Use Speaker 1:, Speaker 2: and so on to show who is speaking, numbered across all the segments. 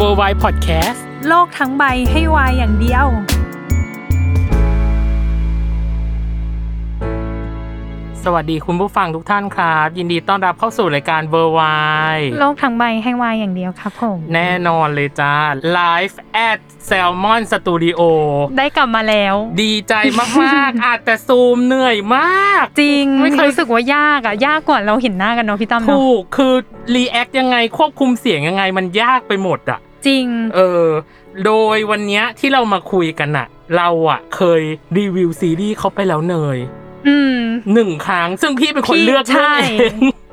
Speaker 1: w o r l d w i d e Podcast
Speaker 2: โลกทั้งใบให้วายอย่างเดียว
Speaker 1: สวัสดีคุณผู้ฟังทุกท่านครับ ยินดีต้อนรับเข้าสู่รายการ w o r l d w i d e
Speaker 2: โลกทั้งใบให้วายอย่างเดียวครับผม
Speaker 1: แน่นอนเลยจ้า Live at Salmon Studio
Speaker 2: ได้กลับมาแล้ว
Speaker 1: ดีใจมากๆ อาจแต่ซูมเหนื่อยมาก
Speaker 2: จริง
Speaker 1: ไม่เคย
Speaker 2: รู้สึกว่ายากอะยากกว่าเราเห็นหน้ากันเนาะพี่ตั้มเนาะ
Speaker 1: ถูกคือรีแอคยังไงควบคุมเสียงยังไงมันยากไปหมดอ่ะ
Speaker 2: จริง
Speaker 1: เออ โดยวันเนี้ยที่เรามาคุยกันอะเราอะเคยรีวิวซีรีส์เขาไปแล้วเนย
Speaker 2: อืม
Speaker 1: หนึ่งครั้ง ซึ่งพี่เป็นคน
Speaker 2: พี่
Speaker 1: เลือกเรื่องเอ
Speaker 2: ใช่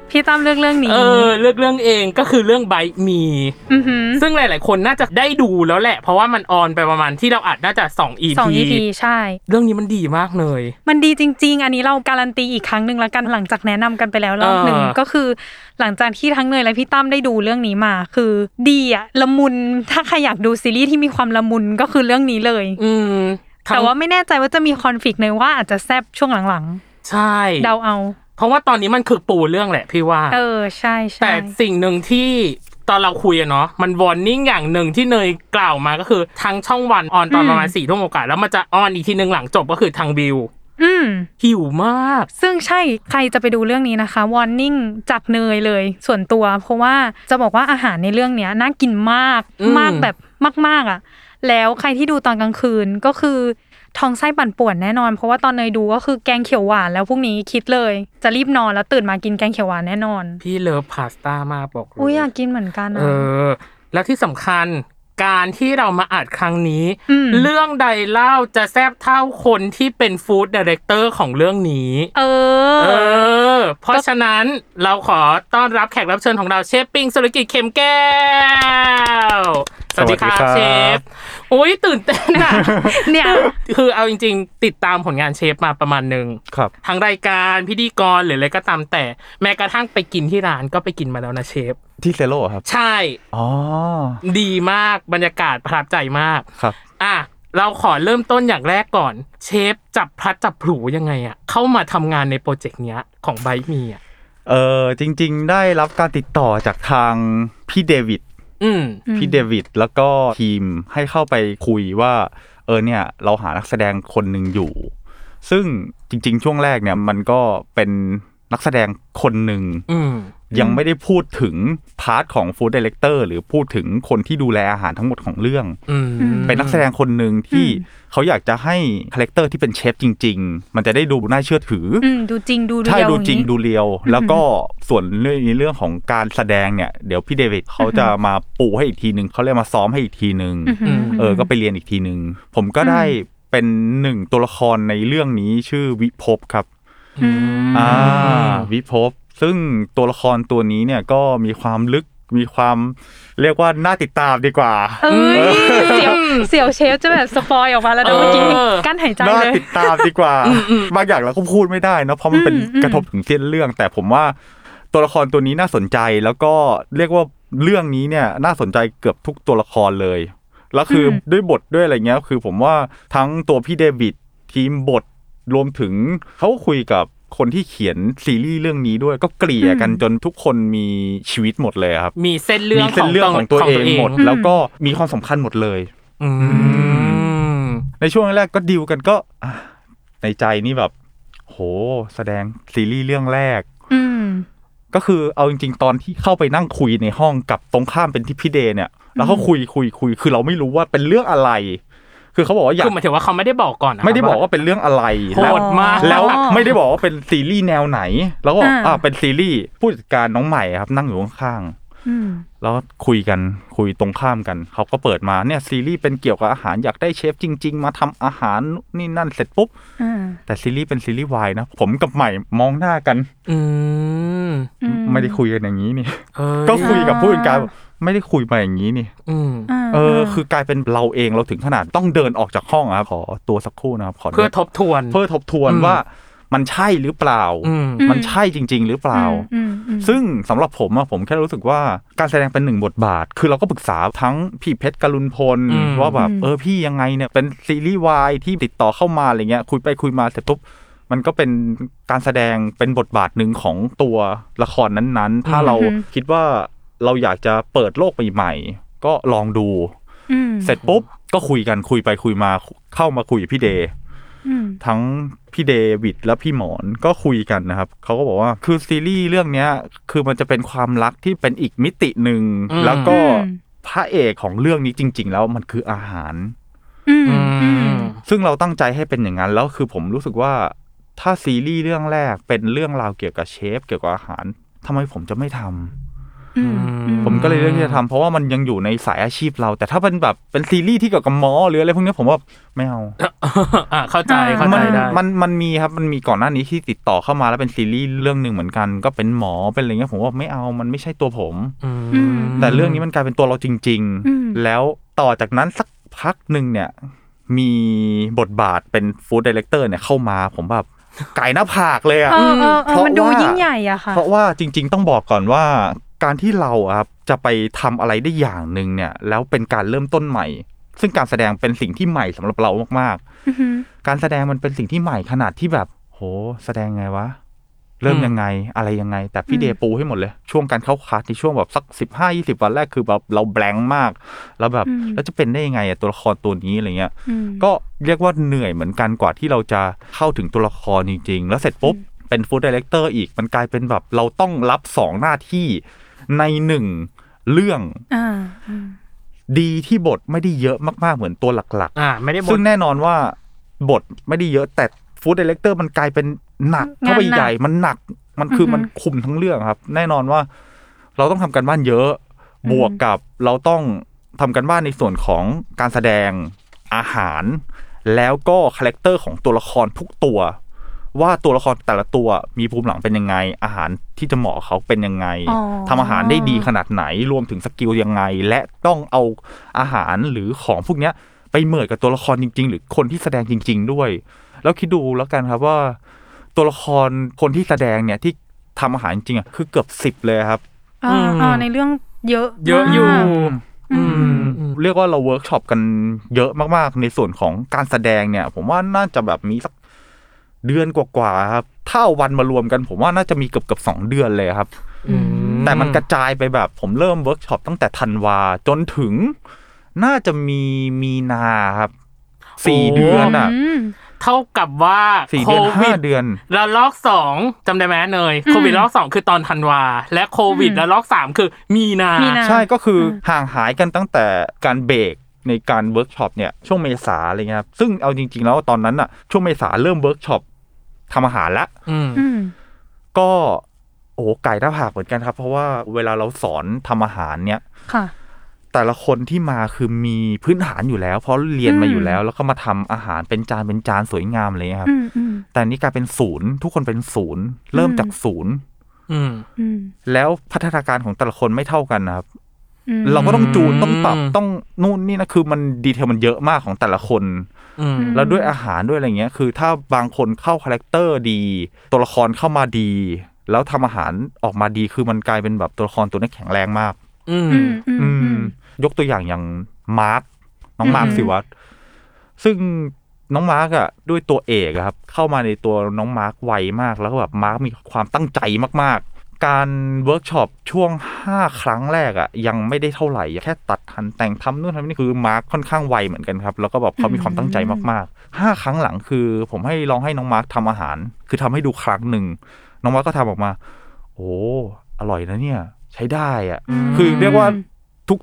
Speaker 1: ง
Speaker 2: พี่ตั้มเลือกเรื่องนี้
Speaker 1: เออ เลือกเรื่องเองก็คือเรื่องไบมี
Speaker 2: อหือ
Speaker 1: ซึ่งหลาย ๆ คนน่าจะได้ดูแล้วแหละ เพราะว่ามันออนไปประมาณที่เราอัดน่าจะ 2 EP
Speaker 2: สองอีพีใช่
Speaker 1: เรื่องนี้มันดีมากเลย
Speaker 2: มันดีจริง ๆ อันนี้เราการันตีอีกครั้งหนึ่งแล้วกันหลังจากแนะนำกันไปแล้วรอบ
Speaker 1: เออ
Speaker 2: หนึ่งก็คือ หลังจากที่ทั้งเนยและพี่ตั้มได้ดูเรื่องนี้มา คือดีอะละมุนถ้าใครอยากดูซีรีส์ที่มีความละมุนก็คือเรื่องนี้เลย
Speaker 1: อืมทั้ง
Speaker 2: แต่ว่าไม่แน่ใจว่าจะมีคอนฟ lict เนยว่าอาจจะแซบช่วงหลัง
Speaker 1: ใช่
Speaker 2: ๆเดาเอา
Speaker 1: เพราะว่าตอนนี้มันคือปูเรื่องแหละพี่ว่า
Speaker 2: เออใช่ใช่
Speaker 1: แต่สิ่งหนึ่งที่ตอนเราคุยอะเนาะมันวอร์นิ่งอย่างหนึ่งที่เนยกล่าวมาก็คือทางช่องวันออนตอนประมาณ
Speaker 2: อืม
Speaker 1: สี่ทุ่มโอกว่าแล้วมันจะออนอีกทีหนึ่งหลังจบก็คือทางบิว
Speaker 2: อืม
Speaker 1: หิวมาก
Speaker 2: ซึ่งใช่ใครจะไปดูเรื่องนี้นะคะวอร์นิ่งจากเนยเลยส่วนตัว เพราะว่าจะบอกว่าอาหารในเรื่องเนี้ยน่ากินมากมากแบบมาก ๆอ่ะ แล้วใครที่ดูตอนกลางคืนก็คือท้องไส้ปั่นป่วนแน่นอน เพราะว่าตอนเนยดูก็คือแกงเขียวหวานแล้วพรุ่งนี้คิดเลย จะรีบนอนแล้วตื่นมากินแกงเขียวหวานแน่นอน
Speaker 1: พี่เลิฟพาสต้ามากบอกเล
Speaker 2: อุ้ยอยากกินเหมือนกัน
Speaker 1: เอ
Speaker 2: อ่ะ
Speaker 1: อ แล้วที่สำคัญการที่เรามาอัดครั้งนี้
Speaker 2: อืม
Speaker 1: เรื่องใดเล่าจะแซบเท่าคนที่เป็นฟู้ดดีเรคเตอร์ของเรื่องนี้
Speaker 2: เอ
Speaker 1: เอ
Speaker 2: อ
Speaker 1: อ เพราะฉะนั้นเราขอต้อนรับแขกรับเชิญของเราเชฟปิงสุรกิจเข็มแก้ว สวัสดีครับ
Speaker 3: สวัสดีครับ
Speaker 1: เชฟอุ้ยตื่นเต้น อ่ะ
Speaker 2: เนี่ย
Speaker 1: คือเอาจริง ๆ ติดตามผลงานเชฟมาประมาณหนึ่ง
Speaker 3: ครับ
Speaker 1: ทางรายการพิธีกรหรืออะไรก็ตามแต่แม้กระทั่งไปกินที่ร้านก็ไปกินมาแล้วนะเชฟ
Speaker 3: ที่เซโลครับ
Speaker 1: ใช่
Speaker 3: อ๋อ
Speaker 1: ดีมากบรรยากาศประทับใจมาก
Speaker 3: ครับ
Speaker 1: อ่ะ เราขอเริ่มต้นอย่างแรกก่อน เชฟจับพลัดจับผลูยังไงอะเข้ามาทำงานในโปรเจกต์เนี้ยของไบมีอะ
Speaker 3: เออจริง ๆ ได้รับการติดต่อจากทางพี่เดวิด
Speaker 1: อืม
Speaker 3: พี่เดวิดแล้วก็ทีมให้เข้าไปคุยว่า เออเนี่ยเราหานักแสดงคนหนึ่งอยู่ ซึ่งจริง ๆ ช่วงแรกเนี่ยมันก็เป็นนักแสดงคนหนึ่ง
Speaker 1: อืม
Speaker 3: ยังไม่ได้พูดถึงพาร์ทของฟู้ดดีเลกเตอร์หรือพูดถึงคนที่ดูแลอาหารทั้งหมดของเรื่อง
Speaker 1: อืม
Speaker 3: เป็นนักแสดงคนหนึ่งที่เขาอยากจะให้คาแรคเตอร์ที่เป็นเชฟจริง ๆ มันจะได้ดูน่าเชื่อถืออ
Speaker 2: อืมดูจริงดูเรียว
Speaker 3: ใช่
Speaker 2: อย่า
Speaker 3: ดูจริง
Speaker 2: นี้
Speaker 3: ดูเรียว แล้วก็ส่วนเรื่องในเรื่องของการแสดงเนี่ย เดี๋ยวพี่เดวิดเขาจะมาปูให้อีกทีหนึ่งเขาเรียกมาซ้อมให้อีกทีหนึ่ง
Speaker 1: อืม
Speaker 3: เออก็ไปเรียนอีกทีหนึ่งผมก็ได้เป็นหนึ่งตัวละครในเรื่องนี้ชื่อวิภพครับอ่าวิภพซึ่งตัวละครตัวนี้เนี่ยก็มีความลึกมีความเรียกว่าน่าติดตามดีกว่า
Speaker 2: เอ้ยเสียวเสียวเชฟจะแบบสปอยออกมาแล้วนะเมื่อกี้กั้นหายใจ
Speaker 3: น่า
Speaker 2: เลย
Speaker 3: ติดตามดีกว่า บางอย่างเราก็พูดไม่ได้เนอะเพราะมันเป็น
Speaker 2: อืมอืม
Speaker 3: กระทบถึงเส้นเรื่อง แต่ผมว่าตัวละครตัวนี้น่าสนใจแล้วก็เรียกว่าเรื่องนี้เนี่ยน่าสนใจเกือบทุกตัวละครเลย แล้วคืออด้วยบทด้วยอะไรเงี้ยคือผมว่าทั้งตัวพี่เดวิดทีมบทรวมถึงเขาคุยกับคนที่เขียนซีรีส์เรื่องนี้ด้วยก็เกลี่ยกันจนทุกคนมีชีวิตหมดเลยครับ
Speaker 1: มีเส้นเรื่อง
Speaker 3: มีเส้นเรื่องของตัวเองหมด แล้วก็มีความสำคัญหมดเลย
Speaker 1: อืม
Speaker 3: ในช่วงแรกๆก็ดิวกันก็อ่ะในใจนี่แบบ โห แสดงซีรีส์เรื่องแรก
Speaker 2: อืม
Speaker 3: ก็คือเอาจริงๆตอนที่เข้าไปนั่งคุยในห้องกับตรงข้ามเป็นที่พี่เดย์เนี่ยแล้วเขาคุยคุยคุยคือเราไม่รู้ว่าเป็นเรื่องอะไร คือเขาบอกว่าอยา
Speaker 1: คื
Speaker 3: ก
Speaker 1: อหมายถึงว่าเขาไม่ได้บอกก่อนนะ
Speaker 3: ไม่ได้บอกว่าเป็นเรื่องอะไร
Speaker 1: โห
Speaker 3: แล้ว
Speaker 1: ดมาก
Speaker 3: แล้วไม่ได้บอกว่าเป็นซีรีส์แนวไหน แล้วก็บอก
Speaker 2: อ่า
Speaker 3: อ่าเป็นซีรีส์ผู้จัดการน้องใหม่ครับนั่งอยู่ข้าง
Speaker 2: อืม
Speaker 3: ๆแล้วคุยกันคุยตรงข้ามกันเขาก็เปิดมาเนี่ยซีรีส์เป็นเกี่ยวกับอาหารอยากได้เชฟจริง ๆ มาทำอาหารนี่นั่นเสร็จปุ๊บ
Speaker 2: อ่า
Speaker 3: แต่ซีรีส์เป็นซีรีส์วายนะผมกับใหม่มองหน้ากัน
Speaker 1: อืม
Speaker 2: อื
Speaker 3: ไม่ได้คุยกันอย่างนี้นี่
Speaker 1: เอ้ย
Speaker 3: ก็คุยกับผู้จัดการบอกไม่ได้คุยมาอย่างนี้นี่
Speaker 1: อืม
Speaker 2: า
Speaker 3: เออ คือกลายเป็นเราเองเราถึงขนาดต้องเดินออกจากห้องอะครับขอตัวสักครู่นะครับขอ
Speaker 1: เพื่อทบทวน
Speaker 3: เพื่อทบทวน
Speaker 1: อืม
Speaker 3: ว่ามันใช่หรือเปล่า
Speaker 1: อืม
Speaker 3: มันใช่จริง ๆ หรือเปล่า
Speaker 2: อืมอืม
Speaker 3: ซึ่งสำหรับผมอะผมแค่รู้สึกว่าการแสดงเป็นหนึ่งบทบาท คือเราก็ปรึกษาทั้งพี่เพชรกรุณพล
Speaker 1: อืม
Speaker 3: ว่าแบบเออพี่ยังไงเนี่ยเป็นซีรีส์วายที่ติดต่อเข้ามาอะไรเงี้ยคุยไปคุยมาเสร็จปุ๊บมันก็เป็นการแสดงเป็นบทบาทหนึ่งของตัวละครนั้นๆ ถ้าเราคิดว่าเราอยากจะเปิดโลกใหม่ๆก็ลองดู
Speaker 2: อืม
Speaker 3: เสร็จปุ๊บก็คุยกันคุยไปคุยมาเข้ามาคุยกับพี่เดย์
Speaker 2: อืม
Speaker 3: ทั้งพี่เดวิดและพี่หมอนก็คุยกันนะครับ เขาก็บอกว่าคือซีรีส์เรื่องเนี้ยคือมันจะเป็นความรักที่เป็นอีกมิติหนึ่ง
Speaker 1: อืม
Speaker 3: แล้วก็
Speaker 2: อืม
Speaker 3: พระเอกของเรื่องนี้จริง ๆ แล้วมันคืออาหาร
Speaker 2: อืม
Speaker 1: อื
Speaker 2: อื
Speaker 1: ม
Speaker 2: ม
Speaker 3: ซึ่งเราตั้งใจให้เป็นอย่างนั้น แล้วคือผมรู้สึกว่าถ้าซีรีส์เรื่องแรกเป็นเรื่องราวเกี่ยวกับเชฟ เกี่ยวกับอาหารทำไมผมจะไม่ทำ
Speaker 2: อืม
Speaker 3: ผมก็เลยเลือกที่จะทำเพราะว่ามันยังอยู่ในสายอาชีพเรา แต่ถ้าเป็นแบบเป็นซีรีส์ที่เกี่ยวกับหมอหรืออะไรพวกเนี้ยผมว่าไม่เอา
Speaker 1: อ่ะเข้าใจเข้าใจ
Speaker 3: มัน
Speaker 1: ได้
Speaker 3: มันมันมีครับมันมีก่อนหน้านี้ที่ติดต่อเข้ามาแล้วเป็นซีรีส์เรื่องหนึ่งเหมือนกัน ก็เป็นหมอเป็นอะไรเงี้ยผมว่าไม่เอามันไม่ใช่ตัวผม
Speaker 1: อืม
Speaker 2: อืม
Speaker 3: แต่เรื่องนี้มันกลายเป็นตัวเราจริง
Speaker 2: อืม
Speaker 3: ๆ แล้วต่อจากนั้นสักพักหนึ่งเนี่ย มีบทบาทเป็นฟู้ดดีเลกเตอร์เนี่ยเข้ามาผมแบบไก่หน้าผากเลยอะ
Speaker 2: เออเออเออ
Speaker 3: เพราะ
Speaker 2: มันดู
Speaker 3: ว่ายิ่
Speaker 2: ยิ่งใหญ่อะค่ะ
Speaker 3: เพราะว่าจริง ๆ ต้องบอกก่อนว่า การที่เราอะครับจะไปทำอะไรได้อย่างหนึ่งเนี่ย แล้วเป็นการเริ่มต้นใหม่ ซึ่งการแสดงเป็นสิ่งที่ใหม่สำหรับเรามากๆ
Speaker 2: อือหือ
Speaker 3: การแสดงมันเป็นสิ่งที่ใหม่ขนาดที่แบบ โห แสดงไงวะ เริ่ม
Speaker 1: อืม
Speaker 3: ยังไงอะไรยังไง แต่พี่
Speaker 2: อืม
Speaker 3: เดย์ปูให้หมดเลย ช่วงการเข้าคลาสในช่วงแบบสักสิบห้ายี่สิบวันแรกคือแบบเราแบงค์มาก แล้วแบบแล้วจะเป็นได้ยังไงอะตัวละครตัวนี้อะไรเงี้ย
Speaker 2: อืม
Speaker 3: ก็เรียกว่าเหนื่อยเหมือนกันกว่าที่เราจะเข้าถึงตัวละครจริง ๆ แล้วเสร็จปุ๊บ เป็นฟู้ดดีเลกเตอร์อีก มันกลายเป็นแบบเราต้องรับสองหน้าที่ในหนึ่งเรื่อง
Speaker 2: อ่า
Speaker 3: ดีที่บทไม่ได้เยอะมากๆเหมือนตัวหลักๆ
Speaker 1: อ่า ไม่ได้บ
Speaker 3: ซึ่
Speaker 1: น
Speaker 3: งแน่นอนว่าบทไม่ได้เยอะแต่ฟู้ดดีเลกเตอร์มันกลายเป็นหนัก
Speaker 2: งานหนัก
Speaker 3: เข้าไปใหญ่ มันหนักมันคืออ
Speaker 2: อฮึ
Speaker 3: มันคุมทั้งเรื่องครับ แน่นอนว่า เราต้องทำกันบ้านเยอะ บวกกับเราต้องทำกันบ้านในส่วนของการแสดงอาหาร แล้วก็คาแรคเตอร์ของตัวละครทุกตัว ว่าตัวละครแต่ละตัวมีภูมิหลังเป็นยังไง อาหารที่จะเหมาะกับเขาเป็นยังไง
Speaker 2: อ๋อ
Speaker 3: ทำอาหารได้ดีขนาดไหนรวมถึงสกิลยังไง และต้องเอาอาหารหรือของพวกเนี้ย ไปเหมือนกับตัวละครจริง ๆ หรือคนที่แสดงจริง ๆ ด้วย แล้วคิดดูแล้วกันครับว่า ตัวละครคนที่แสดงเนี่ยที่ทำอาหารจริงๆอะคือเกือบสิบเลยครับ
Speaker 2: อ่า
Speaker 1: อืม
Speaker 2: อ่าในเรื่องเยอะ
Speaker 1: เยอะอยู่
Speaker 2: มาก
Speaker 1: อืมอืม
Speaker 3: เรียกว่าเราเวิร์กช็อปกันเยอะมากๆ ในส่วนของการแสดงเนี่ย ผมว่าน่าจะแบบมีสักเดือนกว่าๆครับถ้าเอาวันมารวมกันผมว่าน่าจะมีเกือบเกือบสองเดือนเลยครับ
Speaker 1: อืม
Speaker 3: แต่มันกระจายไปแบบผมเริ่มเวิร์กช็อปตั้งแต่ธันวาจนถึง น่าจะมีมีนาครับสี่เดือนอ่ะ
Speaker 2: อืม
Speaker 1: เท่ากับว่า
Speaker 3: สี่
Speaker 1: โค
Speaker 3: เดือน
Speaker 1: วิ
Speaker 3: ห้า
Speaker 1: ด
Speaker 3: เดือน
Speaker 1: ระลอกสองจำได้ไหมเนยโควิด
Speaker 2: อืม
Speaker 1: ระลอกสองคือตอนธันวา และโควิด
Speaker 2: อืม
Speaker 1: ระลอกสามคือมีนาม
Speaker 2: นา
Speaker 3: ใช่ก็คือห่างหายกันตั้งแต่การเบรกในการเวิร์กช็อปเนี่ยช่วงเมษาอะไรเงี้ยครับซึ่งเอาจริง ๆ แล้วตอนนั้นอะช่วงเมษาเริ่มเวิร์กช็อปทำอาหารละ
Speaker 1: อืม
Speaker 2: อืม
Speaker 3: ก็โอ้โหไก่หน้าผากเหมือนกันครับ เพราะว่าเวลาเราสอนทำอาหารเนี่ย
Speaker 2: ค่ะ
Speaker 3: แต่ละคนที่มาคือมีพื้นฐานอยู่แล้ว เพราะเรียนมา
Speaker 2: อืม
Speaker 3: อยู่แล้ว แล้วก็มาทำอาหารเป็นจานเป็นจานสวยงามอะไรเลยครับ
Speaker 2: อืมอืม
Speaker 3: แต่อันนี่กลายเป็นศูนย์ทุกคนเป็นศูนย์เริ่มจากศูนย์
Speaker 1: อืม
Speaker 2: อืม
Speaker 3: แล้วพัฒนาการของแต่ละคนไม่เท่ากันนะครับ
Speaker 2: อืม
Speaker 3: เราก็ต้องจูนต้องปรับ
Speaker 1: อืม
Speaker 3: ต้องนู่นนี่นะคือมันดีเทลมันเยอะมากของแต่ละคน
Speaker 1: อืม
Speaker 2: อืม
Speaker 3: แล้วด้วยอาหารด้วยอะไรเงี้ยคือถ้าบางคนเข้าคาแรคเตอร์ดี ตัวละครเข้ามาดี แล้วทำอาหารออกมาดีคือมันกลายเป็นแบบตัวละครตัวนี้แข็งแรงมาก
Speaker 1: อืม
Speaker 2: อืมอืม
Speaker 3: อื
Speaker 2: อื
Speaker 3: ม
Speaker 2: ม
Speaker 3: ยกตัวอย่างอย่างมาร์คน้องมาร์ค
Speaker 2: อืม
Speaker 3: สิวัตรซึ่งน้องมาร์คอะด้วยตัวเอกอะครับ เข้ามาในตัวน้องมาร์คไวมาก แล้วก็แบบมาร์คมีความตั้งใจมาก ๆ การเวิร์กช็อปช่วง 5 ครั้งแรกอะยังไม่ได้เท่าไหร่แค่ตัดทันแต่งทำนู่นทำนี่คือมาร์คค่อนข้างไวเหมือนกันครับ แล้วก็แบบเขามีความตั้งใจมากๆห้าครั้งหลังคือ ผมให้ลองให้น้องมาร์คทำอาหาร คือทำให้ดูครั้งหนึ่งน้องมาร์คก็ทำออกมา โอ้ ร่อยนะเนี่ย ใช้ได้อะคือเรียกว่า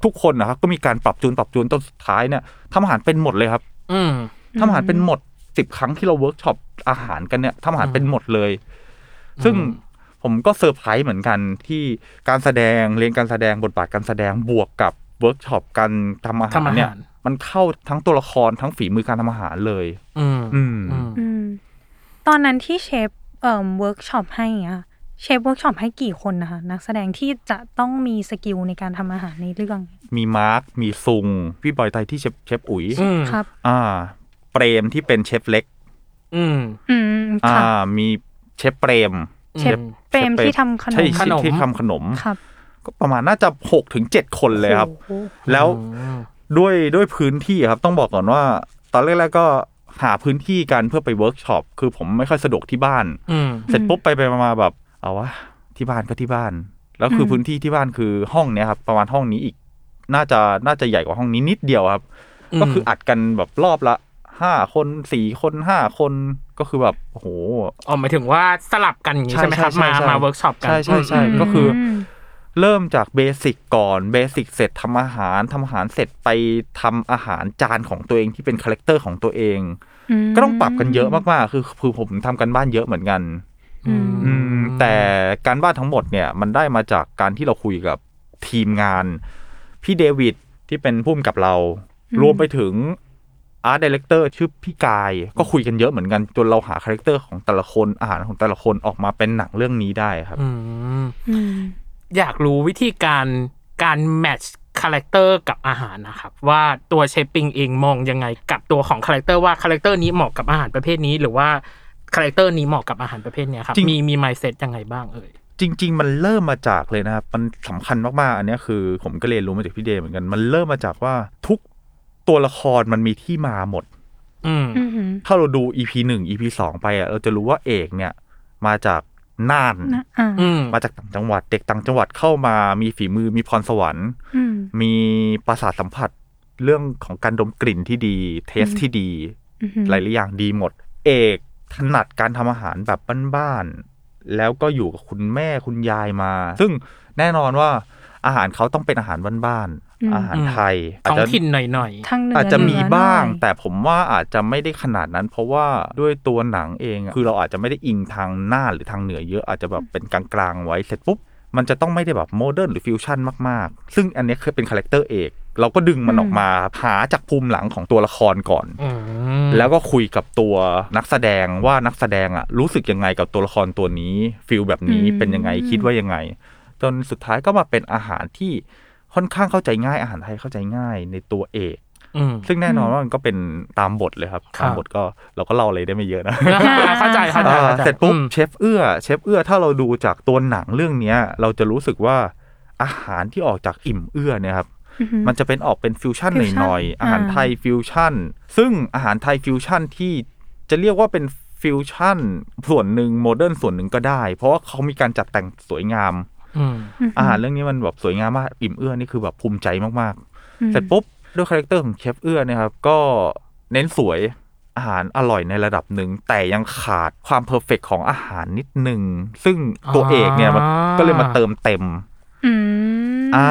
Speaker 3: ทุกๆคนนะครับก็มีการปรับจูนปรับจูนจนสุดท้ายเนี่ยทำอาหารเป็นหมดเลยครับ
Speaker 1: อืม
Speaker 3: ทำอาหารเป็นหมดสิบครั้งที่เราเวิร์กช็อปอาหารกันเนี่ยทำอาหารเป็นหมดเลย ซึ่งผมก็เซอร์ไพรส์เหมือนกันที่การแสดงเรียนการแสดงบทบาทการแสดงบวกกับเวิร์กช็อปการทำอาหาร
Speaker 1: ทำอาหาร
Speaker 3: เนี่ย มันเข้าทั้งตัวละครทั้งฝีมือการทำอาหารเลย
Speaker 1: อืม
Speaker 3: อืม
Speaker 1: อืม
Speaker 2: อืมตอนนั้นที่เชฟเอ่อเวิร์กช็อปให้อ่ะเชฟเวิร์กช็อปให้กี่คนนะคะ นักแสดงที่จะต้องมีสกิลในการทำอาหารในเรื่อง
Speaker 3: มีมาร์ค มีซุง พี่บอยไทยที่เชฟเชฟอุ๋ย
Speaker 1: อืม
Speaker 2: ครับ
Speaker 3: อ่า เปรมที่เป็นเชฟเล็ก
Speaker 1: อืม
Speaker 2: อืม
Speaker 3: อ่า
Speaker 2: ค่ะ
Speaker 3: มีเชฟเปรม
Speaker 2: เชฟเปรมที่ทำขนม
Speaker 3: ใช่
Speaker 1: ขนม
Speaker 3: ที่ทำขนม
Speaker 2: ครับ
Speaker 3: ก็ประมาณน่าจะหกถึงเจ็ดคนเลยครับ
Speaker 2: โอ้โห
Speaker 3: แล้ว
Speaker 1: อืม
Speaker 3: ด้วยด้วยพื้นที่อะครับต้องบอกก่อนว่า ตอนแรกๆก็หาพื้นที่กันเพื่อไปเวิร์กช็อปคือผมไม่ค่อยสะดวกที่บ้าน
Speaker 1: อืม
Speaker 3: เสร็จปุ๊บไปไปมาๆแบบเอาวะที่บ้านก็ที่บ้าน แล้วคือพื้นที่ที่บ้านคือห้องเนี้ยครับประมาณห้องนี้อีก น่าจะน่าจะใหญ่กว่าห้องนี้นิดเดียวครับ
Speaker 1: อืม
Speaker 3: ก็คืออัดกันแบบรอบละห้าคนสี่คนห้าคนก็คือแบบโอ้โห
Speaker 1: อ๋อหมายถึงว่าสลับกันอย่างนี้ใช่ไหมครับมา
Speaker 3: ใช่
Speaker 1: มาเวิร์กช็อปกัน
Speaker 3: ใช่ใช่ใช่
Speaker 1: อืม
Speaker 3: ก็คืออ
Speaker 2: ม
Speaker 3: เริ่มจากเบสิกก่อนเบสิกเสร็จทำอาหารทำอาหารเสร็จไปทำอาหารจานของตัวเองที่เป็นคาแรคเตอร์ของตัวเอง ก็ต้องปรับกันเยอะมากๆ คือคือผมทำกันบ้านเยอะเหมือนกัน
Speaker 1: อืม
Speaker 3: อืมแต่การบ้านทั้งหมดเนี่ยมันได้มาจากการที่เราคุยกับทีมงาน พี่เดวิดที่เป็นผู้กำกับเรา รวมไปถึงอาร์ตดีเลกเตอร์ชื่อพี่กายก็คุยกันเยอะเหมือนกันจนเราหาคาแรคเตอร์ของแต่ละคนอาหารของแต่ละคนออกมาเป็นหนังเรื่องนี้ได้ครับ
Speaker 1: อืม อยากรู้วิธีการการแมทช์คาแรคเตอร์กับอาหารนะครับ ว่าตัวเชฟปิงเองมองยังไงกับตัวของคาแรคเตอร์ว่าคาแรคเตอร์นี้เหมาะกับอาหารประเภทนี้ หรือว่าคาแรคเตอร์นี้เหมาะกับอาหารประเภทเนี้ยครับ
Speaker 3: จริง
Speaker 1: มีมีไมเซ็ตยังไงบ้างเอ่ย
Speaker 3: จริง ๆ มันเริ่มมาจากเลยนะครับ มันสำคัญมากๆ อันเนี้ยคือ ผมก็เรียนรู้มาจากพี่เดย์เหมือนกัน มันเริ่มมาจากว่าทุกตัวละครมันมีที่มาหมด
Speaker 1: อืม
Speaker 3: ถ้าเราดู EP หนึ่ง EP สองไปอะเราจะรู้ว่าเอกเนี่ย มาจากน่าน
Speaker 2: อ่า
Speaker 1: อืม
Speaker 3: มาจากต่างจังหวัด เด็กต่างจังหวัดเข้ามามีฝีมือมีพรสวรรค์
Speaker 2: อืม
Speaker 3: มีประสาทสัมผัสเรื่องของการดมกลิ่นที่ดี เทสที่ดี
Speaker 2: อือหือ
Speaker 3: หลายๆอย่างดีหมด เอกถนัดการทำอาหารแบบบ้านๆแล้วก็อยู่กับคุณแม่คุณยายมา ซึ่งแน่นอนว่าอาหารเขาต้องเป็นอาหารบ้าน
Speaker 2: อืม
Speaker 3: ๆอาหารไทย
Speaker 1: ท้อง
Speaker 3: จะ
Speaker 1: ถิ่นหน่อย
Speaker 2: ทางเหนือ
Speaker 3: อา
Speaker 2: อา
Speaker 3: จจะมีบ้าง แต่ผมว่าอาจจะไม่ได้ขนาดนั้น เพราะว่าด้วยตัวหนังเองอะคือเราอาจจะไม่ได้อิงทางหน้านหรือทางเหนือเยอะอาจจะแบบเป็นกลางๆไว้เสร็จปุ๊บ มันจะต้องไม่ได้แบบโมเดิร์นหรือฟิวชั่นมากๆ ซึ่งอันเนี้ยคือเป็นคาแรคเตอร์เอกเราก็ดึงมันออกมาหาจากภูมิหลังของตัวละครก่อน
Speaker 1: ๆ อืม
Speaker 3: แล้วก็คุยกับตัวนักแสดงว่านักแสดงอะรู้สึกยังไงกับตัวละครตัวนี้ฟิลแบบนี้เป็นยังไงคิดว่ายังไง จนสุดท้ายก็มาเป็นอาหารที่ค่อนข้างเข้าใจง่ายอาหารไทยเข้าใจง่ายในตัวเอก
Speaker 1: อืม
Speaker 3: ซึ่งแน่นอนว่ามันก็เป็นตามบทเลยครับ
Speaker 1: ครับ
Speaker 3: ตามบทก็เราก็เล่าอะไรได้ไม่เยอะนะ
Speaker 1: เข้า ใจเข้าใจ
Speaker 3: เออ
Speaker 1: ข้าใจ
Speaker 3: เสร็จปุ๊บ
Speaker 1: อืม
Speaker 3: เชฟเอื้อเชฟเอื้อถ้าเราดูจากตัวหนังเรื่องเนี้ย เราจะรู้สึกว่าอาหารที่ออกจากอิ่มเอื้อเนี่ยครับ
Speaker 2: อือหือ
Speaker 3: มันจะเป็นออกเป็นฟิวชั่น
Speaker 2: ฟิวชั่น
Speaker 3: หน่อยๆอาหาร
Speaker 2: อ่า
Speaker 3: ไทยฟิวชั่น ซึ่งอาหารไทยฟิวชั่นที่จะเรียกว่าเป็นฟิวชั่นส่วนหนึ่งโมเดิร์นส่วนหนึ่งก็ได้ เพราะว่าเขามีการจัดแต่งสวยงาม
Speaker 1: อืม
Speaker 3: อาหารเรื่องนี้มันแบบสวยงามมากอิ่มเอื้อนี่คือแบบภูมิใจมากๆ เสร็จปุ๊บด้วยคาแรคเตอร์ของเชฟเอื้อเนะครับ ก็เน้นสวยอาหารอร่อยในระดับหนึ่ง แต่ยังขาดความเพอร์เฟกของอาหารนิดหนึ่ง ซึ่งตัวเอกเนี่ยมัน
Speaker 1: อ่า
Speaker 3: ก็เลยมาเติมเต็ม
Speaker 2: อืม
Speaker 3: อ่า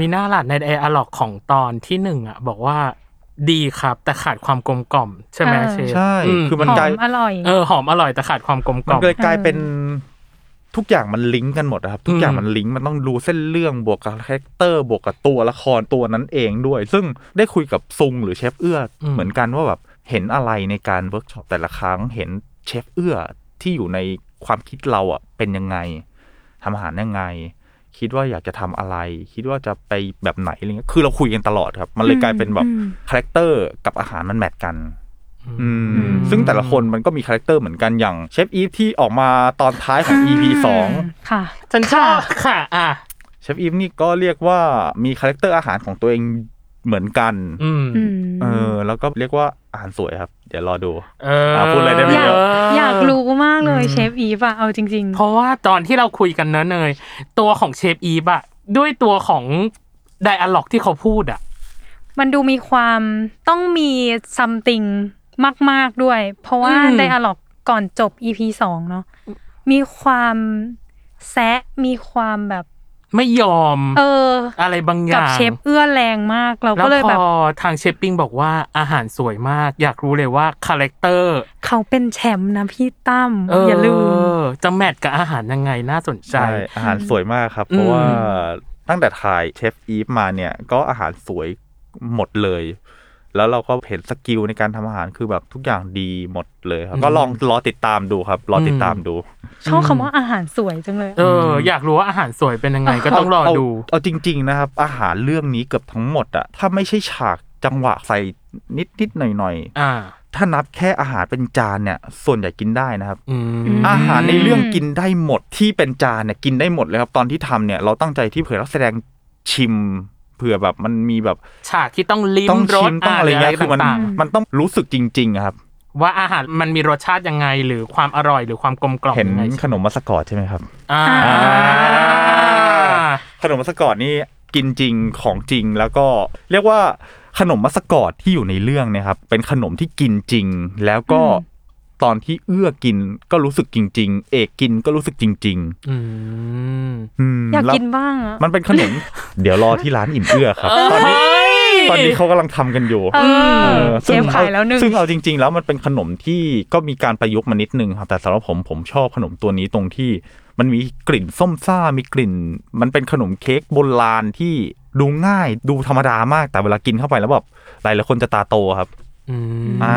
Speaker 1: มีหน้าหลัดในไดอะล็อกของตอนที่หนึ่งอ่ะ บอกว่าดีครับ แต่ขาดความกลมกล่อมใช่ไหมเชฟ
Speaker 3: ใช่
Speaker 1: ม
Speaker 3: คือ มัน
Speaker 2: หอ
Speaker 3: ไกล
Speaker 2: มอร่อย
Speaker 1: เออหอมอร่อยแต่ขาดความกลมก
Speaker 3: มัน
Speaker 1: ล่อม
Speaker 3: ก็เลยกลายเป็นทุกอย่างมันลิงก์กันหมดนะครับ ทุกอย่างมันลิงก์มันต้องดูเส้นเรื่องบวกกับคาแรคเตอร์บวกกับตัวละครตัวนั้นเองด้วย ซึ่งได้คุยกับซุงหรือเชฟเอื้ออ
Speaker 1: ม
Speaker 3: เหมือนกันว่าแบบเห็นอะไรในการเวิร์กช็อปแต่ละครั้ง เห็นเชฟเอื้อที่อยู่ในความคิดเราอ่ะเป็นยังไงทำอาหารยังไง คิดว่าอยากจะทำอะไร คิดว่าจะไปแบบไหนอะไรเงี้ยคือเราคุยกันตลอดครับ มันเลยกลายเป็นแบบ
Speaker 2: อืม
Speaker 3: คาแรคเตอร์กับอาหารมันแมทกัน อืมซึ่งแต่ละคนมันก็มีคาแรคเตอร์เหมือนกันอย่างเชฟอีฟที่ออกมาตอนท้ายของ EP สอง
Speaker 2: ค่ะ
Speaker 1: ฉันชอบค่ะ อ่ะ
Speaker 3: เชฟอีฟนี่ก็เรียกว่ามีคาแรคเตอร์อาหารของตัวเองเหมือนกัน
Speaker 1: อืม
Speaker 2: อืม
Speaker 3: เออแล้วก็เรียกว่าอาหารสวยครับ เดี๋ยวรอดู
Speaker 1: เออ
Speaker 3: อ่ะพูดอะไรได้ไม่
Speaker 2: อยาก
Speaker 3: เะ
Speaker 2: อยากรู้มากเลยเชฟอีฟอะเอาจริง
Speaker 1: เพราะว่าตอนที่เราคุยกันนะเนย ตัวของเชฟอีบอะด้วยตัวของไดอะล็อกที่เขาพูดอะ
Speaker 2: ๆ มันดูมีความต้องมีซัมติงมาก ๆด้วย เพราะว่าไดอะล็อกก่อนจบ EP สองเนาะมีความ แซะมีความแบบ
Speaker 1: ไม่ยอม
Speaker 2: เออ
Speaker 1: อะไรบางอ
Speaker 2: กับ
Speaker 1: ย่าง
Speaker 2: เชฟเอื้อแรงมากเรา
Speaker 1: แล้ว
Speaker 2: ก็เลย
Speaker 1: พ
Speaker 2: แบบ
Speaker 1: อทางเชฟปิงบอกว่าอาหารสวยมาก อยากรู้เลยว่าคาแรคเตอร์
Speaker 2: เขาเป็นแชมป์นะพี่ตั้ม
Speaker 1: เออ
Speaker 2: อย่าลืม
Speaker 1: จะแมทกับอาหารยังไงน่าสนใจ
Speaker 3: ใช่อาหารสวยมากครับ เพราะว่า
Speaker 1: อื
Speaker 3: ตั้งแต่ถ่ายเชฟอีฟมาเนี่ย ก็อาหารสวยหมดเลย แล้วเราก็เห็นสกิลในการทำอาหารคือแบบทุกอย่างดีหมดเลยครับ ก็ลองรอติดตามดูครับ รอติดตามดู
Speaker 2: ชอบคำว่าอาหารสวยจังเลย
Speaker 1: เออ อยากรู้ว่าอาหารสวยเป็น ยังไงก็ต้องรอ
Speaker 3: เา
Speaker 1: ดู
Speaker 3: เอาเอาจริง ๆ นะครับ อาหารเรื่องนี้เกือบทั้งหมดอะถ้าไม่ใช่ฉากจังหวะใส่นิดนิดๆหน่อยหน่อย
Speaker 1: อ่า
Speaker 3: ๆถ้านับแค่อาหารเป็นจานเนี่ยส่วนใหญ่กินได้นะครับ
Speaker 1: อืม
Speaker 2: ม
Speaker 3: อาหารในเรื่องกินได้หมดที่เป็นจานเนี่ยกินได้หมดเลยครับ ตอนที่ทำเนี่ยเราตั้งใจที่เผื่อนักแสดงชิมเผื่อแบบมันมีแบบ
Speaker 1: ฉากที่ต้องลิ้ม
Speaker 3: ต้อง
Speaker 1: ร
Speaker 3: ชิ
Speaker 1: ส
Speaker 3: มต้องอะไรเงี้ยคือมัน
Speaker 1: ต่าง
Speaker 3: มันต้องรู้สึกจริงๆอะครับ
Speaker 1: ๆว่าอาหารมันมีรสชาติยังไง หรือความอร่อยหรือความกลมกล่อม
Speaker 3: เห็น
Speaker 1: ยังไง
Speaker 3: ขนมมัสกอดใช่ไหมครับ
Speaker 1: อ่า
Speaker 2: อ่า
Speaker 3: ขนมมัสกอดนี่กินจริงของจริงแล้วก็เรียกว่าขนมมัสกอดที่อยู่ในเรื่องเนะครับ เป็นขนมที่กินจริง แล้วก็
Speaker 2: อืม
Speaker 3: ตอนที่เอื้อกินก็รู้สึกจริง ๆ เอกกินก็รู้สึกจริง
Speaker 1: อืม
Speaker 3: ๆ อืม
Speaker 2: อยาก
Speaker 3: แล้ว
Speaker 2: กินบ้างอะ
Speaker 3: มันเป็นขนม เดี๋ยวรอที่ร้านอิ่มเอื้อครับ ตอนนี้ตอนนี้เขากำลังทำกันอยู่
Speaker 2: เออ
Speaker 3: ออ
Speaker 2: เช
Speaker 3: ซึ่ง
Speaker 2: ฟขายแล้วหนึ่ง
Speaker 3: ซึ่งเอาจริง ๆ แล้วมันเป็นขนมที่ก็มีการประยุกต์มานิดนึงครับแต่สำหรับผมผมชอบขนมตัวนี้ตรงที่ มันมีกลิ่นส้มซ่ามีกลิ่น มันเป็นขนมเค้กโบราณที่ดูง่ายดูธรรมดามากแต่เวลากินเข้าไปแล้วแบบหลายหลายๆคนจะตาโตครับ
Speaker 1: อืม
Speaker 3: อ่า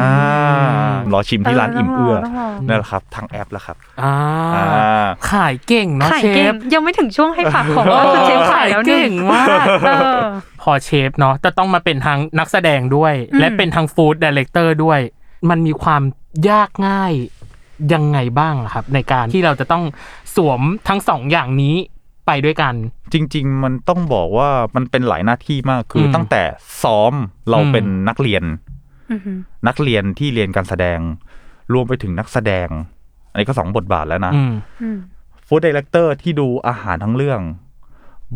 Speaker 3: รอชิมที่ร้าน
Speaker 2: เออ
Speaker 3: อิ่มเอื้อ
Speaker 2: ต้องรอต้องรอ
Speaker 3: นั่นแหละครับทางแอปแล้วครับ
Speaker 1: อ่า
Speaker 3: อ่า
Speaker 1: ขายเก่งเนาะ
Speaker 2: ขาย
Speaker 1: เช
Speaker 2: เก่ง
Speaker 1: ฟ
Speaker 2: ยังไม่ถึงช่วงให้ฝากของว่าคือเชฟขายแล้วหนึ่
Speaker 1: เก่
Speaker 2: ง
Speaker 1: งมาก
Speaker 2: เออ
Speaker 1: พอเชฟเนาะจะต้องมาเป็นทั้งนักแสดงด้วย
Speaker 2: อืม
Speaker 1: และเป็นทั้งฟู้ดดีเลกเตอร์ด้วย มันมีความยากง่ายยังไงบ้างล่ะครับ ในการที่เราจะต้องสวมทั้งสองอย่างนี้ไปด้วยกัน
Speaker 3: จริง ๆ มันต้องบอกว่ามันเป็นหลายหน้าที่มากคืออ
Speaker 1: ม
Speaker 3: ตั้งแต่ซ้อมเรา
Speaker 1: อืม
Speaker 3: เป็นนักเรียน
Speaker 2: อือหือ
Speaker 3: นักเรียนที่เรียนการแสดง รวมไปถึงนักแสดง อันนี้ก็สองบทบาทแล้วนะ
Speaker 1: อืม
Speaker 2: อืม
Speaker 3: ฟู้ดดีเลกเตอร์ที่ดูอาหารทั้งเรื่อง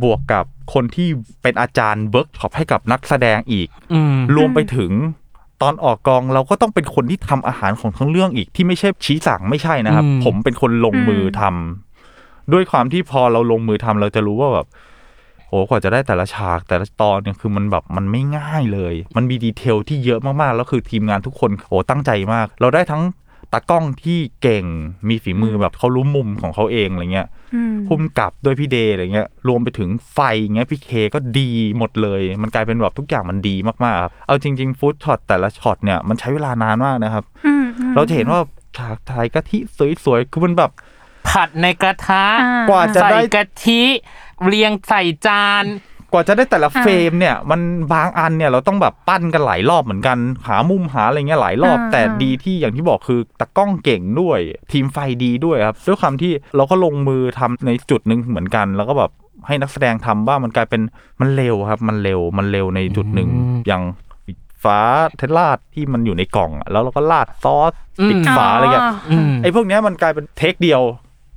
Speaker 3: บวกกับคนที่เป็นอาจารย์เวิร์กช็อปให้กับนักแสดงอีก
Speaker 1: อืม
Speaker 3: รวมไปถึงตอนออกกองเราก็ต้องเป็นคนที่ทำอาหารของทั้งเรื่องอีกที่ไม่ใช่ชี้สั่งไม่ใช่นะครับ
Speaker 1: อืม
Speaker 3: ผมเป็นคนลงมือทำด้วยความที่พอเราลงมือทำเราจะรู้ว่าแบบโอ้กว่าจะได้แต่ละฉากแต่ละตอนเนี่ยคือมันแบบมันไม่ง่ายเลย มันมีดีเทลที่เยอะมากๆแล้วคือทีมงานทุกคนโอ้ตั้งใจมาก เราได้ทั้งตากล้องที่เก่งมีฝีมือแบบเขารู้มุมของเขาเองอะไรเงี้ย
Speaker 2: อืม
Speaker 3: พุ่มกับด้วยพี่เดย์อะไรเงี้ยรวมไปถึงไฟเงี้ยพี่เคก็ดีหมดเลย มันกลายเป็นแบบทุกอย่างมันดีมากๆครับเอาจริงๆฟู้ดช็อตแต่ละช็อตเนี่ยมันใช้เวลานานมากนะครับ
Speaker 2: อืมอืม
Speaker 3: เราจะเห็นว่าฉากถ่ายกะทิสวยๆคือมันแบบ
Speaker 1: ผัดในกระทะ
Speaker 2: อ่าก
Speaker 3: ว่าจะ
Speaker 1: ใส่
Speaker 3: ได้
Speaker 1: กะทิเรียงใส่จาน
Speaker 3: กว่าจะได้แต่ละเฟรมเนี่ย มันบางอันเนี่ยเราต้องแบบปั้นกันหลายรอบเหมือนกัน หามุมหาอะไรเงี้ยหลายรอบ
Speaker 2: อ่า
Speaker 3: แต่ดีที่อย่างที่บอกคือตากล้องเก่งด้วย ทีมไฟดีด้วยครับด้วยความที่เราก็ลงมือทำในจุดหนึ่งเหมือนกัน แล้วก็แบบให้นักแสดงทำบ้างมันกลายเป็นมันเร็วครับ มันเร็วมันเร็วในจุดหนึ่ง
Speaker 1: อืม
Speaker 3: อย่างปิดฝาเทสลาดที่มันอยู่ในกล่องอะแล้วเราก็ลาดซอส
Speaker 1: อืม
Speaker 3: ปิดฝาอะไรเงี้ย
Speaker 1: อืม
Speaker 3: ไอ้พวกเนี้ยมันกลายเป็นเทคเดียว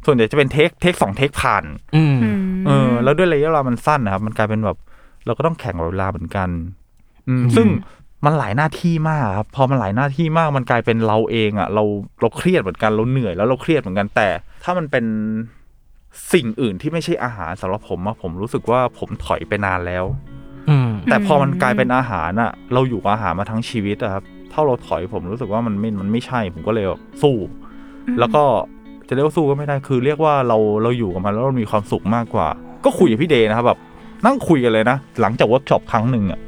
Speaker 3: ส่วนใหญ่จะเป็นเทคเทคสองเทคผ่าน
Speaker 1: อืม
Speaker 2: อืม
Speaker 3: เออแล้วด้วยระยะเวลามันสั้นนะครับ มันกลายเป็นแบบเราก็ต้องแข่งกับเวลาเหมือนกัน อืมซึ่งมันหลายหน้าที่มากครับพอมันหลายหน้าที่มากมันกลายเป็นเราเองอ่ะ เราเราเครียดเหมือนกันเราเหนื่อยแล้วเราเครียดเหมือนกันแต่ ถ้ามันเป็นสิ่งอื่นที่ไม่ใช่อาหารสำหรับผมอะผมรู้สึกว่าผมถอยไปนานแล้ว
Speaker 1: อืม
Speaker 3: แต่พอมันกลายเป็นอาหารอ่ะ เราอยู่กับอาหารมาทั้งชีวิตอะครับถ้าเราถอยผมรู้สึกว่ามันไม่มันไม่ใช่ผมก็เลยแบบสู้ แล้วก็จะเรียกว่าสู้ก็ไม่ได้คือเรียกว่าเราเราอยู่กับมันแล้วเรามีความสุขมากกว่า ก็คุยกับพี่เดย์นะครับแบบนั่งคุยกันเลยนะ หลังจากเวิร์กช็อปครั้งหนึ่งอ่ะ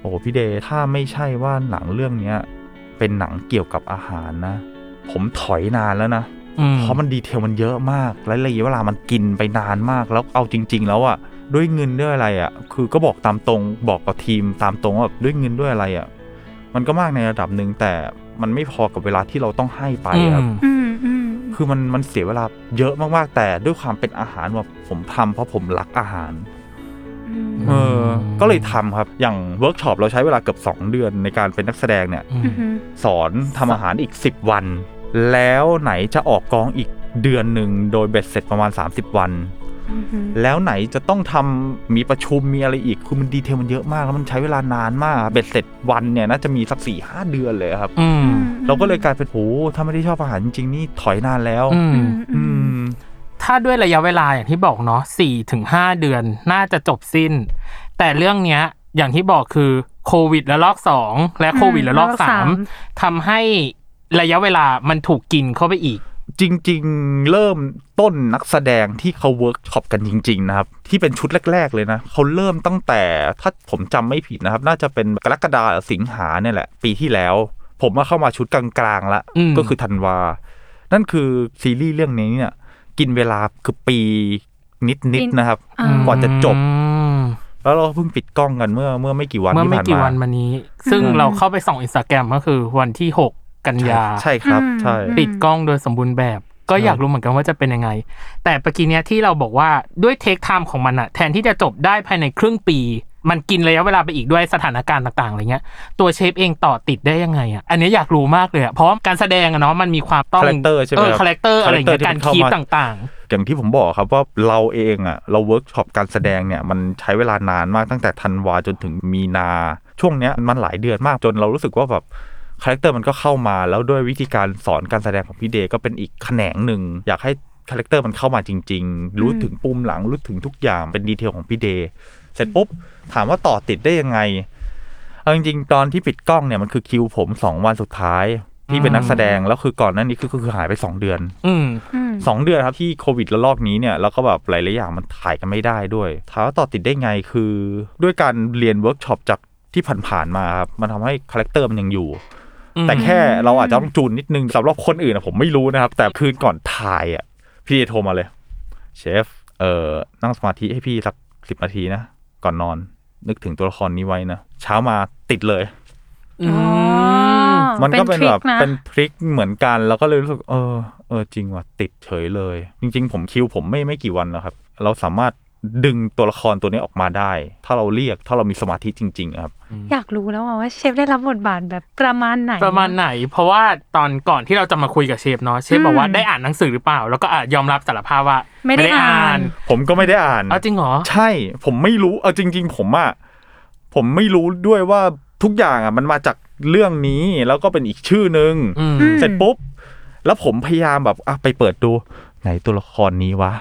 Speaker 3: โอ้โหพี่เดย์ถ้าไม่ใช่ว่าหนังเรื่องเนี้ย เป็นหนังเกี่ยวกับอาหารนะ ผมถอยนานแล้วนะ
Speaker 1: อืม
Speaker 3: เพราะมันดีเทลมันเยอะมากและระยะเวลามันกินไปนานมาก แล้วเอาจริง ๆ แล้วอะด้วยเงินด้วยอะไรอะคือก็บอกตามตรงบอกกับทีมตามตรงว่าแบบด้วยเงินด้วยอะไรอะมันก็มากในระดับหนึ่งแต่มันไม่พอกับเวลาที่เราต้องให้ไปอะครับ
Speaker 1: อืม
Speaker 2: อืมอืม
Speaker 3: คือมันมันเสียเวลาเยอะมากๆ แต่ด้วยความเป็นอาหารว่าผมทำเพราะผมรักอาหาร
Speaker 2: อืม
Speaker 1: ม
Speaker 3: เออ ก็เลยทำครับ อย่างเวิร์กช็อปเราใช้เวลาเกือบ2 เดือนในการเป็นนักแสดงเนี่ย
Speaker 1: อืม
Speaker 2: อืม
Speaker 3: สอนทำอาหารอีก 10 วัน แล้วไหนจะออกกองอีกเดือนหนึ่งโดยเบ็ดเสร็จประมาณ 30 วัน แล้วไหนจะต้องทำมีประชุมมีอะไรอีกคือมันดีเทลมันเยอะมากแล้วมันใช้เวลานานมากเบ็ดเสร็จวันเนี่ยน่าจะมีสัก4ี่ห้าเดือนเลยครับ
Speaker 1: อืม
Speaker 3: เราก็เลยกลายเป็นโอ้ถ้าไม่ได้ชอบอาหารจริงๆนี่ถอยนานแล้ว
Speaker 1: อืม
Speaker 3: อืม
Speaker 1: ท ถ้าด้วยระยะเวลาอย่างที่บอกเนาะสี่ถึงห้าเดือนน่าจะจบสิ้น แต่เรื่องเนี้ยอย่างที่บอกคือโควิดระลอกสองและโควิด
Speaker 2: อืม
Speaker 1: ระลอก
Speaker 2: ระลอกสา
Speaker 1: สาม มทำให้ระยะเวลามันถูกกินเข้าไปอีก
Speaker 3: จริง ๆ เริ่มต้นนักแสดงที่เขาเวิร์กช็อปกันจริง ๆ นะครับ ที่เป็นชุดแรก ๆ เลยนะเขาเริ่มตั้งแต่ถ้าผมจำไม่ผิดนะครับ น่าจะเป็นกรกฎาหรือสิงหาเนี่ยแหละ ปีที่แล้ว ผมมาเข้ามาชุดกลางๆละ
Speaker 1: อืม
Speaker 3: ก็คือธันวา นั่นคือซีรีส์เรื่องนี้เนี่ย กินเวลาคือปีนิด ๆ นะครับ
Speaker 2: อ่าก ก
Speaker 3: ว่าจะจบ
Speaker 1: อืม
Speaker 3: แล้วเราเพิ่งปิดกล้องกันเมื่อเมื่อไม่กี่วัน
Speaker 1: เมื่อ
Speaker 3: ที่
Speaker 1: ไม่
Speaker 3: ผ่าน
Speaker 1: กี่
Speaker 3: มา
Speaker 1: วันมานี้ ซึ่งเราเข้าไปส่องอินสตาแกรมก็คือวันที่หกกันยา
Speaker 3: ใช่ครับ
Speaker 2: อืม
Speaker 3: ใช่
Speaker 1: ปิดกล้องโดยสมบูรณ์แบบ ก็อยากรู้เหมือนกันว่าจะเป็นยังไง แต่ปกี้เนี้ยที่เราบอกว่าด้วยเทคไทม์ของมันอะแทนที่จะจบได้ภายในครึ่งปี มันกินระยะเวลาไปอีกด้วยสถานการณ์ต่างๆอะไรเงี้ย ตัวเชฟเองต่อติดได้ยังไงอะอันเนี้ยอยากรู้มากเลยอะเพราะการแสดงอะเนาะมันมีความต้อง
Speaker 3: Character ใช่ไหมครับ
Speaker 1: คาแรคเตอร์อะไรอย่างเงี้ย
Speaker 3: Character ที่
Speaker 1: การ
Speaker 3: มัน
Speaker 1: คี
Speaker 3: เข้า
Speaker 1: บ
Speaker 3: มา
Speaker 1: ต่าง
Speaker 3: อย่างที่ผมบอกครับว่าเราเองอ่ะเราเวิร์กช็อปการแสดงเนี่ยมันใช้เวลานานมากตั้งแต่ธันวาจนถึงมีนา ช่วงเนี้ยมันหลายเดือนมากจนเรารู้สึกว่าแบบคาแรคเตอร์มันก็เข้ามาแล้วด้วยวิธีการสอนการแสดงของพี่เดย์ก็เป็นอีกแขนงหนึ่งอยากให้คาแรคเตอร์มันเข้ามาจริง ๆ รู้ถึงปุ่มหลังรู้ถึงทุกอย่างเป็นดีเทลของพี่เดย์เสร็จปุ๊บถามว่าต่อติดได้ยังไงเอาจริงๆตอนที่ปิดกล้องเนี่ยมันคือคิวผมสองวันสุดท้ายที่เป็นนักแสดงแล้วคือก่อนหน้านี้คือคือหายไปสองเดือน
Speaker 1: ๆ อืม
Speaker 2: อืม
Speaker 3: สองเดือนครับที่โควิดระลอกนี้เนี่ยแล้วก็แบบหลายๆอย่างมันถ่ายกันไม่ได้ด้วยถามว่าต่อติดได้ไงคือ ด้วยการเรียนเวิร์กช็อปจากที่ผ่านๆมาครับมันทำให้คาแรคเตอร์มันยังอยู่
Speaker 1: อืม
Speaker 3: แต่แค่เราอาจจะต้องจูนนิดนึงสำหรับคนอื่นอะผมไม่รู้นะครับ แต่คืนก่อนถ่ายอ่ะพี่เอโทรมาเลย เชฟเอ่อนั่งสมาธิให้พี่สักสิบนาทีนะก่อนนอน นึกถึงตัวละครนี้ไว้นะเช้ามาติดเลย
Speaker 1: อื
Speaker 2: อ๋อ
Speaker 1: ม
Speaker 3: มันก็เป็
Speaker 2: ท
Speaker 3: น
Speaker 2: ริ
Speaker 3: แบบ
Speaker 2: ะ
Speaker 3: เป็นพริกเหมือนกันแล้วก็เลยรู้สึกเออเออจริงว่ะติดเฉยเลย จริง ๆ ผมคิวผมไม่ไม่กี่วันแล้วครับ เราสามารถดึงตัวละครตัวนี้ออกมาได้ ถ้าเราเรียกถ้าเรามีสมาธิจริง ๆ ครับ
Speaker 2: อยากรู้แล้วอะว่าเชฟได้รับบทบาทแบบประมาณไหน
Speaker 1: ประมาณไหน เพราะว่าตอนก่อนที่เราจะมาคุยกับเชฟเนาะเชฟบอกว่า
Speaker 2: อืม
Speaker 1: ได้อ่านหนังสือหรือเปล่า แล้วก็อ่ะยอมรับสารภาพว่า
Speaker 2: ไม่ได้อ่าน
Speaker 3: ผมก็ไม่ได้อ่าน
Speaker 1: เอาจริงเหรอ
Speaker 3: ใช่ ผมไม่รู้เอาจริง ๆ ผมอะผมไม่รู้ด้วยว่าทุกอย่างอะมันมาจากเรื่องนี้แล้วก็เป็นอีกชื่อหนึ่ง
Speaker 1: อืม
Speaker 3: เสร็จปุ๊บ แล้วผมพยายามแบบอ่ะไปเปิดดู ไหนตัวละครนี้วะ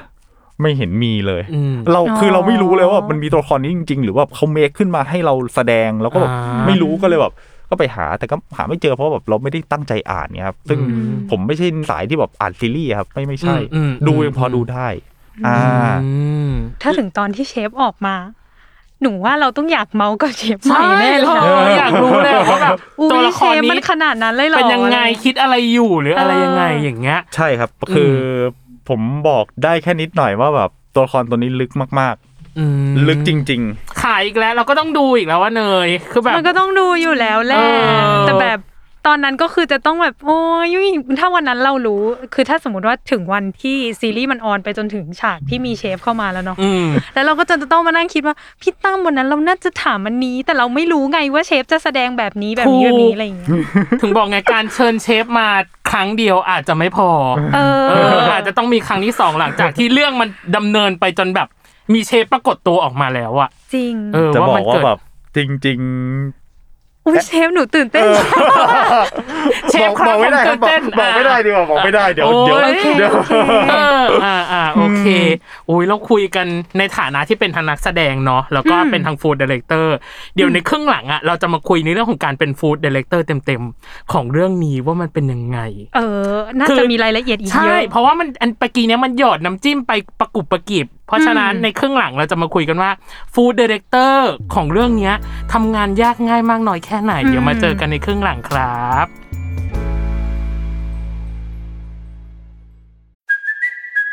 Speaker 3: ไม่เห็นมีเลย
Speaker 1: อืม
Speaker 3: เรา
Speaker 2: อ๋อ
Speaker 3: คือเราไม่รู้เลยว่ามันมีตัวละครนี้จริง ๆ หรือว่าเขาเมคขึ้นมาให้เราแสดงแล้วก็แบบ
Speaker 1: อ่า
Speaker 3: ไม่รู้ก็เลยแบบก็ไปหาแต่ก็หาไม่เจอเพราะแบบเราไม่ได้ตั้งใจอ่านเนี่ยครับ ซึ่งผมไม่ใช่สายที่แบบอ่านซีรีส์ครับ ไม่ไม่ใช่
Speaker 1: อืมอืม
Speaker 3: ดูยังพอดูได้ อ่า
Speaker 1: อืม
Speaker 2: ถ้าถึงตอนที่เชฟออกมา หนูว่าเราต้องอยากเมาส์กับเชฟใหม่แน่เลย
Speaker 1: ใช่
Speaker 2: อะ
Speaker 1: เอออยากรู้เลยว่าแบบ
Speaker 2: อุ้ย
Speaker 1: ตัวละค
Speaker 2: เช
Speaker 1: ร
Speaker 2: ฟ
Speaker 1: นี้
Speaker 2: มันขนาดนั้นเลยเหรอ
Speaker 1: เป็นยังไง
Speaker 2: อะร
Speaker 1: คิดอะไรอยู่หรืออะไร
Speaker 2: เออ
Speaker 1: ยังไงอย่างเงี้ย
Speaker 3: ใช่ครับคืออผมบอกได้แค่นิดหน่อยว่าแบบตัวละครตัวนี้ลึกมาก
Speaker 1: อืม
Speaker 3: ๆ ลึกจริง ๆ
Speaker 1: ขายอีกแล้วเราก็ต้องดูอีกแล้วว่าเนยคือแบบ
Speaker 2: มันก็ต้องดูอยู่แล้วแหละ
Speaker 1: เออ
Speaker 2: แต่แบบตอนนั้นก็คือจะต้องแบบโอ้ยถ้าวันนั้นเรารู้ คือถ้าสมมติว่าถึงวันที่ซีรีส์มันออนไปจนถึงฉากที่มีเชฟเข้ามาแล้วเนาะ
Speaker 1: อืม
Speaker 2: แล้วเราก็จะต้องมานั่งคิดว่าพี่ตั้มวันนั้นเราน่าจะถามมันนี้ แต่เราไม่รู้ไงว่าเชฟจะแสดงแบบนี้แบบนี้
Speaker 1: ถูก
Speaker 2: แบบนี้อะไรอย่างเงี้ย
Speaker 1: ถึงบอกไงการเชิญเชฟมาครั้งเดียวอาจจะไม่พอ
Speaker 2: เออ
Speaker 1: เอออาจจะต้องมีครั้งที่สองหลังจากที่เรื่องมันดำเนินไปจนแบบ มีเชฟปรากฏตัวออกมาแล้วอะ
Speaker 2: จริง
Speaker 1: เออ
Speaker 3: จะ
Speaker 1: ว่า
Speaker 3: บอ
Speaker 1: มั
Speaker 3: ก
Speaker 1: น
Speaker 3: ว่า
Speaker 1: เกิด
Speaker 3: แบบจริง
Speaker 2: อุ้ยเชฟหนูตื่นเต้น
Speaker 1: เชฟ
Speaker 3: บอกไม่ได้ครับ
Speaker 1: ผมตื่นเต้น
Speaker 3: บอกบอกไม่ได้ดีกว่าบอกไม่ได้เดี๋ยวเดี๋ยว
Speaker 1: โอ้
Speaker 2: โอเคโอเค
Speaker 1: เอออ่าอ่าโอเคโอ้ยเราคุยกันในฐานะที่เป็นทางนักแสดงเนาะแล้วก็เป็นทางฟู้ดดีเลกเตอร์เดี๋ยวในครึ่งหลังอะเราจะมาคุยในเรื่องของการเป็นฟู้ดดีเลกเตอร์เต็มๆ ของเรื่องนี้ว่ามันเป็นยังไง
Speaker 2: เออ น่า
Speaker 1: คื
Speaker 2: จะ
Speaker 1: อ
Speaker 2: มีรายละเอียดอีกเย
Speaker 1: ใช่
Speaker 2: อะ
Speaker 1: เพราะว่ามันอันปกีเนี้ยมันหยอดน้ำจิ้มไปประกุบประกิบ เพราะฉะนั้น
Speaker 2: อืม
Speaker 1: ในครึ่งหลังเราจะมาคุยกันว่าฟู้ดดีเลกเตอร์ของเรื่องเนี้ยทำงานยากง่ายมากน้อยแค่ไหนเดี๋ยวมาเจอกันในครึ่งหลังครับ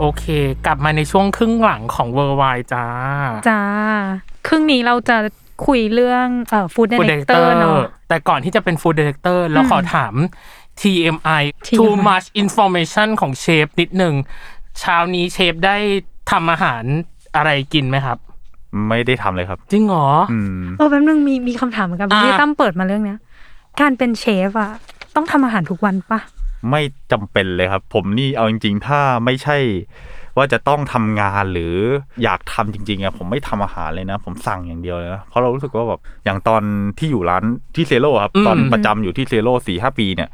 Speaker 1: โอเค กลับมาในช่วงครึ่งหลังของเวอร์ไวจ้า
Speaker 2: จ้า ครึ่งนี้เราจะ คุยเรื่องเอ่อฟู้ดเด
Speaker 1: ฟูด
Speaker 2: เร
Speaker 1: เด
Speaker 2: ค
Speaker 1: เรค
Speaker 2: เต
Speaker 1: เต
Speaker 2: อ
Speaker 1: อ
Speaker 2: ร์
Speaker 1: ร์
Speaker 2: เนาะ
Speaker 1: แต่ก่อนที่จะเป็นฟูดเดเรคเตอร์แล้วขอถาม TMI too
Speaker 2: TMI
Speaker 1: much information ของเชฟนิดหนึ่งเช้านี้เชฟได้ทำอาหารอะไรกินไหมครับ
Speaker 3: ไม่ได้ทำเลยครับ
Speaker 1: จริงเหรอ
Speaker 3: อืม
Speaker 2: เออแป๊บนึงมีมีคำถามเหมือนกัน
Speaker 1: อ่า
Speaker 2: ที่ตั้มเปิดมาเรื่องเนี้ยการเป็นเชฟอะต้องทำอาหารทุกวันปะ
Speaker 3: ไม่จำเป็นเลยครับ ผมนี่เอาจริง ๆ ถ้าไม่ใช่ ว่าจะต้องทำงานหรืออยากทำจริงๆอะผมไม่ทำอาหารเลยนะ ผมสั่งอย่างเดียวเลยนะเพราะเรารู้สึกว่าแบบอย่างตอนที่อยู่ร้านที่เซโร่ครับ
Speaker 1: อืม
Speaker 3: ตอนประจำอยู่ที่เซโร่สี่ห้าปีเนี่ย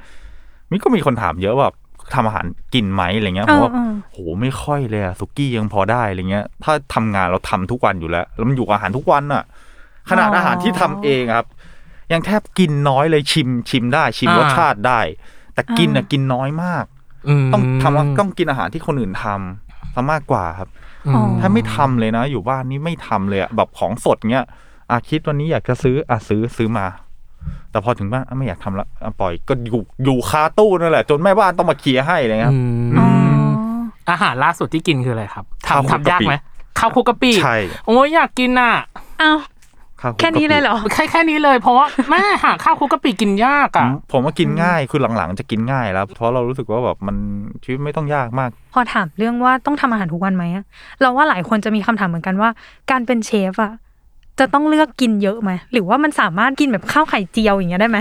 Speaker 3: มิก็มีคนถามเยอะว่าแบบทำอาหารกินไหมอะไรเงี้ย
Speaker 2: เอ
Speaker 3: ผม
Speaker 2: อ
Speaker 3: ว่า
Speaker 2: เออ
Speaker 3: โหไม่ค่อยเลยอะสุกี้ยังพอได้อะไรเงี้ย ถ้าทำงานเราทำทุกวันอยู่แล้วแล้วมันอยู่กับอาหารทุกวันอะขนาดอาหารที่ทำเองอะครับ ยังแทบกินน้อยเลยชิมชิมได้ชิม
Speaker 1: อ่าร
Speaker 3: รสชาติได้ แต่กินอะกินน้อยมาก
Speaker 1: ม
Speaker 3: ต้องทำว่าต้องกินอาหารที่คนอื่นทำซะมากกว่าครับ
Speaker 1: อืม
Speaker 3: ถ้าไม่ทำเลยนะ อยู่บ้านนี่ไม่ทำเลยอะแบบของสดเงี้ยอาคิดวันนี้อยากจะซื้ออ่ะซื้อซื้อมา แต่พอถึงบ้านอ่ะไม่อยากทำละอ่ะปล่อยก็อยู่อยู่คาตู้นั่นแหละ จนแม่บ้านต้องมาเคลียร์ให้อะไรเลยครับ
Speaker 1: อืม
Speaker 2: อ๋อ
Speaker 1: อาหารล่าสุดที่กินคืออะไรครับ
Speaker 3: ข้าวคลุ
Speaker 1: ทำ
Speaker 3: ก
Speaker 1: ทำ
Speaker 3: กะปิ
Speaker 1: ยากไหมข้าวคลุกกะปิ
Speaker 3: ใช่
Speaker 1: โอ้ยอยากกินอ่ะ
Speaker 2: เอ้า
Speaker 3: ข้าวลุก
Speaker 2: แค่นี้เลยเหรอ
Speaker 1: แค่แค่นี้เลยเพราะว่า แม่หาข้าวคลุกกะปิกินยาก
Speaker 3: กะปิผ
Speaker 1: อ่ะ
Speaker 3: มผมว่ากินง่ายคือหลังๆ จะกินง่ายแล้ว เพราะเรารู้สึกว่าแบบมันชีวิตไม่ต้องยากมาก
Speaker 2: พอถามเรื่องว่าต้องทำอาหารทุกวันไหมอะเราว่าหลายคนจะมีคำถามเหมือนกันว่า การเป็นเชฟอะจะต้องเลือกกินเยอะไหมหรือว่ามันสามารถกินแบบข้าวไข่เจียวอย่างเงี้ยได้ไหม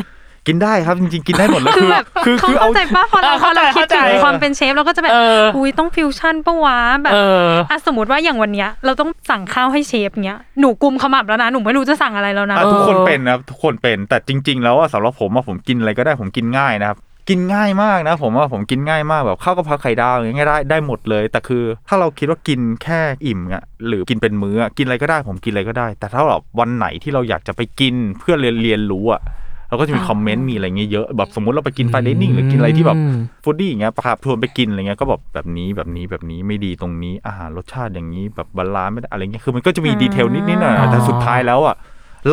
Speaker 3: กินได้ครับจริงๆ กินได้หมดเลย
Speaker 2: คือ
Speaker 3: คื อ
Speaker 2: แบบ
Speaker 3: คือ
Speaker 2: เขา
Speaker 3: คือเอา
Speaker 2: เข้าใจปะพอเรา
Speaker 1: เออ
Speaker 2: พอ
Speaker 1: เข้าใจ
Speaker 2: เราคิดถึง
Speaker 1: เข้าใจ
Speaker 2: ความเป็นเชฟเราก็จะแบบ
Speaker 1: เอออุ้
Speaker 2: อุ้ยต้องฟิวชั่นปะวะแบบ
Speaker 1: เออ
Speaker 2: อ่ะสมมติว่าอย่างวันเนี้ยเราต้องสั่งข้าวให้เชฟเนี้ยหนูกุมขมับแล้วนะหนูไม่รู้จะสั่งอะไรแล้วนะ
Speaker 3: อ่ะทุกคน
Speaker 1: เออ
Speaker 3: เป็นนะครับทุกคนเป็นแต่จริง ๆ แล้วอะสำหรับผมอะผมกินอะไรก็ได้ผมกินง่ายนะครับ กินง่ายมากนะ ผมว่าผมกินง่ายมากแบบข้าวกะเพราไข่ดาวอย่างเงี้ยได้ได้หมดเลย แต่คือ ถ้าเราคิดว่ากินแค่อิ่มอะหรือกินเป็นมื้ออะกินอะไรก็ได้ผมกินอะไรก็ได้ แต่ถ้าแบบวันไหนที่เราอยากจะไปกินเพื่อเรียนเรียนรู้อะเราก็จะมีคอมเมนต์มีอะไรเงี้ยเยอะแบบสมมติเราไปกินไฟเดนิ่งหรือกินอะไรที่แบบฟูดดี้อย่างเงี้ยพาชวนไปกินอะไรเงี้ยก็แบบแบบนี้แบบนี้แบบนี้ไม่ดีตรงนี้อาหารรสชาติอย่างนี้แบบบาลานซ์ไม่ได้อะไรเงี้ยคือมันก็จะมีดีเทลนิดๆหน่อยๆแต่สุดท้ายแล้วอะ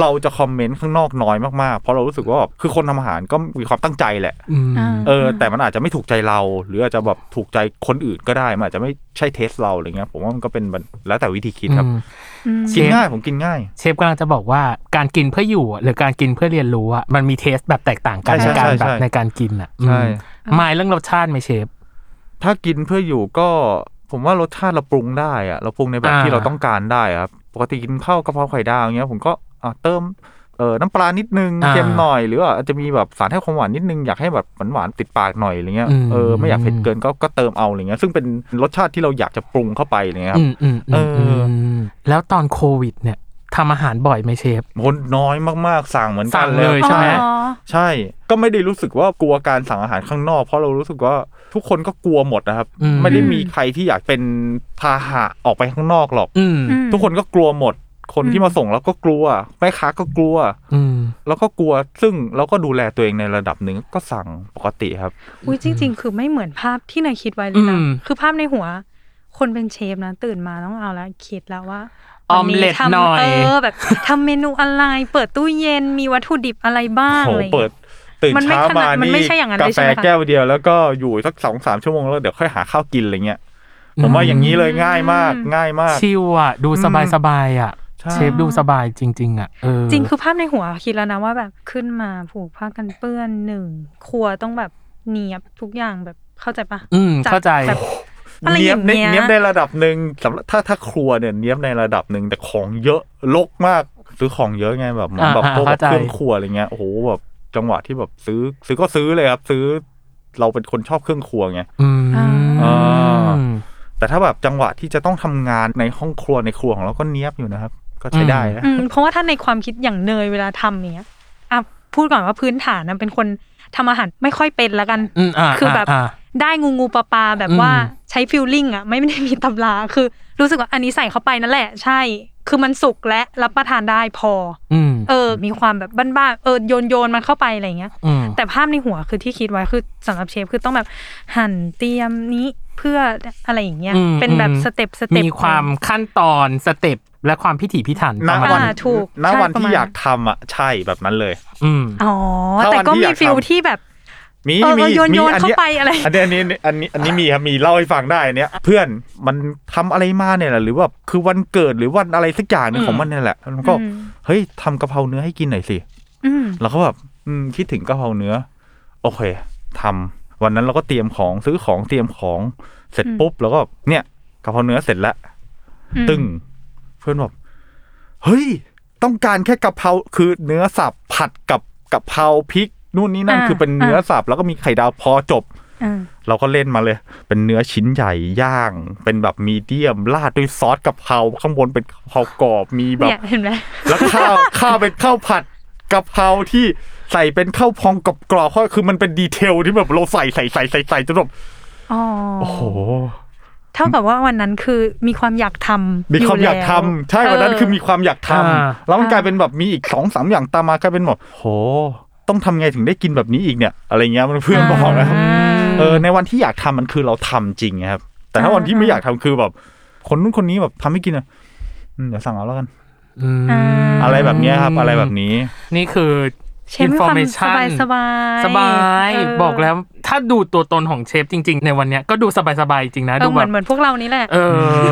Speaker 3: เราจะคอมเมนต์ข้างนอกน้อยมากๆ เพราะเรารู้สึกว่าแบบคือคนทำอาหารก็มีความตั้งใจแหละ
Speaker 1: อืม
Speaker 2: อ่า
Speaker 3: เออ แต่มันอาจจะไม่ถูกใจเรา หรืออาจจะแบบถูกใจคนอื่นก็ได้ มันอาจจะไม่ใช่เทสเราอะไรเงี้ย ผมว่ามันก็เป็นแล้วแต่วิธีคิดครับ
Speaker 1: อืม
Speaker 3: กินง่ายผมกินง่าย
Speaker 1: เชฟกำลังจะบอกว่าการกินเพื่ออยู่อะหรือการกินเพื่อเรียนรู้อ่ะมันมีเทสแบบแตกต่างกัน
Speaker 3: ใช่
Speaker 1: ในการ
Speaker 3: ใช่
Speaker 1: แบบ
Speaker 3: ใช่
Speaker 1: ในการกินอ่ะ
Speaker 3: ใช่
Speaker 1: อืมหมายเรื่องรสชาติไหมเชฟ
Speaker 3: ถ้ากินเพื่ออยู่ก็ ผมว่ารสชาติเราปรุงได้อะเราปรุงในแบบ
Speaker 1: อ่า
Speaker 3: ที่เราต้องการได้ครับ ปกติกินข้าวกะเพราไข่ดาวเงี้ย ผมก็อ่ะเติมเออน้ำปลานิดนึงเค็มหน่อย หรือว่าอาจจะมีแบบสารให้ความหวานนิดนึงอยากให้แบบหวานๆติดปากหน่อยอะไรเงี้ย
Speaker 1: อืม
Speaker 3: เออไม่อยากเผ็ดเกินก็ก็เติมเอาอะไรเงี้ย ซึ่งเป็นรสชาติที่เราอยากจะปรุงเข้าไปอะไรเงี้ยครั
Speaker 1: อื
Speaker 3: บ
Speaker 1: มอืมอืม
Speaker 3: เอออื
Speaker 1: มแล้วตอนโควิดเนี่ยทำอาหารบ่อยไหมเชฟ
Speaker 3: คนน้อยมากๆสั่งเหมือน
Speaker 1: สั่
Speaker 3: กัน
Speaker 1: ง
Speaker 3: เลย
Speaker 1: เลยใช่ไหม
Speaker 2: อ๋อ
Speaker 3: ใช่ ก็ไม่ได้รู้สึกว่ากลัวการสั่งอาหารข้างนอก เพราะเรารู้สึกว่าทุกคนก็กลัวหมดนะครับ
Speaker 1: อืม
Speaker 3: ไม่ได้มีใครที่อยากเป็นพาหะออกไปข้างนอกหรอก
Speaker 1: อืม
Speaker 2: อืม
Speaker 3: ทุกคนก็กลัวหมด คนที่มาส่งเราก็กลัว แม่ค้าก็กลัว
Speaker 1: อืม
Speaker 3: แล้วก็กลัว ซึ่งเราก็ดูแลตัวเองในระดับหนึ่งก็สั่งปกติครับ
Speaker 2: อุ้ยจริง ๆ คือไม่เหมือนภาพที่นายคิดไว้เลยนะ
Speaker 1: อืม
Speaker 2: คือภาพในหัว คนเป็นเชฟนะตื่นมาต้องเอาละคิดแล้วว่า
Speaker 1: ออม
Speaker 2: วันนี้
Speaker 1: เล็ต
Speaker 2: ทำ
Speaker 1: หน่อย
Speaker 2: เออแบบ ทำเมนูอะไร เปิดตู้เย็นมีวัตถุดิบอะไรบ้าง
Speaker 3: โห
Speaker 2: อะไรอย่าง
Speaker 3: เปิ
Speaker 2: เงี้
Speaker 3: ด
Speaker 2: ย
Speaker 3: ตื่น
Speaker 2: มันไม่
Speaker 3: เช้า
Speaker 2: ขนาด
Speaker 3: มา
Speaker 2: มัน
Speaker 3: นี่
Speaker 2: ไม่ใช่อย่างนั้น
Speaker 3: กา
Speaker 2: เลยใช่
Speaker 3: แฟ
Speaker 2: ไหมคะ
Speaker 3: แก้วเดียวแล้วก็อยู่สักสองสามชั่วโมงแล้วเดี๋ยวค่อยหาข้าวกินอะไรเงี้ยผมว่าอย่างนี้เลยง่ายมากง่ายมาก
Speaker 1: ชิวอ่ะ ดูสบายสบายๆอ่ะ
Speaker 3: ใช่
Speaker 1: เชฟดูสบายจริง ๆ อ่ะเออ
Speaker 2: จริงคือภาพในหัวคิดแล้วนะว่าแบบขึ้นมาผูกผ้ากันเปื้อนหนึ่งครัวต้องแบบเนียบทุกอย่างแบบเข้าใจปะ
Speaker 1: อืมเข้าใจ
Speaker 2: แบบ อะไรอ
Speaker 3: เนี้ยบ
Speaker 2: ย่างเงี้ย
Speaker 3: เนี้ยบในระดับหนึ่งสำหรับถ้าถ้าครัวเนี่ยเนี้ยบในระดับหนึ่งแต่ของเยอะลกมากซื้อของเยอะไงแบบเหมือน
Speaker 1: อ่า
Speaker 3: แบบ
Speaker 1: อ่า
Speaker 3: พวกแบบ
Speaker 1: เข้าใจ
Speaker 3: เครื่องครัวอะไรเงี้ยโอ้โหแบบจังหวะที่แบบซื้อ ซื้อก็ซื้อเลยครับ ซื้อเราเป็นคนชอบเครื่องครัวไง
Speaker 1: อืม
Speaker 3: อ่า แต่ถ้าแบบจังหวะที่จะต้องทำงานในห้องครัวในครัวของเราก็เนี้ยบอยู่นะครับ ก็ใช้ได้นะ
Speaker 2: อืมเพราะว่าถ้าในความคิดอย่างเนยเวลาทำอย่างเนี้ยอ่ะพูดก่อนว่าพื้นฐานนะเป็นคนทำอาหารไม่ค่อยเป็นละกัน
Speaker 1: อืมอ่า
Speaker 2: คือแบบ
Speaker 1: า
Speaker 2: ได้งูงูปลาปลาแบบ
Speaker 1: อืม
Speaker 2: ว่าใช้ฟิลลิ่งอ่ะ ไม่ไม่ได้มีตำราคือรู้สึกว่าอันนี้ใส่เข้าไปนั่นแหละ ใช่ คือมันสุกและรับประทานได้พอ
Speaker 1: อืม
Speaker 2: เออ มีความแบบบ้านๆเออโยนโยนมันเข้าไปอะไรอย่างเงี้ย
Speaker 1: อืม
Speaker 2: แต่ภาพในหัวคือที่คิดไว้คือสำหรับเชฟคือต้องแบบหั่นเตรียมนี้เพื่ออะไรอย่างเงี้ย
Speaker 1: อืม
Speaker 2: เป็นแบบ
Speaker 1: อืม
Speaker 2: สเต็ปสเต็ป
Speaker 1: มีความขั้นตอนสเต็ปและความพิถีพิถัน
Speaker 3: ณ
Speaker 1: ประมาณ
Speaker 3: วัน
Speaker 2: อ่าถูก
Speaker 3: ณ
Speaker 2: ใช่
Speaker 3: วัน
Speaker 2: ประ
Speaker 3: ที่
Speaker 2: มาณ
Speaker 3: อยากทำอ่ะใช่แบบนั้นเลย
Speaker 1: อืม
Speaker 2: อ๋อ
Speaker 3: ถ้า
Speaker 2: แต่
Speaker 3: วัน
Speaker 2: ก็
Speaker 3: ที่
Speaker 2: มี
Speaker 3: อยาก
Speaker 2: ฟิล
Speaker 3: ทำ
Speaker 2: ที่แบบ
Speaker 3: มี
Speaker 2: เออ
Speaker 3: มี
Speaker 2: เออโยน
Speaker 3: มี
Speaker 2: โยน
Speaker 3: อั
Speaker 2: เข้า
Speaker 3: เนี้ย
Speaker 2: ไปอะไร
Speaker 3: อันเนี้ยอันนี้อันนี้อันนี้มีครับมีเล่าให้ฟังได้อันเนี้ย เพื่อนมันทำอะไรมาเนี่ยแหละหรือว่าคือวันเกิดหรือวันอะไรสักอย่างหนึงของมันเนี่ยแหละมันก็
Speaker 2: อืม
Speaker 3: เฮ้ยทำกะเพราเนื้อให้กินหน่อยสิ
Speaker 2: อืม
Speaker 3: เราก็แบบอืมคิดถึงกะเพราเนื้อ โอเคทำวันนั้นเราก็เตรียมของซื้อของเตรียมของเสร็จปุ๊บแล้วก็เนี่ยกะเพราเนื้อเสร็จแล้ว
Speaker 2: อืม
Speaker 3: ตึงเพื่อนบอกเฮ้ย ต้องการแค่กะเพราคือเนื้อสับผัดกับกะเพราพริกนู่นนี่นั่น
Speaker 2: อ่า
Speaker 3: คือเป็นเนื้อสับแล้วก็มีไข่ดาวพอจบ
Speaker 2: อ่า
Speaker 3: เราก็เล่นมาเลย เป็นเนื้อชิ้นใหญ่ย่าง เป็นแบบมีเดียมราดด้วยซอสกะเพราข้างบนเป็นกะเพรากรอบมีแบบ
Speaker 2: เนี่ยเห็นไหม
Speaker 3: แล้วข้าว ข้าวเป็นข้าวผัดกะเพราที่ใส่เป็นข้าวพองกับกรอบๆก็คือมันเป็นดีเทลที่แบบเราใส่ใส่ใส่ใส่ใส่จนแบบ
Speaker 2: อ๋อ
Speaker 3: โอ้โห
Speaker 2: เท่ากับว่าวันนั้นคือมีความอยากทำ
Speaker 3: มีความอยากทำ
Speaker 2: แล้ว
Speaker 3: ใช่วันนั้น
Speaker 2: เ
Speaker 3: คือมีความอยากทำ
Speaker 1: อ่า
Speaker 3: แล้วมันกลายเป็นแบบมีอีกสองสามอย่างตามมากลายเป็นแบบโห ต้องทำไงถึงได้กินแบบนี้อีกเนี่ย อะไรเงี้ยมันเพื่อนบอกนะเออในวันที่อยากทำมันคือเราทำจริงครับ แต่ถ้าวันที่ไม่อยากทำคือแบบ คนนู้นคนนี้แบบทำให้กินอ่ะอืมเดี๋ยวสั่งเอาแล้วกัน
Speaker 1: อืม
Speaker 2: อ่า
Speaker 3: อะไรแบบเนี้ยครับ อะไรแบบนี้
Speaker 1: นี่คือ
Speaker 2: เชฟมีความส
Speaker 1: information
Speaker 2: บายสบาย
Speaker 1: สบาย
Speaker 2: เ
Speaker 1: บอกแล้วถ้าดูตัวตนของเชฟจริง ๆ ในวันเนี้ยก็ดูสบายสบายๆจริงนะ
Speaker 2: เอ
Speaker 1: ดู
Speaker 2: อเห
Speaker 1: แบ
Speaker 2: มือบ นเหมือนพวกเรานี่แหละ
Speaker 1: เอ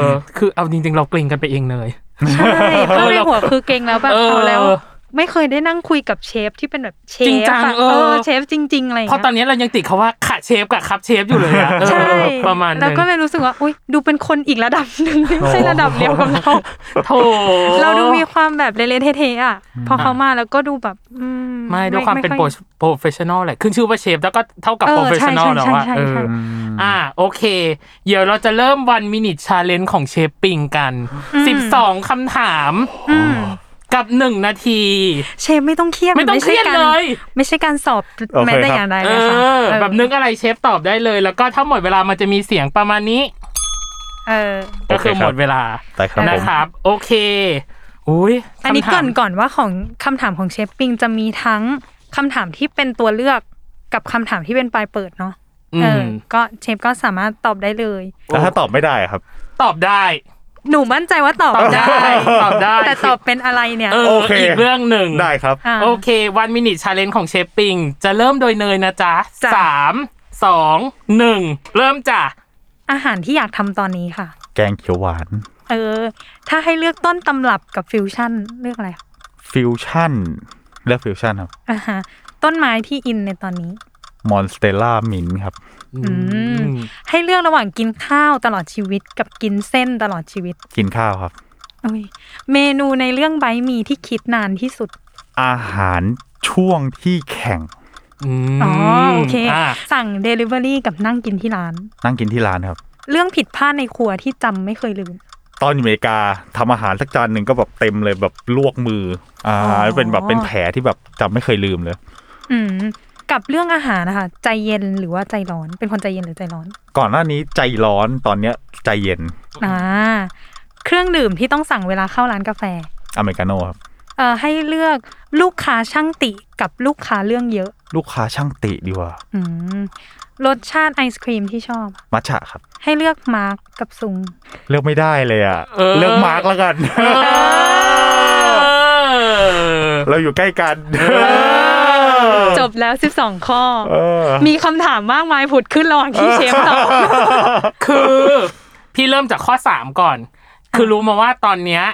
Speaker 1: อ คือเอาจริง ๆ เราเกรงกันไปเองเลย
Speaker 2: ใช่เพราะในหัวคือเก่งแล้วแบบ
Speaker 1: เออ
Speaker 2: เอาแล้ว ไม่เคยได้นั่งคุยกับเชฟที่เป็นแบบเชฟ
Speaker 1: จริงจัง
Speaker 2: อะ
Speaker 1: เออ
Speaker 2: เออเชฟจริง ๆ อะไรอย่าง
Speaker 1: เพราะตอน
Speaker 2: เงี้ย
Speaker 1: นี้เรายังติดเขาว่าขาเชฟกับครับเชฟอยู่เลยอะเออ
Speaker 2: ใช่
Speaker 1: ประมาณนึ
Speaker 2: แล้ว
Speaker 1: ง
Speaker 2: ก็เลยรู้สึกว่าอุ้ยดูเป็นคนอีกระดับหนึ่ง ไม่ใช่ระดับเดียวกับเรา
Speaker 1: โถ
Speaker 2: เราดูมีความแบบเละๆเทๆอ่ะ พอเขามาแล้วก็ดูแบบอื
Speaker 1: ไม่ด้วยความเป็นโปร
Speaker 2: อย
Speaker 1: โปรเฟชชั่นอลแหละขึ้นชื่อว่าเชฟแล้วก็เท่ากับ
Speaker 2: เออ
Speaker 1: โปรเฟชชั่นอล
Speaker 2: ใช่
Speaker 1: แล้วว่า
Speaker 2: ใช่
Speaker 1: เออ
Speaker 2: ใช่ใช่
Speaker 1: อ่าโอเค เดี๋ยวเราจะเริ่มวันมินิชาเลนจ์ของเชฟปิงกัน 12คำถาม
Speaker 2: อืม
Speaker 1: กับ 1 นาที
Speaker 2: เชฟไม่ต้องเครียด
Speaker 1: ไม่ต้อง
Speaker 2: ใช่
Speaker 1: เครียด
Speaker 2: การ
Speaker 1: เลย
Speaker 2: ไม่ใช่การสอบ
Speaker 3: โอเค
Speaker 2: แม้แต่อ
Speaker 3: ครับ
Speaker 2: ย่างใด
Speaker 1: เอ
Speaker 2: นะคะ
Speaker 1: อ
Speaker 2: เออ
Speaker 1: แบบนึกอะไรเชฟตอบได้เลย แล้วก็ถ้าหมดเวลามันจะมีเสียงประมาณนี้
Speaker 2: เออ
Speaker 1: ก็คือหมดเวลา
Speaker 3: แต่ครับผ
Speaker 1: นะ
Speaker 3: ม
Speaker 1: ครับ โอเค อุ้ย
Speaker 2: อันนี้
Speaker 1: คำถา
Speaker 2: ก่อ
Speaker 1: ม
Speaker 2: นก่อนว่าของคำถามของเชฟปิงจะมีทั้งคำถามที่เป็นตัวเลือกกับคำถามที่เป็นปลายเปิดเนาะเออ
Speaker 1: ม
Speaker 2: ก็เชฟก็สามารถตอบได้เลย
Speaker 3: แล้วถ้าตอบไม่ได้ครับ
Speaker 1: ตอบได้
Speaker 2: หนูมั่นใจว่าตอบ
Speaker 1: ตอบได้
Speaker 2: ได้
Speaker 1: ตอบได้
Speaker 2: แต่ตอบเป็นอะไรเนี่ย
Speaker 1: เอ
Speaker 3: โอ
Speaker 1: อ
Speaker 3: เค
Speaker 1: อีกเรื่องหนึ่ง
Speaker 3: ได้ครับ
Speaker 2: า
Speaker 1: โอเค วันมินิชาเลนจ์ของเชฟปิง จะเริ่มโดยเนยนะจ๊ะ
Speaker 2: จ้ะ
Speaker 1: สามสองหนึ่งเริ่มจ้ะ
Speaker 2: อาหารที่อยากทำตอนนี้ค่ะ
Speaker 3: แกงเขียวหวาน
Speaker 2: เออ ถ้าให้เลือกต้นตำรับกับฟิวชั่นเลือกอะไรคะ
Speaker 3: ฟิวชั่นเลือกฟิวชั่นครับ
Speaker 2: อ่าฮะต้นไม้ที่อินในตอนนี้
Speaker 3: มอนสเตล่ามินครับ
Speaker 2: ม ให้เลือกระหว่างกินข้าวตลอดชีวิตกับกินเส้นตลอดชีวิต
Speaker 3: กินข้าวครับ
Speaker 2: โอ้ยเมนูในเรื่องไบท์มีที่คิดนานที่สุด
Speaker 3: อาหารช่วงที่แข่ง
Speaker 1: ม
Speaker 2: อ๋อโอเค
Speaker 1: อ่ะ
Speaker 2: สั่ง Delivery กับนั่งกินที่ร้าน
Speaker 3: นั่งกินที่ร้านครับ
Speaker 2: เรื่องผิดพลาดในครัวที่จำไม่เคยลืม
Speaker 3: ตอนอยู่อเมริกาทำอาหารสักจานหนึ่งก็แบบเต็มเลยแบบลวกมืออ่า
Speaker 2: อ๋อ
Speaker 3: เป็นแบบเป็นแผลที่แบบจำไม่เคยลืมเลย
Speaker 2: อืมกับเรื่องอาหารนะคะใจเย็นหรือว่าใจร้อน เป็นคนใจเย็นหรือใจร้อน
Speaker 3: ก่อนหน้านี้ใจร้อนตอนเนี้ยใจเย็น
Speaker 2: อ่าเครื่องดื่มที่ต้องสั่งเวลาเข้าร้านกาแฟ
Speaker 3: อเมริกาโน่ครับ
Speaker 2: เอ่อให้เลือกลูกค้าช่างติกับลูกค้าเรื่องเยอะ
Speaker 3: ลูกค้าช่างติดีกว่า
Speaker 2: อืมรสชาติไอศครีมที่ชอบ
Speaker 3: มัชชะครับ
Speaker 2: ให้เลือกมาร์กกับซุง
Speaker 3: เลือกไม่ได้เลยอ่ะเลือกมาร์กแล้วกัน
Speaker 1: เออ
Speaker 3: เราอยู่ใกล้กัน
Speaker 2: จบแล้ว 12 ข้อ
Speaker 3: เออ
Speaker 2: มีคำถามมากมายผุดขึ้นระหว่างที่เชฟตอบ
Speaker 1: คือพี่เริ่มจากข้อสามก่อน คือรู้มาว่าตอนเนี้ย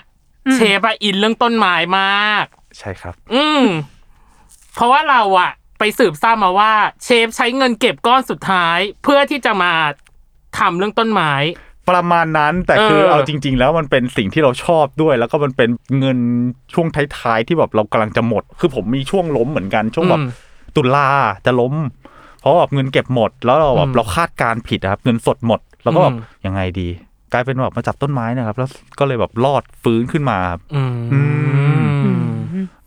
Speaker 1: เชฟอะอินเรื่องต้นไม้มาก
Speaker 3: ใช่ครับ
Speaker 1: อืม เพราะว่าเราอะไปสืบทราบมาว่า เชฟใช้เงินเก็บก้อนสุดท้าย เพื่อที่จะมาทำเรื่องต้นไม้
Speaker 3: ประมาณนั้นแต่คือ
Speaker 1: เออ
Speaker 3: เอาจริง ๆ แล้วมันเป็นสิ่งที่เราชอบด้วย แล้วก็มันเป็นเงินช่วงท้ายๆที่แบบเรากำลังจะหมด คือผมมีช่วงล้มเหมือนกันช่วงแบบตุลาจะล้ม เพราะแบบเงินเก็บหมด แล้วเราแบบเราคาดการณ์ผิดอะครับเงินสดหมด แล้วก็แบบยังไงดี กลายเป็นแบบมาจับต้นไม้นะครับ แล้วก็เลยแบบรอดฟื้นขึ้นมาครับ
Speaker 1: อืม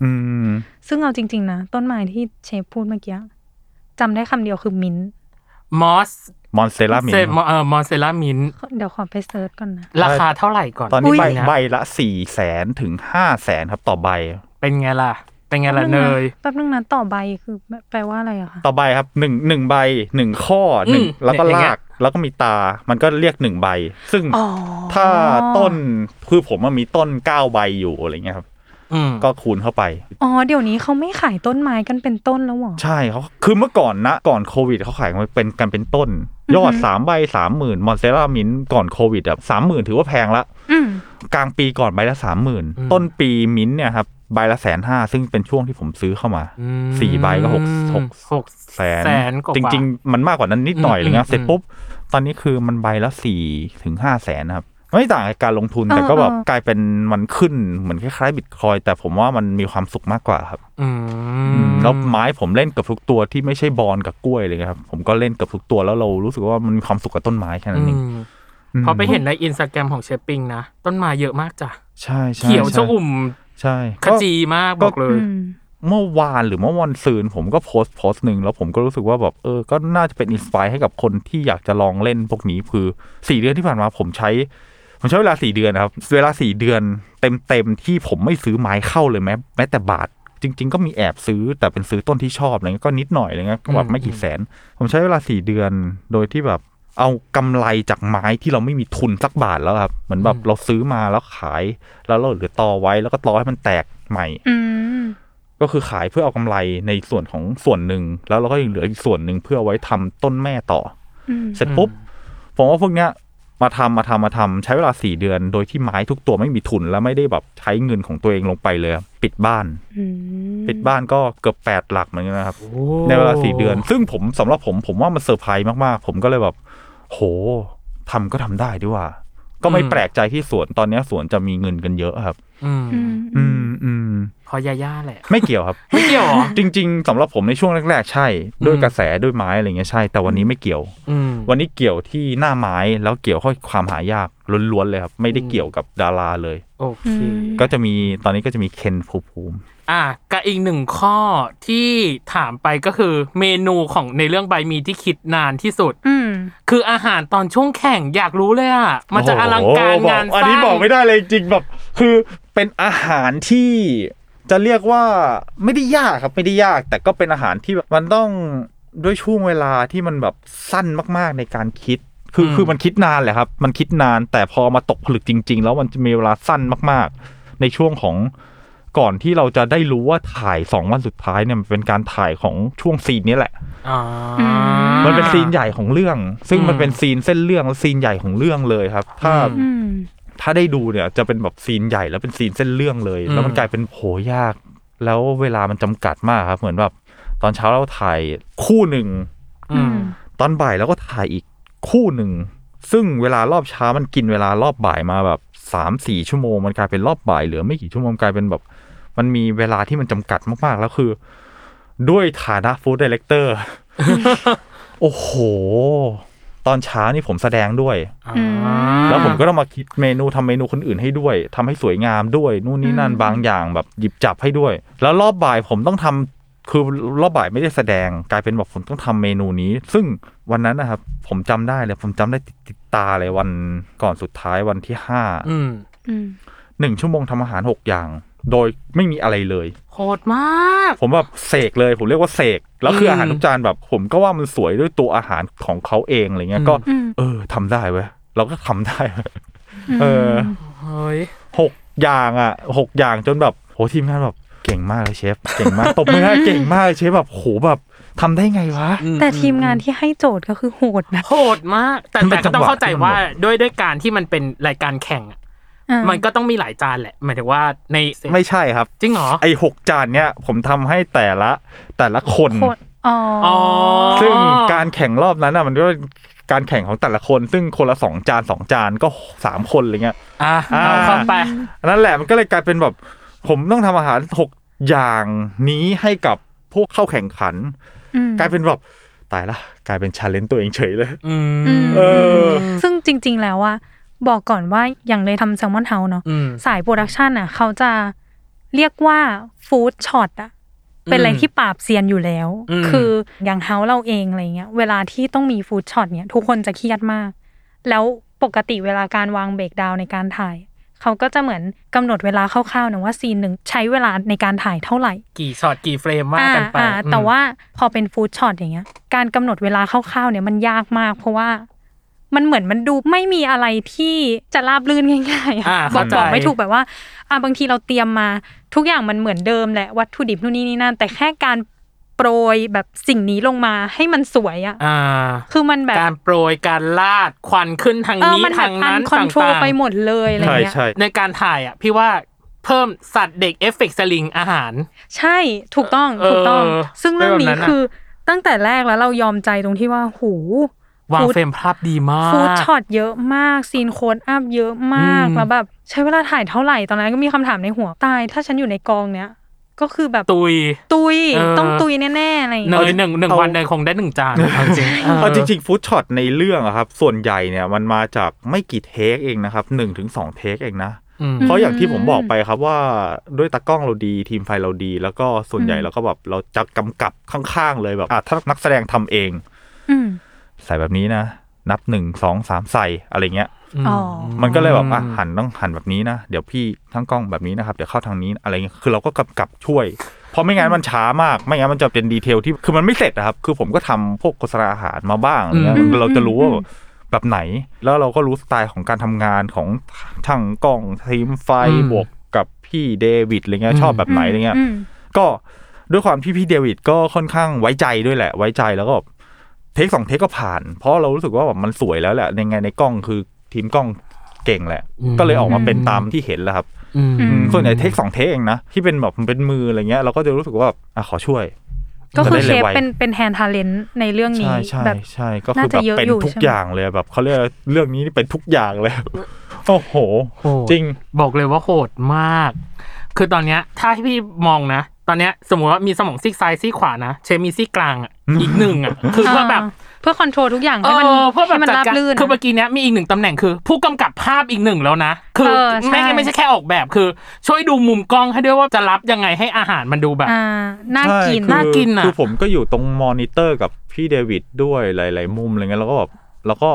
Speaker 3: อืม
Speaker 2: ซึ่งเอาจริง ๆ นะ ต้นไม้ที่เชฟพูดเมื่อกี้จำได้คำเดียวคือมิ้นท์
Speaker 1: มอส
Speaker 3: มอนสเตล่ามิน
Speaker 1: เซมเอ่อมอสเซล่ามิน
Speaker 2: เดี๋ยวขอไปเซิร์ชก่อนนะ
Speaker 1: ราคาเท่าไหร่ก่อน
Speaker 3: ตอนนี้ใบ
Speaker 1: ยะ
Speaker 3: ใบละสี่แสนถึงห้าแสนครับต่อใบ
Speaker 1: เป็นไงล่ะ เป็นไงล่ะเน
Speaker 2: แป๊บนึง
Speaker 1: ย
Speaker 2: นะแป๊บนึงนะต่อใบคือแปลว่าอะไรอะคะ
Speaker 3: ต่อใบครับหนึ่งหนึ่งใบหนึ่งข้อหนึ่ง
Speaker 1: อืม
Speaker 3: แล้วก็
Speaker 1: เนี่ยอย่างเงี้
Speaker 3: ลาย กแล้วก็มีตา มันก็เรียกหนึ่งใบ ซึ่ง
Speaker 2: อ๋อ
Speaker 3: ถ้าต้นคือผมมันมีต้นเก้าใบอยู่อะไรเงี้ยครับ
Speaker 1: อืม
Speaker 3: ก็คูณเข้าไป
Speaker 2: อ๋อเดี๋ยวนี้เขาไม่ขายต้นไม้กันเป็นต้นแล้วเหรอ
Speaker 3: ใช่เขาคือเมื่อก่อนนะ ก่อนโควิดเขาขายกันเป็นกันเป็นต้น ยอด
Speaker 2: อือหือ
Speaker 3: สามใบสามหมื่นมอนเซรามินก่อนโควิดอ่ะสามหมื่นถือว่าแพงละ
Speaker 2: อืม
Speaker 3: กลางปีก่อนใบละสามหมื่นต้นปีมิ้นท์เนี่ยครับใบละแสนห้าซึ่งเป็นช่วงที่ผมซื้อเข้ามา
Speaker 1: อืม
Speaker 3: สี่ใบก็หกหก
Speaker 1: หก
Speaker 3: แสน
Speaker 1: แสนกว่า
Speaker 3: จริง ๆ มันมากกว่านั้นนิดหน่อย
Speaker 1: อืม
Speaker 3: อะไรเงี้ย
Speaker 1: อืม
Speaker 3: เสร็จปุ๊บ ตอนนี้คือมันใบละสี่ถึงห้าแสนนะครับ ไม่ต่างกับการลงทุนแต่
Speaker 2: เออ
Speaker 3: ก็แบบ
Speaker 2: เออ
Speaker 3: กลายเป็นมันขึ้นเหมือนคล้ายๆบิตคอยน์แต่ผมว่ามันมีความสุขมากกว่าครับ
Speaker 1: อืม
Speaker 3: แล้วไม้ผมเล่นเกับทุกตัวที่ไม่ใช่บอลกับกล้วยเลยครับ ผมก็เล่นเกับทุกตัวแล้วเรารู้สึกว่ามันมีความสุขกับต้นไม้แค่นั้นเอง
Speaker 1: อืมพอไปเห็นในอินสตาแกรมของเชฟปิงนะ ต้นไม้เยอะมากจ้ะ
Speaker 3: ใช่ใช่
Speaker 1: เขียวช
Speaker 3: ใช่
Speaker 1: อุ่ม
Speaker 3: ใช่
Speaker 1: ข
Speaker 3: ก็
Speaker 1: จีมาก
Speaker 3: ก็
Speaker 1: บอกเล
Speaker 2: อื
Speaker 1: ย
Speaker 2: ม
Speaker 3: เมื่อวานหรือเมื่อวันซืนผมก็โพสต์โพสต์หนึ่งแล้วผมก็รู้สึกว่าแบบเออก็น่าจะเป็นอินสปายให้กับคนที่อยากจะลองเล่นพวกนี้คือสี่เดือนที่ผ่านมาผมใช้ ผมใช้เวลาสี่เดือนนะครับเวลาสี่เดือนเต็มเต็มๆที่ผมไม่ซื้อไม้เข้าเลยแม้แม้แต่บาท จริง ๆ ก็มีแอบซื้อแต่เป็นซื้อต้นที่ชอบอะไรเงี้ยก็นิดหน่อยอะไรเงี้ยก็แบบไม่กี่แสน ผมใช้เวลาสี่เดือนโดยที่แบบเอากำไรจากไม้ที่เราไม่มีทุนสักบาทแล้วครับเหมือนแบบเราซื้อมาแล้วขาย แล้วเราเหลือตอไว้แล้วก็ตอให้มันแตกใหม่
Speaker 2: อืม
Speaker 3: ก็คือขายเพื่อเอากำไรในส่วนของส่วนหนึ่ง แล้วเราก็ยังเหลืออีกส่วนหนึ่งเพื่อเอาไว้ทำต้นแม่ต่ออ
Speaker 2: ม
Speaker 3: เสร็จปุ๊บ ผมว่าพวกเนี้ยมาทำมาทำมาทำใช้เวลาสี่เดือน โดยที่ไม้ทุกตัวไม่มีทุนและไม่ได้แบบใช้เงินของตัวเองลงไปเลยครับปิดบ้าน
Speaker 2: อืม
Speaker 3: ปิดบ้านก็เกือบแปดหลักเหมือนกันนะครับ
Speaker 1: โอ้
Speaker 3: ในเวลาสี่เดือน ซึ่งผมสำหรับผมผมว่ามันเซอร์ไพรส์มากๆ ผมก็เลยแบบ โหทำก็ทำได้ดีว่า ก็ไม่แปลกใจที่สวนตอนเนี้ยสวนจะมีเงินกันเยอะครับ
Speaker 1: อืม
Speaker 2: อืม
Speaker 3: อืมอืม
Speaker 1: พอยาย่าแหละ
Speaker 3: ไม่เกี่ยวครับ
Speaker 1: ไม่เกี่ยวเหรอ
Speaker 3: จริงๆสำหรับผมในช่วงแรกๆ ใช่ ด้วย
Speaker 1: อืม
Speaker 3: กระแสด้วยไม้อะไรเงี้ยใช่ แต่วันนี้ไม่เกี่ยว
Speaker 1: อืม
Speaker 3: วันนี้เกี่ยวที่หน้าไม้แล้วเกี่ยวข้อความหายากล้วนๆเลยครับ ไม่ได้เกี่ยวกับดาราเลย
Speaker 1: โอเค
Speaker 3: ก็จะมีตอนนี้ก็จะมีเคนภูมิภูมิ
Speaker 1: อ่ะกับอีกหนึ่งข้อที่ถามไปก็คือเมนูของในเรื่องใบมีที่คิดนานที่สุด
Speaker 2: อืม
Speaker 1: คืออาหารตอนช่วงแข่งอยากรู้เลยอ่ะ มันจะอลังการ
Speaker 3: โอ้โห
Speaker 1: งาน
Speaker 3: บออัน
Speaker 1: สร้าง
Speaker 3: นี้บอกไม่ได้เลยจริงแบบคือเป็นอาหารที่จะเรียกว่าไม่ได้ยากครับไม่ได้ยาก แต่ก็เป็นอาหารที่แบบมันต้องด้วยช่วงเวลาที่มันแบบสั้นมากๆในการคิด คือคือมันคิดนานแหละครับ มันคิดนานแต่พอมาตกผลึกจริง ๆ แล้วมันจะมีเวลาสั้นมากๆ ในช่วงของก่อนที่เราจะได้รู้ว่าถ่ายสองวันสุดท้ายเนี่ยมันเป็นการถ่ายของช่วงซีนนี้แหละ
Speaker 1: อ่า
Speaker 2: ม
Speaker 3: มันเป็นซีนใหญ่ของเรื่อง ซึ่ง
Speaker 1: อืม
Speaker 3: มันเป็นซีนเส้นเรื่องและซีนใหญ่ของเรื่องเลยครับถ้า
Speaker 2: อืม
Speaker 3: ถ้าได้ดูเนี่ยจะเป็นแบบซีนใหญ่แล้วเป็นซีนเส้นเรื่องเลย
Speaker 1: อืม
Speaker 3: แล้วมันกลายเป็นโหยาก แล้วเวลามันจำกัดมากครับ เหมือนแบบตอนเช้าเราถ่ายคู่หนึ่ง
Speaker 1: อืม
Speaker 3: ตอนบ่ายเราก็ถ่ายอีกคู่หนึ่ง ซึ่งเวลารอบเช้ามันกินเวลารอบบ่ายมาแบบสามสี่ชั่วโมง มันกลายเป็นรอบบ่ายเหลือไม่กี่ชั่วโมงกลายเป็นแบบ มันมีเวลาที่มันจำกัดมากๆ แล้วคือ ด้วยฐานะฟู้ดดีเลกเตอร์ โอ้โห ตอนเช้านี่ผมแสดงด้วย แล้วผมก็ต้องมาคิดเมนูทำเมนูคนอื่นให้ด้วยทำให้สวยงามด้วย นู่นนี่นั่น
Speaker 2: อืม
Speaker 3: บางอย่างแบบหยิบจับให้ด้วย แล้วรอบบ่ายผมต้องทำคือรอบบ่ายไม่ได้แสดงกลายเป็นแบบผมต้องทำเมนูนี้ ซึ่งวันนั้นนะครับ ผมจำได้เลย ผมจำได้ติดติดตาเลยวันก่อนสุดท้ายวันที่ห้า
Speaker 1: อืม
Speaker 2: อืม
Speaker 3: หนึ่งชั่วโมงทำอาหารหกอย่าง โดยไม่มีอะไรเลย
Speaker 1: โหดมาก
Speaker 3: ผมแบบเสกเลย ผมเรียกว่าเสกแล้วคืออาหาร
Speaker 1: อืม
Speaker 3: ทุกจานแบบ ผมก็ว่ามันสวยด้วยตัวอาหารของเขาเองอะไรเงี้ย
Speaker 1: อืม
Speaker 3: ก็
Speaker 2: อืม
Speaker 3: เออทำได้เว้ยเราก็ทำได้เว้ยเออ
Speaker 1: เฮ้ย
Speaker 3: หกอย่างอ่ะหกอย่างจนแบบโหทีมงานแบบเก่งมากเลยเชฟเก่งมาก ตบมือให้เก่งมากเลยเชฟแบบโหแบบทำได้ไงวะ
Speaker 2: แต่ทีมงานที่ให้โจทย์ก็คือโหดนะ
Speaker 1: โหดมาก แต่
Speaker 3: มันเป็
Speaker 1: แต่
Speaker 3: น
Speaker 1: ก็ต้อง
Speaker 3: จังหวะ
Speaker 1: เข้าใจ
Speaker 3: ที่มัน
Speaker 1: ว่า
Speaker 3: แบบ
Speaker 1: ด้วยด้วยการที่มันเป็นรายการแข่งอะ
Speaker 2: อ่ามั
Speaker 1: มันก็ต้องมีหลายจานแหละ หมายถึงว่าใน
Speaker 3: ไม่ใช่ครับ
Speaker 1: จริงเหรอ
Speaker 3: ไอหกจานเนี้ยผมทำให้แต่ละแต่ละคน
Speaker 2: โหดอ๋ออ
Speaker 1: อ๋อ
Speaker 3: ซึ่งการแข่งรอบนั้นอ่ะมันก็การแข่งของแต่ละคน ซึ่งคนละสองจานสองจานก็สามคนอะไรเงี้ย
Speaker 1: อ่ะเอาเข้าไป
Speaker 3: อันนั่นแหละมันก็เลยกลายเป็นแบบ ผมต้องทำอาหารหกอย่างนี้ให้กับพวกเข้าแข่งขัน
Speaker 2: อืม
Speaker 3: กลายเป็นแบบตายละกลายเป็นชาเลนจ์ตัวเองเฉยเลย
Speaker 1: อื
Speaker 2: อื
Speaker 1: ม
Speaker 2: ม
Speaker 3: เออ
Speaker 2: ซึ่งจริง ๆ แล้วอะบอกก่อนว่าอย่างเลยทำแซลมอนเฮาเนาะ
Speaker 1: อืม
Speaker 2: สายโปรดักชันอ่ะเขาจะเรียกว่าฟู้ดช็อตอ่ะเป็นอะไรที่ปราบเซียนอยู่แล้ว
Speaker 1: อืม
Speaker 2: คืออย่างเฮาเราเองอะไรเงี้ย เวลาที่ต้องมีฟู้ดช็อตเนี่ยทุกคนจะเครียดมาก แล้วปกติเวลาการวางเบรกดาวน์ในการถ่าย เขาก็จะเหมือนกำหนดเวลาคร่าวๆนะว่าซีนหนึ่งใช้เวลาในการถ่ายเท่าไหร่
Speaker 1: กี่ช็อตกี่เฟรมว่ากันไป
Speaker 2: อ่า
Speaker 1: อื
Speaker 2: อ่าม แต่ว่าพอเป็นฟู้ดช็อตอย่างเงี้ย การกำหนดเวลาคร่าวๆเนี่ยมันยากมาก เพราะว่ามันเหมือนมันดูไม่มีอะไรที่จะราบรื่นง่ายๆอะ
Speaker 1: อ่า
Speaker 2: บอ
Speaker 1: เข้าก ใจ
Speaker 2: บอกไม่ถูกแบบว่า อ่าบางทีเราเตรียมมา ทุกอย่างมันเหมือนเดิมแหละวัตถุดิบนู่นนี่นี่นั่น แต่แค่การโปรยแบบสิ่งนี้ลงมาให้มันสวยอะ
Speaker 1: อ่า
Speaker 2: คือมันแบบ
Speaker 1: การโปรยการลาดควันขึ้นทาง
Speaker 2: เออ
Speaker 1: นี้
Speaker 2: มันแบ
Speaker 1: ทา
Speaker 2: บ
Speaker 1: ง
Speaker 2: อั
Speaker 1: นั้น น
Speaker 2: คอนโทรล
Speaker 1: ต่างๆ
Speaker 2: ไปหมดเลยอะไร
Speaker 3: ใช่
Speaker 2: เงี้ย
Speaker 3: ใช่
Speaker 1: ในการถ่ายอ่ะ พี่ว่าเพิ่มสัตว์เด็กเอฟเฟกต์สลิงอาหาร
Speaker 2: ใช่ถูกต้องถูกต้อง
Speaker 1: เออ
Speaker 2: ซึ่งเรื่องนี้
Speaker 1: เป็นแบบนั้นอะ
Speaker 2: คือตั้งแต่แรกแล้วเรายอมใจตรงที่ว่าหู
Speaker 1: วาง
Speaker 2: Food
Speaker 1: เฟรมภาพดีมาก
Speaker 2: ฟูดช็อตเยอะมากซีนโค้ดอัพเยอะมาก
Speaker 1: อืม
Speaker 2: แล้วแบบใช้เวลาถ่ายเท่าไหร่ตอนนั้นก็มีคำถามในหัวตาย ถ้าฉันอยู่ในกองเนี้ยก็คือแบบ
Speaker 1: ตุย
Speaker 2: ตุย
Speaker 1: เออ
Speaker 2: ต้องตุยแน่ๆอะไรอย่าง
Speaker 1: เน
Speaker 2: เงี้ย
Speaker 1: ยหนึ่งหนึ่ง
Speaker 3: เอา
Speaker 1: วันเนยคงได้หนึ่งจานเอาจริง
Speaker 3: เอาจริงๆฟู้ดช็อตในเรื่องอะครับ ส่วนใหญ่เนี่ยมันมาจากไม่กี่เทคเองนะครับหนึ่งถึงสองเทคเองนะ
Speaker 1: อืม
Speaker 3: เพราะอย่าง
Speaker 2: อืม
Speaker 3: ที่ผมบอกไปครับว่าด้วยตากล้องเราดีทีมไฟเราดี แล้วก็ส่วนใหญ่
Speaker 2: อืม
Speaker 3: เราก็แบบเราจะกำกับข้างๆเลยแบบอ่ะถ้านักแสดงทำเอง
Speaker 2: อืม
Speaker 3: ใส่แบบนี้นะ นับหนึ่งสองสามใส่อะไรเงี้ย
Speaker 2: อ๋อ
Speaker 3: มันก็เลยแบบอ่ะหันต้องหันแบบนี้นะ เดี๋ยวพี่ทั้งกล้องแบบนี้นะครับ เดี๋ยวเข้าทางนี้อะไรเงี้ยคือเราก็กำกับช่วย เพราะไม่งั้นมันช้ามาก ไม่งั้นมันจะเป็นดีเทลที่คือมันไม่เสร็จนะครับ คือผมก็ทำพวกโฆษณาอาหารมาบ้างอะไรเงี้ย
Speaker 1: อืม
Speaker 3: เราจะรู้ว่าแบบไหน แล้วเราก็รู้สไตล์ของการทำงานของช่างกล้องทีมไฟบวกกับพี่เดวิดอะไรเงี้ยชอบแบบไหนอะไรเงี้ย
Speaker 2: อืม
Speaker 3: ก็ด้วยความที่พี่เดวิดก็ค่อนข้างไว้ใจด้วยแหละ ไว้ใจแล้วก็เทคสองเทคก็ผ่าน เพราะเรารู้สึกว่าแบบมันสวยแล้วแหละในไงในกล้องคือทีมกล้องเก่งแหละ
Speaker 1: อืม
Speaker 3: ก็เลยออกมาเป็นตามที่เห็นแหล้วครับ
Speaker 1: อืม
Speaker 2: อืม
Speaker 3: ส่วนใหญ่เทคสองเทคเองนะ ที่เป็นแบบเป็นมืออะไรเงี้ยเราก็จะรู้สึกว่าแบบอ่ะขอช่วย
Speaker 2: ก็คือ
Speaker 3: มัน
Speaker 2: เช
Speaker 3: ได้เลย
Speaker 2: ฟ
Speaker 3: ไว
Speaker 2: เป็นเป็นแฮนด์ทาเลนในเรื่องนี้
Speaker 3: ใช่ใช่
Speaker 2: แบบ
Speaker 3: ใช่ก็คือ
Speaker 2: น่า
Speaker 3: แบ
Speaker 2: จะ
Speaker 3: บ
Speaker 2: เยอะ
Speaker 3: เป็น
Speaker 2: อยู่
Speaker 3: ทุก
Speaker 2: ใช่ไหม
Speaker 3: อย่างเลยแบบเขาเรียกว่าเรื่องนี้นี่เป็นทุกอย่างเลย โอ้โห
Speaker 1: โหด
Speaker 3: จริง
Speaker 1: บอกเลยว่าโหดมาก คือตอนเนี้ยถ้าให้พี่มองนะ ตอนเนี้ยสมมติว่ามีสมองซีกซ้ายซีกขวานะเชฟมีซีกกลางอ่ะอีกหนึ่งอ่ะคือเพื่อแบบ
Speaker 2: เพื่อคอนโทรลทุกอย่าง
Speaker 1: เอ
Speaker 2: ให้มัน
Speaker 1: อเพื่อแบ
Speaker 2: ให้
Speaker 1: บ
Speaker 2: มัน
Speaker 1: จัด
Speaker 2: ราบ
Speaker 1: การ
Speaker 2: ลื่น
Speaker 1: คือเมื่อกี้เนี้ยมีอีกหนึ่งตำแหน่งคือ ผู้กำกับภาพอีกหนึ่งแล้วนะ คื
Speaker 2: เอ
Speaker 1: อ
Speaker 2: อใช่
Speaker 1: ไม่ไม่ใช่แค่ออกแบบคือ ช่วยดูมุมกล้องให้ด้วยว่าจะรับยังไงให้อาหารมันดูแบบ
Speaker 2: อ่าน่า
Speaker 3: ใช่
Speaker 2: กิน
Speaker 3: คือ
Speaker 1: น่ากินอะ
Speaker 3: คือผมก็อยู่ตรงมอนิเตอร์กับพี่เดวิดด้วยหลาย ๆ มุมอะไรเงี้ยแล้วก็แบบแล้วก็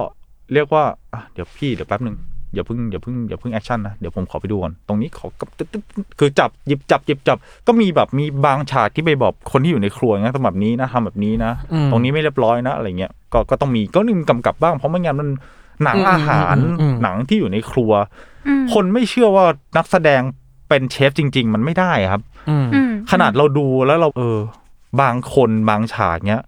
Speaker 3: เรียกว่าอ่ะเดี๋ยวพี่เดี๋ยวแป๊บหนึ่งอย่าเพิ่งอย่าเพิ่งอย่าเพิ่งแอคชั่นนะ เดี๋ยวผมขอไปดูก่อน ตรงนี้ขอกับตึ๊ดตึ๊ดตึ๊ดคือจับหยิบจับหยิบจับ ก็มีแบบมีบางฉากที่ไปบอกคนที่อยู่ในครัวนะทำแบบนี้นะทำแบบนี้นะ
Speaker 1: อืม
Speaker 3: ตรงนี้ไม่เรียบร้อยนะอะไรเงี้ยก็ก็ต้องมีก็นึงกำกับบ้างเพราะไม่งั้นมันหนัง
Speaker 1: อืม
Speaker 3: อาหาร
Speaker 1: อืมอืม
Speaker 3: หนังที่อยู่ในครัว
Speaker 2: อืม
Speaker 3: คนไม่เชื่อว่านักแสดงเป็นเชฟจริง ๆ มันไม่ได้ครับ
Speaker 1: อืม
Speaker 2: อืม
Speaker 3: ขนาดเราดูแล้วเราเออ บางคนบางฉากเนี้ย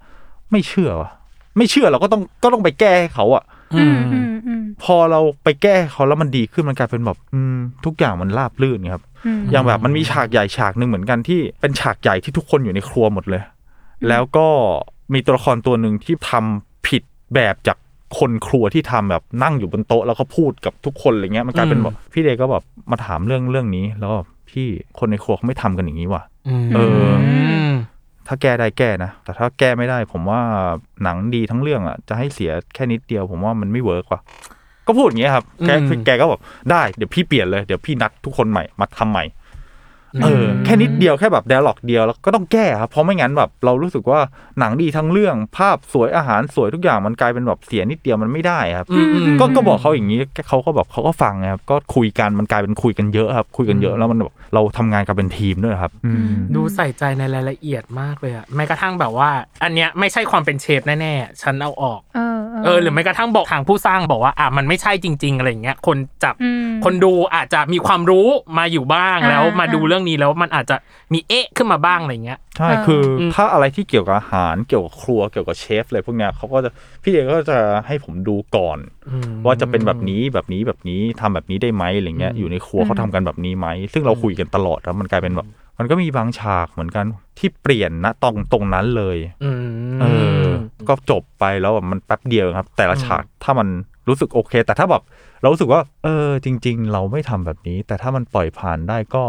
Speaker 3: ไม่เชื่อวะไม่เชื่อเราก็ต้องก็ต้องไปแก้ให้เขาอะ
Speaker 2: อืมอืมอืม
Speaker 3: พอเราไปแก้ให้เขาแล้วมันดีขึ้นมันกลายเป็นแบบอืมทุกอย่างมันราบรื่นครับ
Speaker 2: อืม
Speaker 3: อย่างแบบมันมีฉากใหญ่ฉากหนึ่งเหมือนกันที่เป็นฉากใหญ่ที่ทุกคนอยู่ในครัวหมดเลย แล้วก็มีตัวละครตัวหนึ่งที่ทำผิดแบบจากคนครัวที่ทำแบบนั่งอยู่บนโต๊ะแล้วก็พูดกับทุกคนอะไรเงี้ยมันกลายเป็นแบบพี่เดก็แบบมาถามเรื่องเรื่องนี้ แล้วก็พี่คนในครัวเขาไม่ทำกันอย่างนี้ว่ะ เออ
Speaker 1: ม
Speaker 3: ถ้าแก้ได้แก้นะ แต่ถ้าแก้ไม่ได้ผมว่าหนังดีทั้งเรื่องอ่ะ จะให้เสียแค่นิดเดียว ผมว่ามันไม่เวิร์กว่ะก็พูดอย่างเงี้ยครับ แก
Speaker 1: อืม
Speaker 3: แกก็แบบได้เดี๋ยวพี่เปลี่ยนเลย เดี๋ยวพี่นัดทุกคนใหม่มาทำใหม่ เออแค่นิดเดียวแค่แบบเดลล็อกเดียวแล้วก็ต้องแก้ครับเพราะไม่งั้นแบบเรารู้สึกว่าหนังดีทั้งเรื่อง ภาพสวยอาหารสวยทุกอย่างมันกลายเป็นแบบเสียนิดเดียวมันไม่ได้ครับ
Speaker 1: อืมอืม
Speaker 3: ก็ก็บอกเขาอย่างนี้เขาก็แบบเขาก็ฟังนะครับก็คุยกันมันกลายเป็นคุยกันเยอะครับ คุยกันเยอะแล้วมันแบบเราทำงานกันเป็นทีมด้วยครับ อืม
Speaker 1: ดูใส่ใจในรายละเอียดมากเลยอะแม้กระทั่งแบบว่า อันเนี้ยไม่ใช่ความเป็นเชฟแน่ๆฉันเอาออก
Speaker 2: เออ
Speaker 1: เออหรือแม้กระทั่งบอกทางผู้สร้างบอกว่าอ่ะมันไม่ใช่จริง ๆ อะไรอย่างเงี้ยคนจับ
Speaker 2: อืม
Speaker 1: คนดูอาจจะมีความรู้มาอยู่บ้าง
Speaker 2: อ่า
Speaker 1: แล้วมาดู
Speaker 2: อ่า
Speaker 1: เรื่องนี้แล้วมันอาจจะมีเอ๊ะขึ้นมาบ้างอะไรเงี้ย
Speaker 3: ใช่
Speaker 2: เออ
Speaker 3: คืออ
Speaker 1: ม
Speaker 3: ถ้าอะไรที่เกี่ยวกับอาหาร เกี่ยวกับครัว เกี่ยวกับเชฟอะไรพวกเนี้ยเขาก็จะพี่เอกก็จะให้ผมดูก่อน ว่าจะเป็นแบบนี้แบบนี้แบบนี้ทำแบบนี้ได้ไหมอะไรเงี้ย อยู่ในครัวเขาทำกันแบบนี้ไหม ซึ่งเราคุยกันตลอดแล้วมันกลายเป็นแบบ มันก็มีบางฉากเหมือนกันที่เปลี่ยนนะตรงตรงนั้นเลย
Speaker 1: อืม
Speaker 3: เออ ก็จบไปแล้วแบบมันแป๊บเดียวครับ แต่ละฉากถ้ามันรู้สึกโอเค แต่ถ้าแบบเรารู้สึกว่า เออ จริง ๆ เราไม่ทำแบบนี้ แต่ถ้ามันปล่อยผ่านได้ก็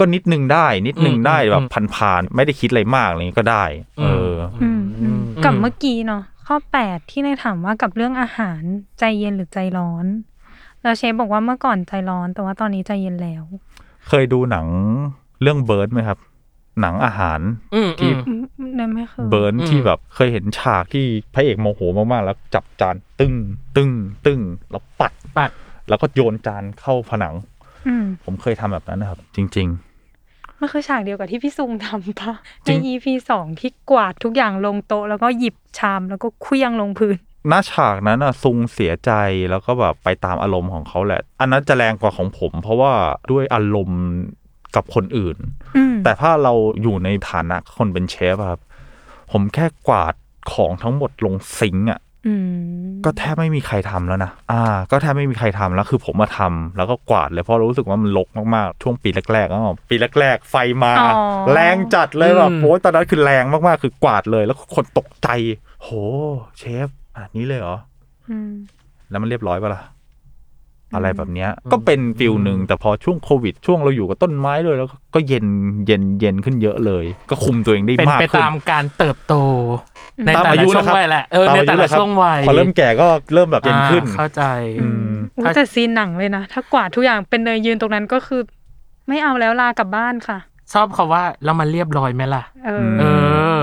Speaker 3: ก็นิดนึงได้ นิดนึง
Speaker 1: อืม
Speaker 3: ได้
Speaker 1: อืม
Speaker 3: แบบผ่านๆไม่ได้คิดอะไรมากอะไรเงี้ยก็ได้ เออ
Speaker 2: อืมอืมกับ
Speaker 1: อืม
Speaker 2: เมื่อกี้เนาะข้อ 8 ที่นายถามว่ากับเรื่องอาหารใจเย็นหรือใจร้อน แล้วเชฟบอกว่าเมื่อก่อนใจร้อน แต่ว่าตอนนี้ใจเย็นแล้ว
Speaker 3: เคยดูหนังเรื่องเบิร์ดไหมครับ หนังอาหาร
Speaker 1: อืม
Speaker 3: ที่
Speaker 1: อืม
Speaker 2: อืมเนยไม่เคย
Speaker 3: เบิร์น
Speaker 1: อืม
Speaker 3: ที่แบบเคยเห็นฉากที่พระเอกโมโหมากๆ แล้วจับจานตึ้งตึ้งตึ้งแล้วปัด
Speaker 1: ปัด
Speaker 3: แล้วก็โยนจานเข้าผนัง
Speaker 2: อืม
Speaker 3: ผมเคยทำแบบนั้นนะครับ จริง ๆ
Speaker 2: มันคือฉากเดียวกับที่พี่ซุงทำปะ
Speaker 1: จ
Speaker 2: ใน
Speaker 1: ริง
Speaker 2: EP สองที่กวาดทุกอย่างลงโต๊ะแล้วก็หยิบชามแล้วก็เคลี้ยงลงพื้น
Speaker 3: หน้าฉากนั้นอะซุงเสียใจแล้วก็แบบไปตามอารมณ์ของเขาแหละ อันนั้นจะแรงกว่าของผม เพราะว่าด้วยอารมณ์ กับคนอื่น
Speaker 2: อืม
Speaker 3: แต่ถ้าเราอยู่ในฐานะคนเป็นเชฟอะครับ ผมแค่กวาดของทั้งหมดลงซิงค์อ่ะ
Speaker 2: อืม
Speaker 3: ก็แทบไม่มีใครทำแล้วนะ อ่า ก็แทบไม่มีใครทำแล้วคือผมมาทำแล้วก็กวาดเลยเพราะรู้สึกว่ามันรกมากๆ ช่วงปีแรกๆอ๋อปีแรกๆ ไฟมา แรงจัดเลยแบบ
Speaker 1: อืม
Speaker 3: โอ้ยตอนนั้นคือแรงมากๆ คือกวาดเลย แล้วคนตกใจ โห เชฟขนาดนี้เลยเหรอ
Speaker 2: อืม
Speaker 3: แล้วมันเรียบร้อยปะล่ะ อะไรแบบเนี้ย ก็เป็นฟิลหนึ่งแต่พอช่วงโควิด ช่วงเราอยู่กับต้นไม้ด้วยแล้วก็ก็เย็นเย็นเย็นขึ้นเยอะเลย ก็คุมตัวเองได้
Speaker 1: เป็น
Speaker 3: มาก
Speaker 1: ไป
Speaker 3: ขึ้น
Speaker 1: ตามการเติบโต ใน
Speaker 3: ตาม
Speaker 1: แต่
Speaker 3: อา
Speaker 1: ละ
Speaker 3: ยุ
Speaker 1: ช่ว
Speaker 3: นะ
Speaker 1: ง
Speaker 3: ครับ
Speaker 1: วัยแหละเออใน
Speaker 3: าม
Speaker 1: แต่
Speaker 3: อายุ
Speaker 1: ละ
Speaker 3: ครับ
Speaker 1: ช่วงวัย
Speaker 3: พอเริ่มแก่ก็เริ่มแบบเย็นขึ้น
Speaker 1: อ่าเข้าใจ
Speaker 3: อืม
Speaker 2: อู้แต่ซีนหนังเลยนะ ถ้ากวาดทุกอย่างเป็นเนยยืนตรงนั้นก็คือ ไม่เอาแล้วลากลับบ้านค่ะ
Speaker 1: ชอบคาว่าแล้วมันเรียบร้อยไหมล่ะ
Speaker 2: เออ
Speaker 3: ม
Speaker 1: เออ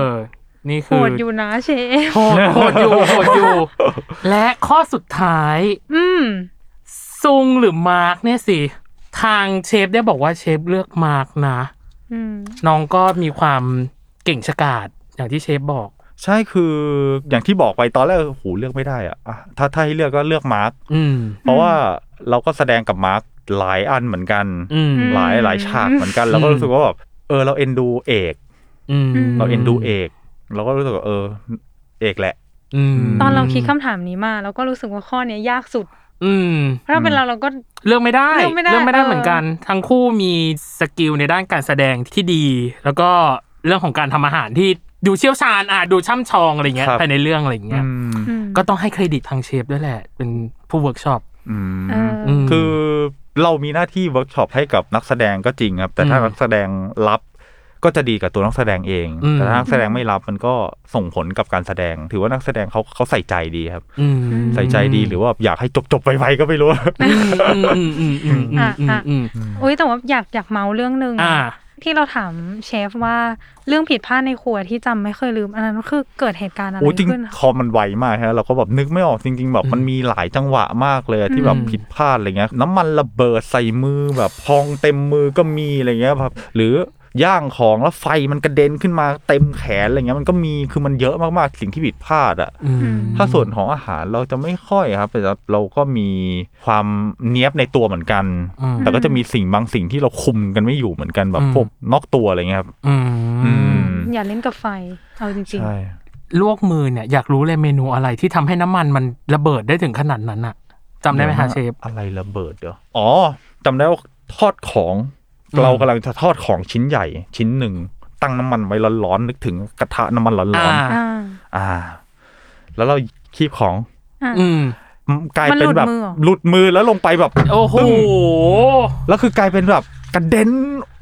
Speaker 1: นี่
Speaker 2: โห
Speaker 1: คือ
Speaker 2: ดอยู่นะเชฟ
Speaker 1: โหดโหดอยู่โหด อยู่ และข้อสุดท้าย
Speaker 2: อืม
Speaker 1: ซุงหรือมาร์กเนี่ยสิ ทางเชฟได้บอกว่าเชฟเลือกมาร์กนะ
Speaker 2: อืม
Speaker 1: น้องก็มีความเก่งฉกาจอย่างที่เชฟบอก
Speaker 3: ใช่คืออย่างที่บอกไปตอนแรกโอ้โหูเลือกไม่ได้อะอ่ะถ้าถ้าให้เลือกก็เลือกมาร์ค
Speaker 1: อืม
Speaker 3: เพราะว่าเราก็แสดงกับมาร์คหลายอันเหมือนกัน
Speaker 1: อืม
Speaker 3: หลายหลายฉากเหมือนกัน แล้วก็รู้สึกว่าแบบเออเราเอ็นดูเอก
Speaker 1: อืม
Speaker 3: เราเอ็นดูเอกเราก็รู้สึกว่าเออเอกแหละ
Speaker 1: อืม
Speaker 2: ตอนเราคิดคำถามนี้มาเราก็รู้สึกว่าข้อเนี้ยยากสุด
Speaker 1: อืม
Speaker 2: เพราะถ้าเป็นเราเราก็
Speaker 1: เลือกไม่ได้
Speaker 2: เลือกไม่ได้เออ
Speaker 1: เหมือนกัน ทั้งคู่มีสกิลในด้านการแสดงที่ดี แล้วก็เรื่องของการทำอาหารที่ดูเชี่ยวชาญอ่ะดูช่ำชองอะไรเงี้ย
Speaker 3: ครับ
Speaker 1: ภายในเรื่องอะไรเงี้ย
Speaker 3: อืม
Speaker 2: อืม
Speaker 1: ก็ต้องให้เครดิตทางเชฟด้วยแหละ เป็นผู้เวิร์กช็อป
Speaker 3: อืม
Speaker 2: เอออ
Speaker 1: ม
Speaker 3: คือเรามีหน้าที่เวิร์กช็อปให้กับนักแสดงก็จริงครับ แต่ถ้า
Speaker 1: อืม
Speaker 3: นักแสดงรับก็จะดีกับตัวนักแสดงเอง
Speaker 1: อืม
Speaker 3: แต่ถ้านักแสดงไม่รับมันก็ส่งผลกับการแสดง ถือว่านักแสดงเขาเขาใส่ใจดีครับ
Speaker 1: ม
Speaker 3: ใส่ใจดีหรือว่าอยากให้จบจบๆไปไก็ไม่รู้
Speaker 1: อ ืมอืมอืมอืมอืมอืมอืม
Speaker 2: อุ้ยแต่ว่าอยากอยากเมาเรื่องหนึ่ง
Speaker 1: อ่า
Speaker 2: ที่เราถามเชฟว่าเรื่องผิดพลาดในครัวที่จำไม่เคยลืม อันนั้นคือเกิดเหตุการณ์อะไร
Speaker 3: โอ้จริง
Speaker 2: ขึ้น
Speaker 3: ค
Speaker 2: คะ
Speaker 3: อมมันไวมากฮะเราก็แบบนึกไม่ออกจริง ๆ แบบมันมีหลายจังหวะมากเลยอะที่แบบ
Speaker 1: อืม
Speaker 3: ผิดพลาดอะไรเงี้ย น้ำมันระเบิดใส่มือแบบพองเต็มมือก็มีอะไรเงี้ยแบบหรือย่างของแล้วไฟมันกระเด็นขึ้นมาเต็มแขนอะไรเงี้ยมันก็มีคือมันเยอะมากๆสิ่งที่ผิดพลาดอะ
Speaker 1: อืม
Speaker 3: ถ้าส่วนของอาหารเราจะไม่ค่อยครับแต่เราก็มีความเนี้ยบในตัวเหมือนกัน
Speaker 1: อืม
Speaker 3: แต่ก็จะมีสิ่งบางสิ่งที่เราคุมกันไม่อยู่เหมือนกันแบบ
Speaker 1: อืม
Speaker 3: พวกนอกตัวอะไรเงี้ยครับ
Speaker 1: อื
Speaker 3: อื
Speaker 1: ม
Speaker 3: ม
Speaker 2: อย่าเล่นกับไฟ เอาจริง
Speaker 3: ใช่
Speaker 1: ลวกมือเนี่ยอยากรู้เลยเมนูอะไรที่ทำให้น้ำมันมันระเบิดได้ถึงขนาดนั้นอะจำได้ไหมฮะเชฟ
Speaker 3: อะไรระเบิดเดี๋ยวอ๋อจำได้ว่าทอดของ
Speaker 1: อืม
Speaker 3: เรากำลังจะทอดของชิ้นใหญ่ชิ้นหนึ่ง ตั้งน้ำมันไว้ร้อนๆนึกถึงกระทะน้ำมันร้
Speaker 1: อ่า
Speaker 3: อน
Speaker 2: ๆ อ่า
Speaker 3: ๆอ่า แล้วเราคีบของ
Speaker 1: อืม
Speaker 3: กลาย
Speaker 2: มัน
Speaker 3: เป็นแบบ
Speaker 2: หลุดมือเหรอ
Speaker 3: หลุดมือแล้วลงไปแบบ
Speaker 1: โอ้โห
Speaker 3: ตึ้งแล้วคือกลายเป็นแบบกระเด็น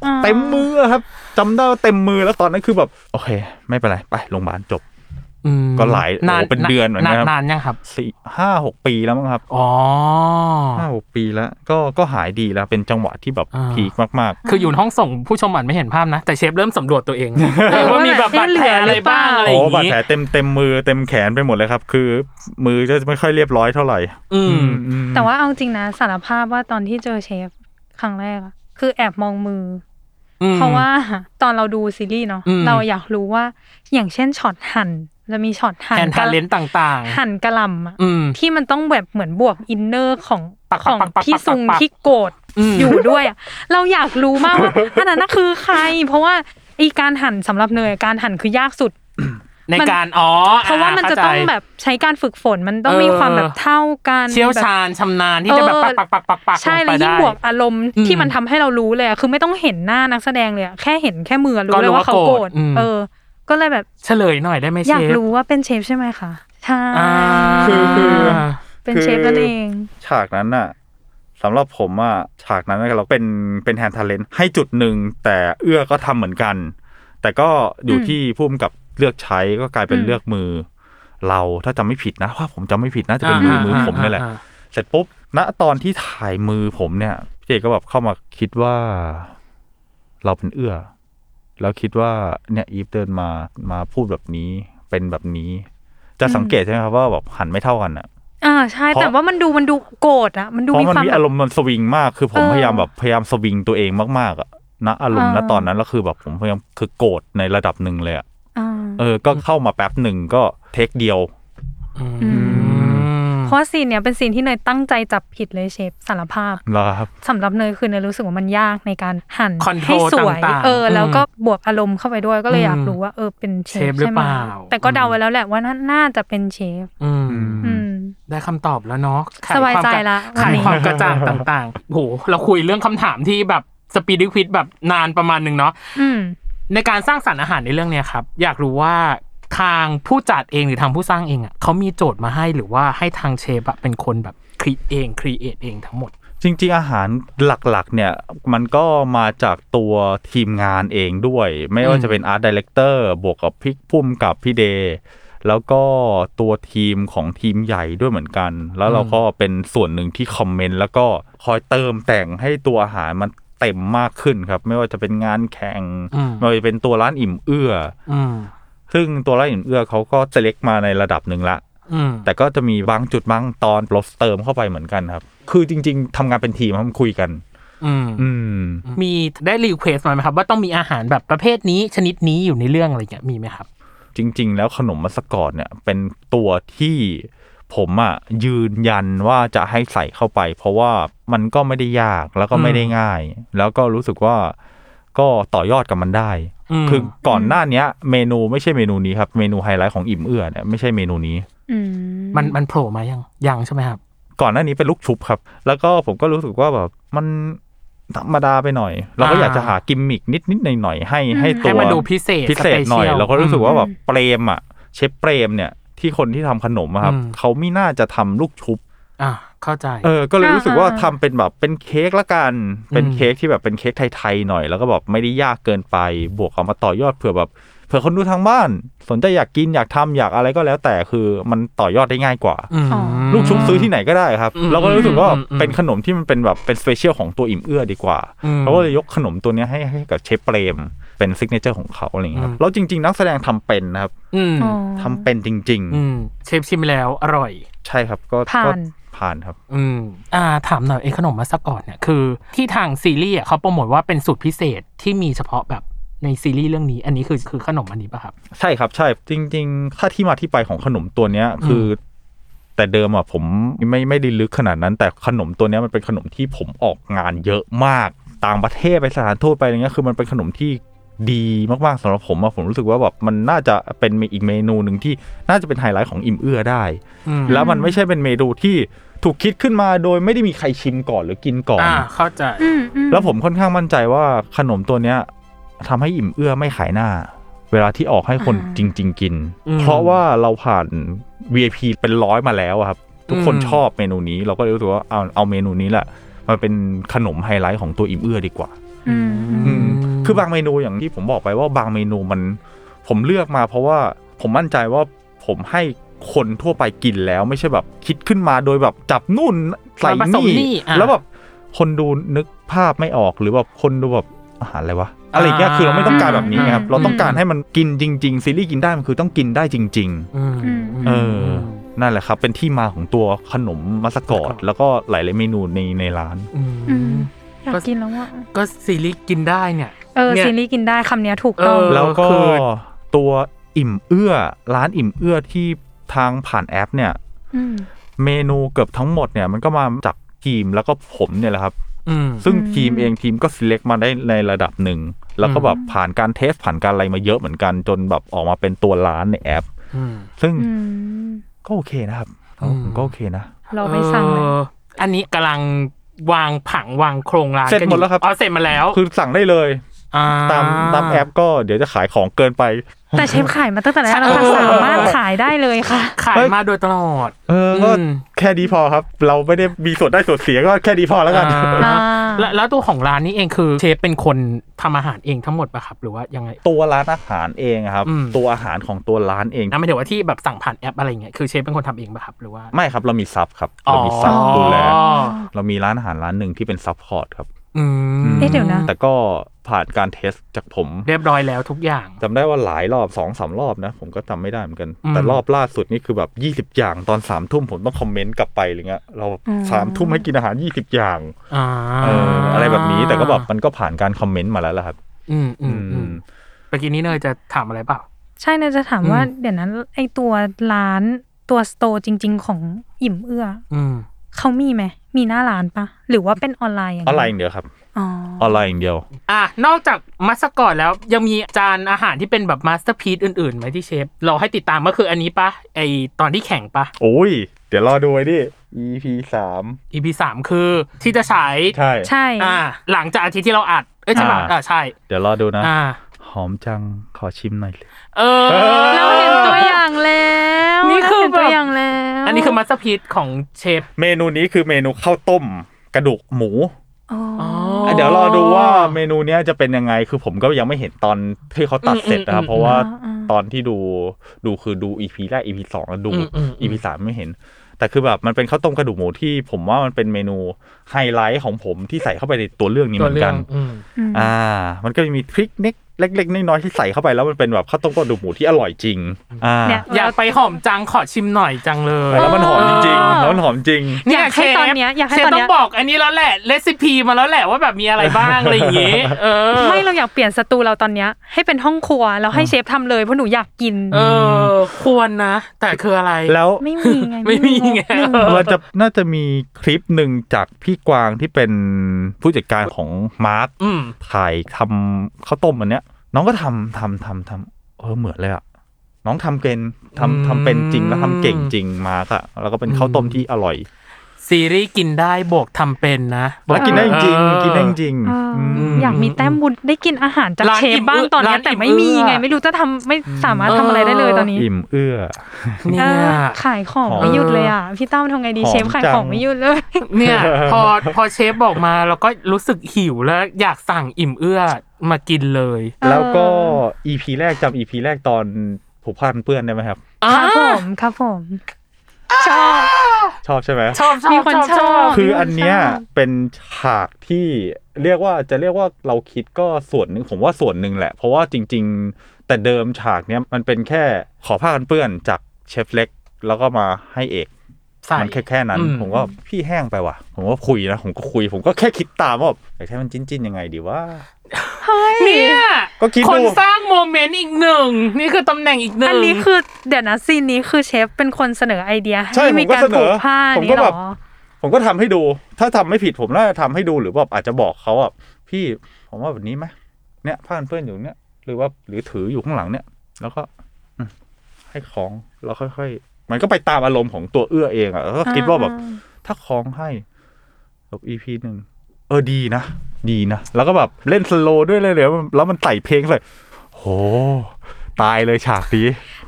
Speaker 2: อ่า
Speaker 3: เต็มมือครับจำได้ว่าเต็มมือแล้วตอนนั้นคือแบบ โอเค ไม่เป็นไรไปโรงพยาบาลจบ
Speaker 1: อืม
Speaker 3: ก็หลายโอ้โหเป็นเดือนเหมือนกันครับ
Speaker 1: นานยังครับ
Speaker 3: สี่ห้าหกปีแล้วมั้งครับ
Speaker 1: อ๋อ
Speaker 3: ห้าหกปีแล้ว ก็ก็หายดีแล้วเป็นจังหวะที่แบบ
Speaker 1: อ่า
Speaker 3: พีคมากๆ
Speaker 1: คืออยู่ในห้องส่งผู้ชมอาจไม่เห็นภาพนะ แต่เชฟเริ่มสำรวจตัว เอง
Speaker 2: เออ
Speaker 1: ว่ามีแบบบา
Speaker 2: ว่า
Speaker 1: ด
Speaker 2: แบบเอ๊ะเหลื
Speaker 1: แผล
Speaker 2: อ
Speaker 1: อะไรบ้าง
Speaker 2: หรือเปล่า
Speaker 1: อะไรอย่าง
Speaker 3: โอ้บาด
Speaker 1: งี้
Speaker 3: แผลเต็มเต็มมือเต็มแขนไปหมดเลยครับ คือ มือจะไม่ค่อยเรียบร้อยเท่าไหร่
Speaker 1: อืม
Speaker 3: อืม
Speaker 2: แต่ว่าเอาจริงนะสารภาพว่าตอนที่เจอเชฟครั้งแรกอะคือแอบมองมืออเพราะว่าตอนเราดูซีรีส์เนาะ
Speaker 1: อืม
Speaker 2: เราอยากรู้ว่าอย่างเช่นช็อตหั่นจะมีช็อตหั่น
Speaker 1: แอนทาเลนต่าง
Speaker 2: หั่นกระหลำอะ
Speaker 1: ๆ อืม
Speaker 2: ที่มันต้องแบบเหมือนบวกอินเนอร์ของ
Speaker 1: ปัก
Speaker 2: ของ
Speaker 1: ปักปัก
Speaker 2: พี่ซุง
Speaker 1: ปักปัก
Speaker 2: ที่โกร ธ
Speaker 1: อืม
Speaker 2: อยู่ด้วยอะเราอยากรู้มากว่าอันนั้นน่ะคือใคร เพราะว่าไอการหั่นสำหรับเนยการหั่นคือยากสุด
Speaker 1: ในการอ๋ออ่
Speaker 2: เพราะว่ามันจะต้อง
Speaker 1: เข้ใจ
Speaker 2: แบบใช้การฝึกฝนมันต้อง
Speaker 1: เออ
Speaker 2: มีความแบบเท่ากัน
Speaker 1: เชี่ยว
Speaker 2: แบบ
Speaker 1: ชาญชำนาญที่จะแบบ
Speaker 2: เออ
Speaker 1: ปักปักปักปักปัก
Speaker 2: ใช่
Speaker 1: ลง
Speaker 2: แล้
Speaker 1: ไป
Speaker 2: วยิ่ง
Speaker 1: ได้
Speaker 2: บวกอารมณ์
Speaker 1: อืม
Speaker 2: ที่มันทำให้เรารู้เลยอะคือไม่ต้องเห็นหน้านักแสดงเลยอะแค่เห็นแค่มือรู้
Speaker 1: ก็รู้
Speaker 2: เลยว่าเขา
Speaker 1: ว่าโก
Speaker 2: โก
Speaker 1: ร
Speaker 2: ร
Speaker 1: ธ
Speaker 2: ธ
Speaker 1: อืม
Speaker 2: เออ ก็เลยแบบ
Speaker 1: เฉลยหน่อยได้ไหมเชฟอย
Speaker 2: อากรู้ว่าเป็นเชฟใช่ไหมคะใช่
Speaker 1: อ่า
Speaker 3: คือคือ
Speaker 2: เป็นเชฟนั่นเอง
Speaker 3: ฉากนั้นน่ะสำหรับผมอ่ะฉากนั้นเราเป็นเป็นแฮนด์ทาเลนให้จุดหนึ่งแต่เอื้อก็ทำเหมือนกัน แต่ก็อยู่ที่พุ่มกับเลือกใช้ก็กลายเป็นเลือกมือ เราถ้าจำไม่ผิดนะว่าผมจำไม่ผิดน่าจะเป็นมือมือผมนี่แหละ
Speaker 1: อ่า
Speaker 3: เสร็จปุ๊บ ณ ตอนที่ถ่ายมือผมเนี่ยพี่เจก็แบบเข้ามาคิดว่า เราเป็นเอื้อ แล้วคิดว่าเนี่ยอีฟเดินมามาพูดแบบนี้เป็นแบบนี้ จะสังเกตใช่ไหมครับว่าแบบหันไม่เท่ากันอะ
Speaker 2: อ่าใช่
Speaker 3: เพราะ
Speaker 2: แต่ว่ามันดูมันดูโกรธอะมันดู
Speaker 3: เพราะ
Speaker 2: มี
Speaker 3: มัน
Speaker 2: ความ
Speaker 3: มี
Speaker 2: แบบ
Speaker 3: อารมณ์มันสวิงมากคือผม
Speaker 2: เออ
Speaker 3: พยายามแบบพยายามสวิงตัวเองมากๆอะณอารมณ์ณ
Speaker 2: อ่า
Speaker 3: ตอนนั้นแล้วคือแบบผมพยายามคือโกรธในระดับหนึ่งเลยอะ
Speaker 2: อ่า
Speaker 3: เออก็เข้ามาแป๊บหนึ่งก็เทคเดียว
Speaker 1: อืม
Speaker 2: อืม
Speaker 1: อืม
Speaker 2: เพราะซีนเนี่ยเป็นซีนที่เนยตั้งใจจับผิดเลยเชฟสารภาพ
Speaker 3: เหรอครับ
Speaker 2: สำหรับเนยคือเนยรู้สึกว่ามันยากในการหั่น
Speaker 1: Control
Speaker 2: ให้สวย
Speaker 1: ต่างๆ
Speaker 2: เอออ
Speaker 1: ม
Speaker 2: แล้วก็บวกอารมณ์เข้าไปด้วยก็เล
Speaker 1: อื
Speaker 2: ย
Speaker 1: ม
Speaker 2: อยากรู้ว่าเออเป็นเช
Speaker 1: เช
Speaker 2: ฟ
Speaker 1: ฟหรือ
Speaker 2: ใช่ไห
Speaker 1: เป
Speaker 2: ม
Speaker 1: ล่า
Speaker 2: แต่ก็เดาไว้แล้วแหละว่าน่าน่าจะเป็นเชฟ
Speaker 1: อืม
Speaker 2: อืม
Speaker 1: ได้คำตอบแล้วเนาะไข
Speaker 2: สบายใจละ
Speaker 1: ขาย
Speaker 2: วันนี้
Speaker 1: ความกระจ่างต่างๆโหเราคุยเรื่องคำถามที่แบบสปีดควิดแบบนานประมาณหนึ่งเนาะ
Speaker 2: อืม
Speaker 1: ในการสร้างสรรค์อาหารในเรื่องเนี้ยครับ อยากรู้ว่าทางผู้จัดเองหรือทางผู้สร้างเองอ่ะเขามีโจทย์มาให้หรือว่าให้ทางเชฟอะเป็นคนแบบครีเองครีเอทเองทั้งหมด
Speaker 3: จริงๆอาหารหลักๆ เนี่ยมันก็มาจากตัวทีมงานเองด้วย ไม่ว่า
Speaker 1: อืม
Speaker 3: จะเป็นอาร์ตดีเลกเตอร์บวกกับพิกพุ่มกับพี่เดย์แล้วก็ตัวทีมของทีมใหญ่ด้วยเหมือนกัน แล้วเรา
Speaker 1: อืม
Speaker 3: ก็เป็นส่วนหนึ่งที่คอมเมนต์แล้วก็คอยเติมแต่งให้ตัวอาหารมันเต็มมากขึ้นครับ ไม่ว่าจะเป็นงานแข่ง
Speaker 1: อืม
Speaker 3: ไม่ว่าจะเป็นตัวร้านอิ่มเอื้อ
Speaker 1: อืม
Speaker 3: ซึ่งตัวร้านอิ่มเอื้อเขาก็เซเล็กมาในระดับหนึ่งละ
Speaker 1: อืม
Speaker 3: แต่ก็จะมีบางจุดบางตอนลดเติมเข้าไปเหมือนกันครับ คือจริง ๆทำงานเป็นทีมครับคุยกัน
Speaker 1: อืม
Speaker 3: อืม
Speaker 1: มีได้รีเควสมาไหมครับ ว่าต้องมีอาหารแบบประเภทนี้ชนิดนี้อยู่ในเรื่องอะไรเงี้ยมีไหมครับ
Speaker 3: จริง ๆ แล้วขนมมัสกอตเนี่ย เป็นตัวที่ผมอะยืนยันว่าจะให้ใส่เข้าไป เพราะว่ามันก็ไม่ได้ยากแล้วก็ไม่ได้ง่าย แล้วก็รู้สึกว่าก็ต่อยอดกับมันได้
Speaker 1: อืม
Speaker 3: คือก่อนหน้าเนี้ย เมนูไม่ใช่เมนูนี้ครับ เมนูไฮไลท์ของอิ่มเอื้อเนี่ยไม่ใช่เมนูนี้
Speaker 2: อืม
Speaker 1: มันมันโผล่มายังยังใช่ไหมครับ
Speaker 3: ก่อนหน้านี้เป็นลูกชุบครับ แล้วก็ผมก็รู้สึกว่าแบบมันธรรมดาไปหน่อย เราก็อยากจะหากิมมิกนิดนิดหน่อยหน่อยๆให้ให้ตัว
Speaker 1: ให้มันดูพิเศษ
Speaker 3: พิเศษหน่อย
Speaker 1: special
Speaker 3: เราก็รู้สึกว่าแบบเปรมอ่ะ เชฟเปรมเนี่ยที่คนที่ทำขนมอะครับ
Speaker 1: อืม
Speaker 3: เขาไม่น่าจะทำลูกชุบ
Speaker 1: อ่าเข้าใจ
Speaker 3: เออ ก็เลยรู้สึกว่าทำเป็นแบบเป็นเค้กละกัน เป็นเค้กที่แบบเป็นเค้กไทยๆหน่อย แล้วก็แบบไม่ได้ยากเกินไป บวกเอามาต่อยอดเผื่อแบบเผื่อคนดูทางบ้าน สนใจอยากกินอยากทำอยากอะไรก็แล้ว แต่คือมันต่อยอดได้ง่ายกว่า ลูกชุบซื้อที่ไหนก็ได้ครับ
Speaker 1: อืม
Speaker 3: เราก็รู้สึกว่า
Speaker 1: อืมอืม
Speaker 3: เป็นขนมที่มันเป็นแบบเป็นสเปเชียลของตัวอิ่มเอื้อดีกว่า
Speaker 1: อืม
Speaker 3: เขาก็เลยยกขนมตัวเนี้ยให้ให้กับเชฟเปรม เป็นซิกเนเจอร์ของเขาอะไรอย่างเงี้ยครั
Speaker 1: อื
Speaker 3: บ
Speaker 1: ม
Speaker 3: แล้วจริง ๆ นักแสดงทำเป็นนะครับ
Speaker 1: อืม
Speaker 2: อ๋อ
Speaker 3: ทำเป็นจริง
Speaker 1: อืมเชฟชิมแล้วอร่อย
Speaker 3: ๆ ใช่ครับก็
Speaker 2: ผ่าน
Speaker 3: ก็ผ่านครับ
Speaker 1: อืมอ่าถามหน่อยไอ้ขนมมัสกอตเนี่ยคือที่ทางซีรีส์อ่ะเขาโปรโมทว่าเป็นสูตรพิเศษที่มีเฉพาะแบบในซีรีส์เรื่องนี้ อันนี้คือคือขนมอันนี้ป่ะครับ
Speaker 3: ใช่ครับใช่จริงๆ ถ้าที่มาที่ไปของขนมตัวเนี้ยคือ แต่เดิมอ่ะผมไม่ไม่ได้ลึกขนาดนั้น แต่ขนมตัวเนี้ยมันเป็นขนมที่ผมออกงานเยอะมาก ต่างประเทศไปสถานทูตไปอะไรเงี้ยคือมันเป็นขนมที่ดีมากๆสำหรับผมอะผมรู้สึกว่าแบบมันน่าจะเป็นอีกเมนูหนึ่งที่น่าจะเป็นไฮไลท์ของอิ่มเอื้อได้
Speaker 1: อืม
Speaker 3: แล้วมันไม่ใช่เป็นเมนูที่ถูกคิดขึ้นมาโดยไม่ได้มีใครชิมก่อนหรือกินก่อน
Speaker 1: อ่าเข้าใจ
Speaker 2: อืมอื
Speaker 3: แล้วผมค่อนข้างมั่นใจว่าขนมตัวเนี้ยทำให้อิ่มเอื้อไม่ขายหน้า เวลาที่ออกให้คนจริง ๆ กิน
Speaker 1: อืม
Speaker 3: เพราะว่าเราผ่าน VIP เป็นร้อยมาแล้วอะครับ ทุกคน
Speaker 1: อืม
Speaker 3: ชอบเมนูนี้เราก็เลยรู้สึกว่าเอาเอาเมนูนี้แหละมันเป็นขนมไฮไลท์ของตัวอิ่มเอื้อดีกว่า
Speaker 2: อืม
Speaker 3: อืมคือบางเมนูอย่างที่ผมบอกไปว่าบางเมนูมันผมเลือกมาเพราะว่าผมมั่นใจว่าผมให้คนทั่วไปกินแล้วไม่ใช่แบบคิดขึ้นมาโดยแบบจับนู่นใส่
Speaker 1: มาผสมนี่
Speaker 3: นี่
Speaker 1: อ่ะ
Speaker 3: แล้วแบบคนดูนึกภาพไม่ออกหรือแบบคนดูแบบอาหารอะไรวะอะไรอย่างเงี้ย
Speaker 1: อ่า
Speaker 3: คือเราไม่ต้องการแบบนี้ไงครับ เราต้องการให้มันกินจริง ๆ ซีรีส์กินได้มันคือต้องกินได้จริง
Speaker 1: อืม
Speaker 3: ๆ เอออนั่นแหละครับ เป็นที่มาของตัวขนมมัสกอดแล้วก็หลายๆเมนูในในร้าน
Speaker 1: อืม
Speaker 2: อืมอยากกินแล้วว่า
Speaker 1: ก็ซีรีส์กินได้เนี่ย
Speaker 2: เออ
Speaker 1: นี่ย
Speaker 2: ซีรีส์กินได้คำเนี้ยถูกต้อง
Speaker 1: เออ
Speaker 3: แล้วก็
Speaker 1: คือ
Speaker 3: ตัวอิ่มเอื้อร้านอิ่มเอื้อที่ทางผ่านแอปเนี่ย
Speaker 2: ม
Speaker 3: เมนูเกือบทั้งหมดเนี่ยมันก็มาจากทีมแล้วก็ผมเนี่ยแหละครับ
Speaker 1: อืม
Speaker 3: ซึ่ง
Speaker 2: อืม
Speaker 3: ทีมเองทีมก็ select มาได้ในระดับหนึ่ง แล้วก็
Speaker 1: อืม
Speaker 3: แบบผ่านการเทสผ่านการอะไรมาเยอะเหมือนกัน จนแบบออกมาเป็นตัวร้านในแอป
Speaker 1: อืม
Speaker 3: ซึ่ง
Speaker 2: อืม
Speaker 3: ก็โอเคนะครับ
Speaker 1: อืม
Speaker 3: ก็โอเคนะ
Speaker 2: เราไปสั่งเล
Speaker 1: เอย ออันนี้กำลังวางผังวางโครงร้าน
Speaker 3: เสร็จ
Speaker 1: กันอยู่
Speaker 3: หมดแล้วครับ
Speaker 1: อ๋อเสร็จมาแล้ว
Speaker 3: คือสั่งได้เลย
Speaker 1: า
Speaker 3: ตามตามแอปก็เดี๋ยวจะขายของเกินไป
Speaker 2: แต่เชฟขายมาตั้งแต่แรก
Speaker 1: ใช่
Speaker 2: แล้วค่ะสามารถขายได้เลยค่ะ
Speaker 1: ขายมาโดยตลอด
Speaker 3: เออก็
Speaker 1: อืม
Speaker 3: แค่ดีพอครับ เราไม่ได้มีส่วนได้ส่วนเสียก็แค่ดีพอแล้วกัน
Speaker 2: อ่า
Speaker 1: แล้วแล้วตัวของร้านนี้เองคือเชฟเป็นคนทำอาหารเองทั้งหมดปะครับ หรือว่ายังไง
Speaker 3: ตัวร้านอาหารเองอะครับ
Speaker 1: อืม
Speaker 3: ตัวอาหารของตัวร้านเอง
Speaker 1: นะไม่ถึงว่าที่แบบสั่งผ่านแอปอะไรเงี้ยคือเชฟเป็นคนทำเองปะครับหรือว่า
Speaker 3: ไม่ครับเรามีซับครับ เรามีซับดูแล
Speaker 1: อ๋อ
Speaker 3: เรามีร้านอาหารร้านหนึ่งที่เป็นซับพอร์ตครับ
Speaker 1: อืม
Speaker 2: เอ๊ะเดี๋ยวนะ
Speaker 3: แต่ก็ผ่านการเทสจากผม
Speaker 1: เรียบร้อยแล้วทุกอย่าง
Speaker 3: จำได้ว่าหลายรอบสองสามรอบนะ ผมก็จำไม่ได้เหมือนกัน
Speaker 1: อืม
Speaker 3: แต่รอบล่าสุดนี่คือแบบ 20 อย่างตอน3ามทุ่มผมต้องคอมเมนต์กลับไปอะไรเงี้ยเราสามทุ่มให้กินอาหาร 20 อย่าง
Speaker 1: อ่า
Speaker 3: เอออะไรแบบนี้แต่ก็แบบมันก็ผ่านการคอมเมนต์มาแล้วล่ะครับ
Speaker 1: อืมอืม
Speaker 3: อื
Speaker 1: อื
Speaker 3: ม
Speaker 1: มเมื่อกี้นี้เนยจะถามอะไรเปล่า
Speaker 2: ใช่เนยจะถามว่า เดี๋ยวนั้นไอตัวร้าน ตัวสโตร์จริง ๆ ของอิ่มเอื้อ
Speaker 1: อืม
Speaker 2: เขามีไหมมีหน้าร้านปะหรือว่าเป็นออนไลน์อย่าง
Speaker 3: ออน
Speaker 2: เดียว
Speaker 3: ไลน์อย่างเดียวครับ
Speaker 2: อ๋อ
Speaker 3: ออนไลน์อย่างเดียว
Speaker 1: อ่ะนอกจากมัสกอตแล้วยังมีจานอาหารที่เป็นแบบมาสเตอร์พีซอื่นๆไหมที่เชฟ เราให้ติดตามก็คืออันนี้ปะไอตอนที่แข่งปะ
Speaker 3: โอ้ย เดี๋ยวรอดูไอ้ดิ EP สาม
Speaker 1: EP สามคือที่จะฉาย
Speaker 3: ใช่
Speaker 2: ใช่
Speaker 1: อ่า หลังจากอาทิตย์ที่เราอัด เอ้ยใช่ปะ
Speaker 3: อ่า
Speaker 1: อ่าใช่
Speaker 3: เดี๋ยวรอดูนะ
Speaker 1: อ่า
Speaker 3: หอมจังขอชิมหน่อยเลย
Speaker 1: เออ
Speaker 2: เราเห็นตัวอย่างแล้ว
Speaker 1: นี่คือ
Speaker 2: เราเห็นตัว
Speaker 1: แบบ
Speaker 2: อย่างแล้ว
Speaker 1: อันนี้คือมัสเตอร์พีซของเชฟ
Speaker 3: เมนูนี้คือเมนูข้าวต้มกระดูกหมู
Speaker 2: อ๋ออ
Speaker 3: เดี๋ยวรอดูว่าเมนูเนี้ยจะเป็นยังไง คือผมก็ยังไม่เห็นตอนที่เขาตัดเสร็จนะครับ
Speaker 1: อืมอืม
Speaker 3: เพราะว่า
Speaker 2: อ่าอ่า
Speaker 3: ตอนที่ดูดูคือดู EP แรก EP สองแล้วดู
Speaker 1: อืมอืมอืม
Speaker 3: EP สามไม่เห็น แต่คือแบบมันเป็นข้าวต้มกระดูกหมูที่ผมว่ามันเป็นเมนูไฮไลท์ของผมที่ใส่เข้าไปในตัวเรื่องนี้
Speaker 1: ตั
Speaker 3: เห
Speaker 1: ว
Speaker 3: มือ
Speaker 1: เรื่
Speaker 3: น
Speaker 1: อ
Speaker 3: กั
Speaker 1: ง
Speaker 3: น
Speaker 1: อืม
Speaker 2: ม
Speaker 3: อ่า มันก็จะมีทริคเล็กเล็กๆน้อยๆที่ใส่เข้าไปแล้วมันเป็นแบบข้าวต้มกระดูกหมูที่อร่อยจริง อ่า
Speaker 2: เนี่ย
Speaker 1: อยากไปหอมจังขอชิมหน่อยจังเลย
Speaker 3: แล้วมันหอมจริงๆแล้วมันหอมจริง
Speaker 1: เนี่
Speaker 2: อยากให้
Speaker 1: ชฟ
Speaker 2: ตอนเนี้ยอยากให้
Speaker 1: เชฟ
Speaker 2: ตอนเนี้
Speaker 1: ต้อย งบอกอันนี้แล้วแหละเรซิปีมาแล้วแหละว่าแบบมีอะไรบ้างอะไรอย่างงี้ เออ
Speaker 2: ไม่เราอยากเปลี่ยนสตูเราตอนเนี้ยให้เป็นห้องครัวแล้วให้เชฟทำเลยเพราะหนูอยากกิน
Speaker 1: เออ ควรนะ แต่คืออะไร
Speaker 3: แล้ว
Speaker 2: ไม่มีไง
Speaker 1: ไม่มีไง
Speaker 2: ม่มี
Speaker 1: เออ
Speaker 3: เราจะน่าจะมีคลิปหนึ่งจากพี่กวางที่เป็นผู้จัดการของมาร์ค
Speaker 1: อืม
Speaker 3: ถ่ายทำข้าวต้มอันเนี้ย น้องก็ทำทำทำทำเออเหมือนเลยอะน้องทำเป็น
Speaker 1: อืม
Speaker 3: ทำทำเป็นจริงแล้วทำเก่งจริงมาร์คอะแล้วก็เป็นข้าวต้มที่อร่อย
Speaker 1: ซีรีส์กินได้บวกทำเป็นนะ
Speaker 3: แล้วกินได้จริง
Speaker 1: เออ
Speaker 3: กินได้จริง
Speaker 2: เอออ
Speaker 3: ม
Speaker 2: อยากมีแต้มบุญได้กินอาหารจาก
Speaker 1: ร้าน
Speaker 2: เชฟ
Speaker 1: อิ่ม
Speaker 2: บ้าง
Speaker 1: เอื้อ
Speaker 2: ตอนเนี้
Speaker 1: ร้าย น
Speaker 2: แต่
Speaker 1: อิ่ม
Speaker 2: ไม่มีไง
Speaker 1: เอื้อ
Speaker 2: ไม่รู้จะทำไม่สามารถทำอะไรได้เลยตอนนี้
Speaker 3: อิ่มเอื้อ
Speaker 1: เนี่
Speaker 2: เอย อขายของไม่หยุดเลยอ่ะพี่ตั้มทำไงดี
Speaker 3: หอม
Speaker 2: เชฟขาย
Speaker 3: จัง
Speaker 2: ของไม่หยุดเลย
Speaker 1: เนี่ย พอพอเชฟบอกมาเราก็รู้สึกหิวแล้วอยากสั่งอิ่มเอื้อมากินเลย
Speaker 3: แล้วก็ EP แรกจำ EP แรกตอนผูกพันเปื้อนได้ไหมครับ
Speaker 2: ครับผ
Speaker 1: อ่าม
Speaker 2: ครับผม
Speaker 3: ชอบใช่ไหม
Speaker 1: ชอบชอบ
Speaker 2: มีคนชอบ
Speaker 3: คืออันเนี้ย
Speaker 2: มีคชบ
Speaker 3: เป็นฉากที่เรียกว่าจะเรียกว่าเราคิดก็ส่วนหนึ่งผมว่าส่วนหนึ่งแหละ เพราะว่าจริง ๆ แต่เดิมฉากเนี้ยมันเป็นแค่ขอผ้ากันเปื้อนจากเชฟเล็ก แล้วก็มาให้เอก
Speaker 1: ใส่
Speaker 3: มันแค่แค่นั้น
Speaker 1: อืม
Speaker 3: ผมก็พี่แห้งไปว่ะ ผมก็คุยนะ ผมก็คุย ผมก็แค่คิดตามว่าแบบอยากให้มันจิ้นๆยังไงดีว่า
Speaker 1: เนี่ย
Speaker 3: ก็คิดดู
Speaker 1: คนสร้างโมเมนต์อีกหนึ่ง นี่คือตำแหน่งอีกหนึ่ง
Speaker 2: อันนี้คือเดี๋ยวนะซีนนี้คือเชฟเป็นคนเสนอไอเดีย
Speaker 3: ใช่
Speaker 2: ห้มีการ
Speaker 3: ผมก็เสน
Speaker 2: ผู
Speaker 3: อก
Speaker 2: ผ้า
Speaker 3: ผมก็
Speaker 2: นี่หร
Speaker 3: แบ
Speaker 2: อบ
Speaker 3: ผมก็ทำให้ดู ถ้าทำไม่ผิดผมน่าจะทำให้ดูหรือว่าอาจจะบอกเขาอ่ะพี่ผมว่าแบบนี้ไหมเนี่ยผ้ากันเปื้อนอยู่เนี่ย หรือว่าหรือถืออยู่ข้างหลังเนี่ย แล้วก็อืมให้ของแล้วค่อย ๆ มันก็ไปตามอารมณ์ของตัวเอื้อเองอ่ะแล้วก็คิดว่าแบบ ถ้าของให้แบบอีพีหนึ่งเออดีนะดีนะ แล้วก็แบบเล่นสโลว์ด้วยเลยเดี๋ยวแล้วมันใส่เพลงเลยโหตายเลยฉากนี้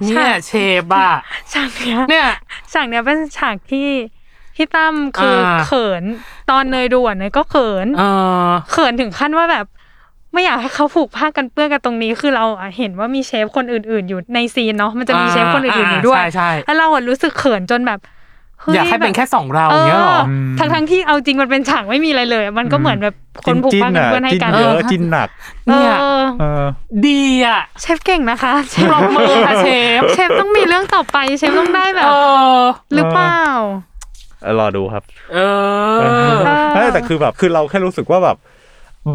Speaker 1: เนี่ยเชฟอ่ะ
Speaker 2: ฉากเนี้ย
Speaker 1: เนี่ย
Speaker 2: ฉากเนี้ยเป็นฉากที่พี่ตั้มคืออา เขินตอนเนยด่วนเนยก็เขิน
Speaker 1: เออ
Speaker 2: เขินถึงขั้นว่าแบบ ไม่อยากให้เขาผูกผ้ากันเปื้อนกันตรงนี้คือเราอะเห็นว่ามีเชฟคนอื่น ๆ อยู่ในซีนเนาะมันจะมีเชฟคนอื่นๆอยู่ด้วย
Speaker 1: อ่าใช่ใช่
Speaker 2: แล้วเราอะรู้สึกเขินจนแบบฮ้
Speaker 1: อยากให้เป็น
Speaker 2: บบ
Speaker 1: แค่สองเราอย่างเงี้ยเหรอ
Speaker 2: ทั้งทั้งๆที่เอาจริงมันเป็นฉากไม่มีอะไรเลย มันก็เหมือนแบบคนผูก
Speaker 3: จิ้น
Speaker 2: ผ้า
Speaker 3: ๆ
Speaker 2: กัน
Speaker 3: อ่ะ
Speaker 2: เปื้อนให้
Speaker 3: จิ้น
Speaker 2: กัน
Speaker 3: เย
Speaker 1: เอ
Speaker 3: อะ
Speaker 1: อ
Speaker 3: จิ้นหนัก
Speaker 1: เนี่ย
Speaker 2: เออ
Speaker 3: เออ
Speaker 1: ดีอ่ะ
Speaker 2: เชฟเก่ง นะคะเชฟ
Speaker 1: ปรบมือค่ะเชฟ
Speaker 2: เชฟต้องมีเรื่องต่อไปเชฟต้องได้แบ
Speaker 1: เอบ อ
Speaker 2: หรือเปล่า
Speaker 3: เออรอดูครับ
Speaker 1: เออ
Speaker 2: เออ
Speaker 3: แต่คือแบบคือเราแค่รู้สึกว่าแบบ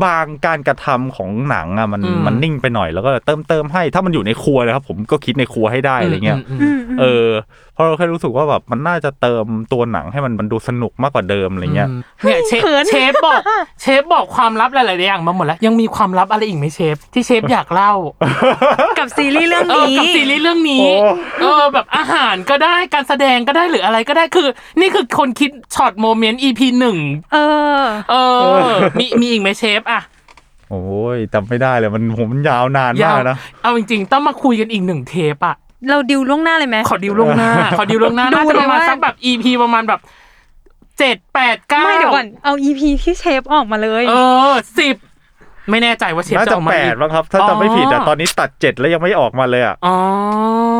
Speaker 3: บางการกระทำของหนังอะมัน
Speaker 1: อืม
Speaker 3: มันนิ่งไปหน่อยแล้วก็เติมเติมให้ถ้ามันอยู่ในครัวนะครับ ผมก็คิดในครัวให้ได้อะไรเงี้ย
Speaker 1: มม
Speaker 2: อืม
Speaker 3: เออเพราะเราแค่รู้สึกว่าแบบมันน่าจะเติมตัวหนังให้มันมันดูสนุกมากกว่าเดิมอะไรเงี้ย
Speaker 1: เนี่ยเชฟเชฟบอก เชฟบอกความลับหลายๆอย่างมาหมดแล้ว ยังมีความลับอะไรอีกไหมเชฟ ที่เชฟอยากเล่า
Speaker 2: กับซีรีส์เรื่อง
Speaker 1: เออ
Speaker 2: นี้
Speaker 1: กับซีรีส์เรื่องนี้
Speaker 3: โอ้
Speaker 1: เออแบบอาหารก็ได้การแสดงก็ได้หรืออะไรก็ได้คือ นี่คือคนคิดช็อตโมเมนต์ EP หนึ่ง
Speaker 2: เออ
Speaker 1: เออมีมีอีกไหมเชฟอ่ะ
Speaker 3: โอ้ยจำไม่ได้เลยมันผมมันยาวนานมาก
Speaker 1: ว
Speaker 3: นะ
Speaker 1: เอาจริงๆ ต้องมาคุยกันอีกหนึ่งเทปอ่ะ
Speaker 2: เราดิวล่วงหน้าเลยไหม
Speaker 1: ขอดิวลวงหน้า ขอดิวลวงหน้า
Speaker 2: ดู
Speaker 1: น่าจะประมาณ
Speaker 2: เลยว่า
Speaker 1: สักแบบ EP ประมาณแบบเจ็ดแปดเก้า
Speaker 2: ไม่เดี๋ยวก่อนเอา EP ที่เชฟออกมาเลย
Speaker 1: เออสิบไม่แน่ใจว่าเชฟ
Speaker 3: น่า
Speaker 1: จะ
Speaker 3: จะ
Speaker 1: ออกมา
Speaker 3: แป
Speaker 1: อี
Speaker 3: ด
Speaker 1: ก
Speaker 3: มั้งครับ ถ้าจำไม่ผิดอะ
Speaker 1: อ๋อ
Speaker 3: ตอนนี้ตัดเจ็ดแล้วยังไม่ออกมาเลยอะ
Speaker 1: อ๋อ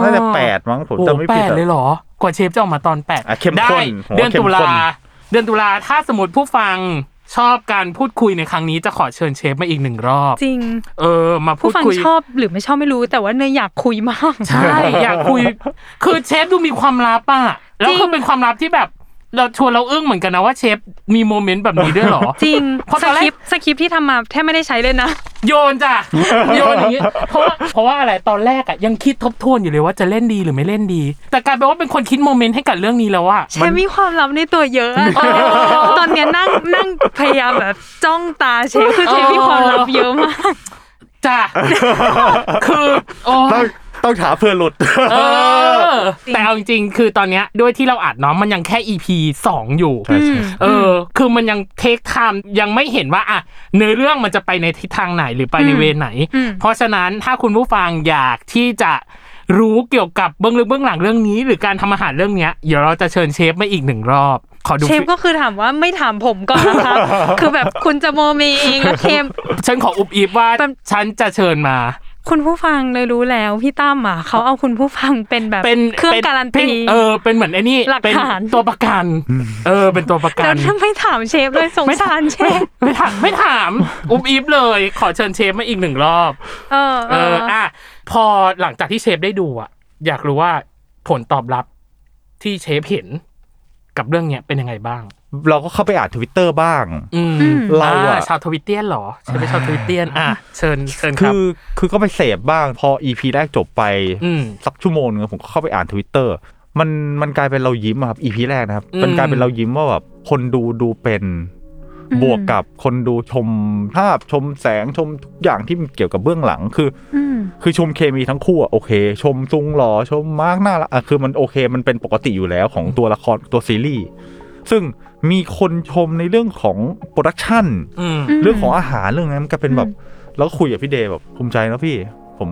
Speaker 3: น่าจะแปดมั้งผม
Speaker 1: โอ้
Speaker 3: จำไม่
Speaker 1: แป
Speaker 3: ผิด
Speaker 1: ด
Speaker 3: อะ
Speaker 1: เลยเหรอ กว่าเชฟจะออกมาตอนแปด
Speaker 3: อ่ะเข้ม
Speaker 1: ได้
Speaker 3: ข้นผมว่า
Speaker 1: เดือน
Speaker 3: เข้ม
Speaker 1: ตุลา
Speaker 3: ข้น
Speaker 1: เดือนตุลาถ้าสมมติผู้ฟังชอบการพูดคุยในครั้งนี้จะขอเชิญเชฟมาอีกหนึ่งรอบ
Speaker 2: จริง
Speaker 1: เออ มาพู
Speaker 2: ผู้
Speaker 1: ด
Speaker 2: ฟัง
Speaker 1: คุย
Speaker 2: ชอบหรือไม่ชอบไม่รู้แต่ว่าเนยอยากคุยมาก
Speaker 1: ใช่ อยากคุย คือเชฟดูมีความลับอ่ะ แล้ว
Speaker 2: จริง
Speaker 1: คือเป็นความลับที่แบบ เราชวนเราอึ้งเหมือนกันนะว่าเชฟมีโมเมนต์แบบนี้ด้วยเหรอ
Speaker 2: จริง
Speaker 1: เพราะ
Speaker 2: ส
Speaker 1: ตอนแร
Speaker 2: ค
Speaker 1: ก
Speaker 2: ริปต์สคริปต์ที่ทำมาแทบไม่ได้ใช้เลยนะ
Speaker 1: โยน จ้ะ โยนอย่างนี้เพราะว่าเพราะว่าอะไรตอนแรกอ่ะยังคิดทบทวนอยู่เลยว่าจะเล่นดีหรือไม่เล่นดี แต่กลายเป็นว่าเป็นคนคิดโมเมนต์ให้กับเรื่องนี้แล้วว่า
Speaker 2: เชฟมีความลับในตัวเยอะอะตอนเนี้ยนั่งนั่งพยายามแบบจ้องตาเชฟคือเชฟมีความลับเยอะมาก
Speaker 1: จ้ ะ คือโอ้ย
Speaker 3: ต้องต้องถามเพื่อหลุด
Speaker 1: เออ แต่เอาจริงๆคือตอนเนี้ยด้วยที่เราอัดเน้องมันยังแค่ EP 2 อยู่ เออ คือมันยังเทคไทม์ยังไม่เห็นว่าอะเนื้อเรื่องมันจะไปในทิศทางไหนหรือไปในเวไหน
Speaker 2: อืม
Speaker 1: เพราะฉะนั้นถ้าคุณผู้ฟังอยากที่จะรู้เกี่ยวกับเบื้องลึกเบื้องหลังเรื่องนี้ หรือการทำอาหารเรื่องเนี้ยเดี๋ยวเราจะเชิญเชฟมาอีกหนึ่งรอบ ขอดู
Speaker 2: เชฟก็คือถามว่าไม่ถามผมก่อนนะคะ คือแบบคุณจะโมเมเองแล้วเชฟ
Speaker 1: ฉันขออุบอิบว่า
Speaker 2: เป็น
Speaker 1: ฉันจะเชิญมา
Speaker 2: คุณผู้ฟังเลยรู้แล้วพี่ตั้มอ่ะเขาเอาคุณผู้ฟังเป็นแบบ
Speaker 1: เป็น
Speaker 2: เครื่อง
Speaker 1: ป็
Speaker 2: การันตี
Speaker 1: เออ เป็นเหมือนไอ้นี่
Speaker 2: หลัก
Speaker 1: เป็น
Speaker 2: ฐาน
Speaker 1: ตัวประกัน เออ เป็นตัวประกั
Speaker 2: แล้ว
Speaker 1: น
Speaker 2: ถ้าไม่ถามเชฟเลยสงสารเชฟ
Speaker 1: ไม่ถามไม่ถาม อุบอิบเลย ขอเชิญเชฟมาอีกหนึ่งรอบ
Speaker 2: เออ
Speaker 1: เอ
Speaker 2: เอ
Speaker 1: อ
Speaker 2: อ
Speaker 1: อ่ะพอหลังจากที่เชฟได้ดูอะอยากรู้ว่าผลตอบรับที่เชฟเห็นกับเรื่องเนี้ยเป็นยังไงบ้าง
Speaker 3: เราก็เข้าไปอ่านทวิตเตอร์บ้าง
Speaker 1: อืม
Speaker 3: เรา
Speaker 1: อ่
Speaker 3: อะ
Speaker 1: ชาวทวิตเตียนเหรอเชฟเป็นชาวทวิตเตียนอ่ะเชิญเชิญค
Speaker 3: คื
Speaker 1: รับ
Speaker 3: อคือก็ไปเสพบ้าง พออีพีแรกจบไป
Speaker 1: อืม
Speaker 3: สักชั่วโมงนึงผมก็เข้าไปอ่านทวิตเตอร์มันมันกลายเป็นเรายิ้มอะครับอีพีแรกนะครับ
Speaker 1: อืม
Speaker 3: มันกลายเป็นเรายิ้มว่าแบบคนดูดูเป็นบวกกับคนดูชมภาพชมแสงชมทุกอย่างที่มันเกี่ยวกับเบื้องหลังคือ
Speaker 2: อืม
Speaker 3: คือชมเคมีทั้งคู่อะโอเค ชมซุงหล่อชมมาร์กหน้าละอ่ะคือมันโอเคมันเป็นปกติอยู่แล้วของตัวละครตัวซีรีส์ซึ่งมีคนชมในเรื่องของโปรดักชัน
Speaker 1: อืม
Speaker 3: เรื่องของอาหารเรื่องนั้นมันก็เป็นแบบ
Speaker 2: อื
Speaker 3: แล้วคุยกับพี่เดย์แบบภูมิใจนะพี่ ผม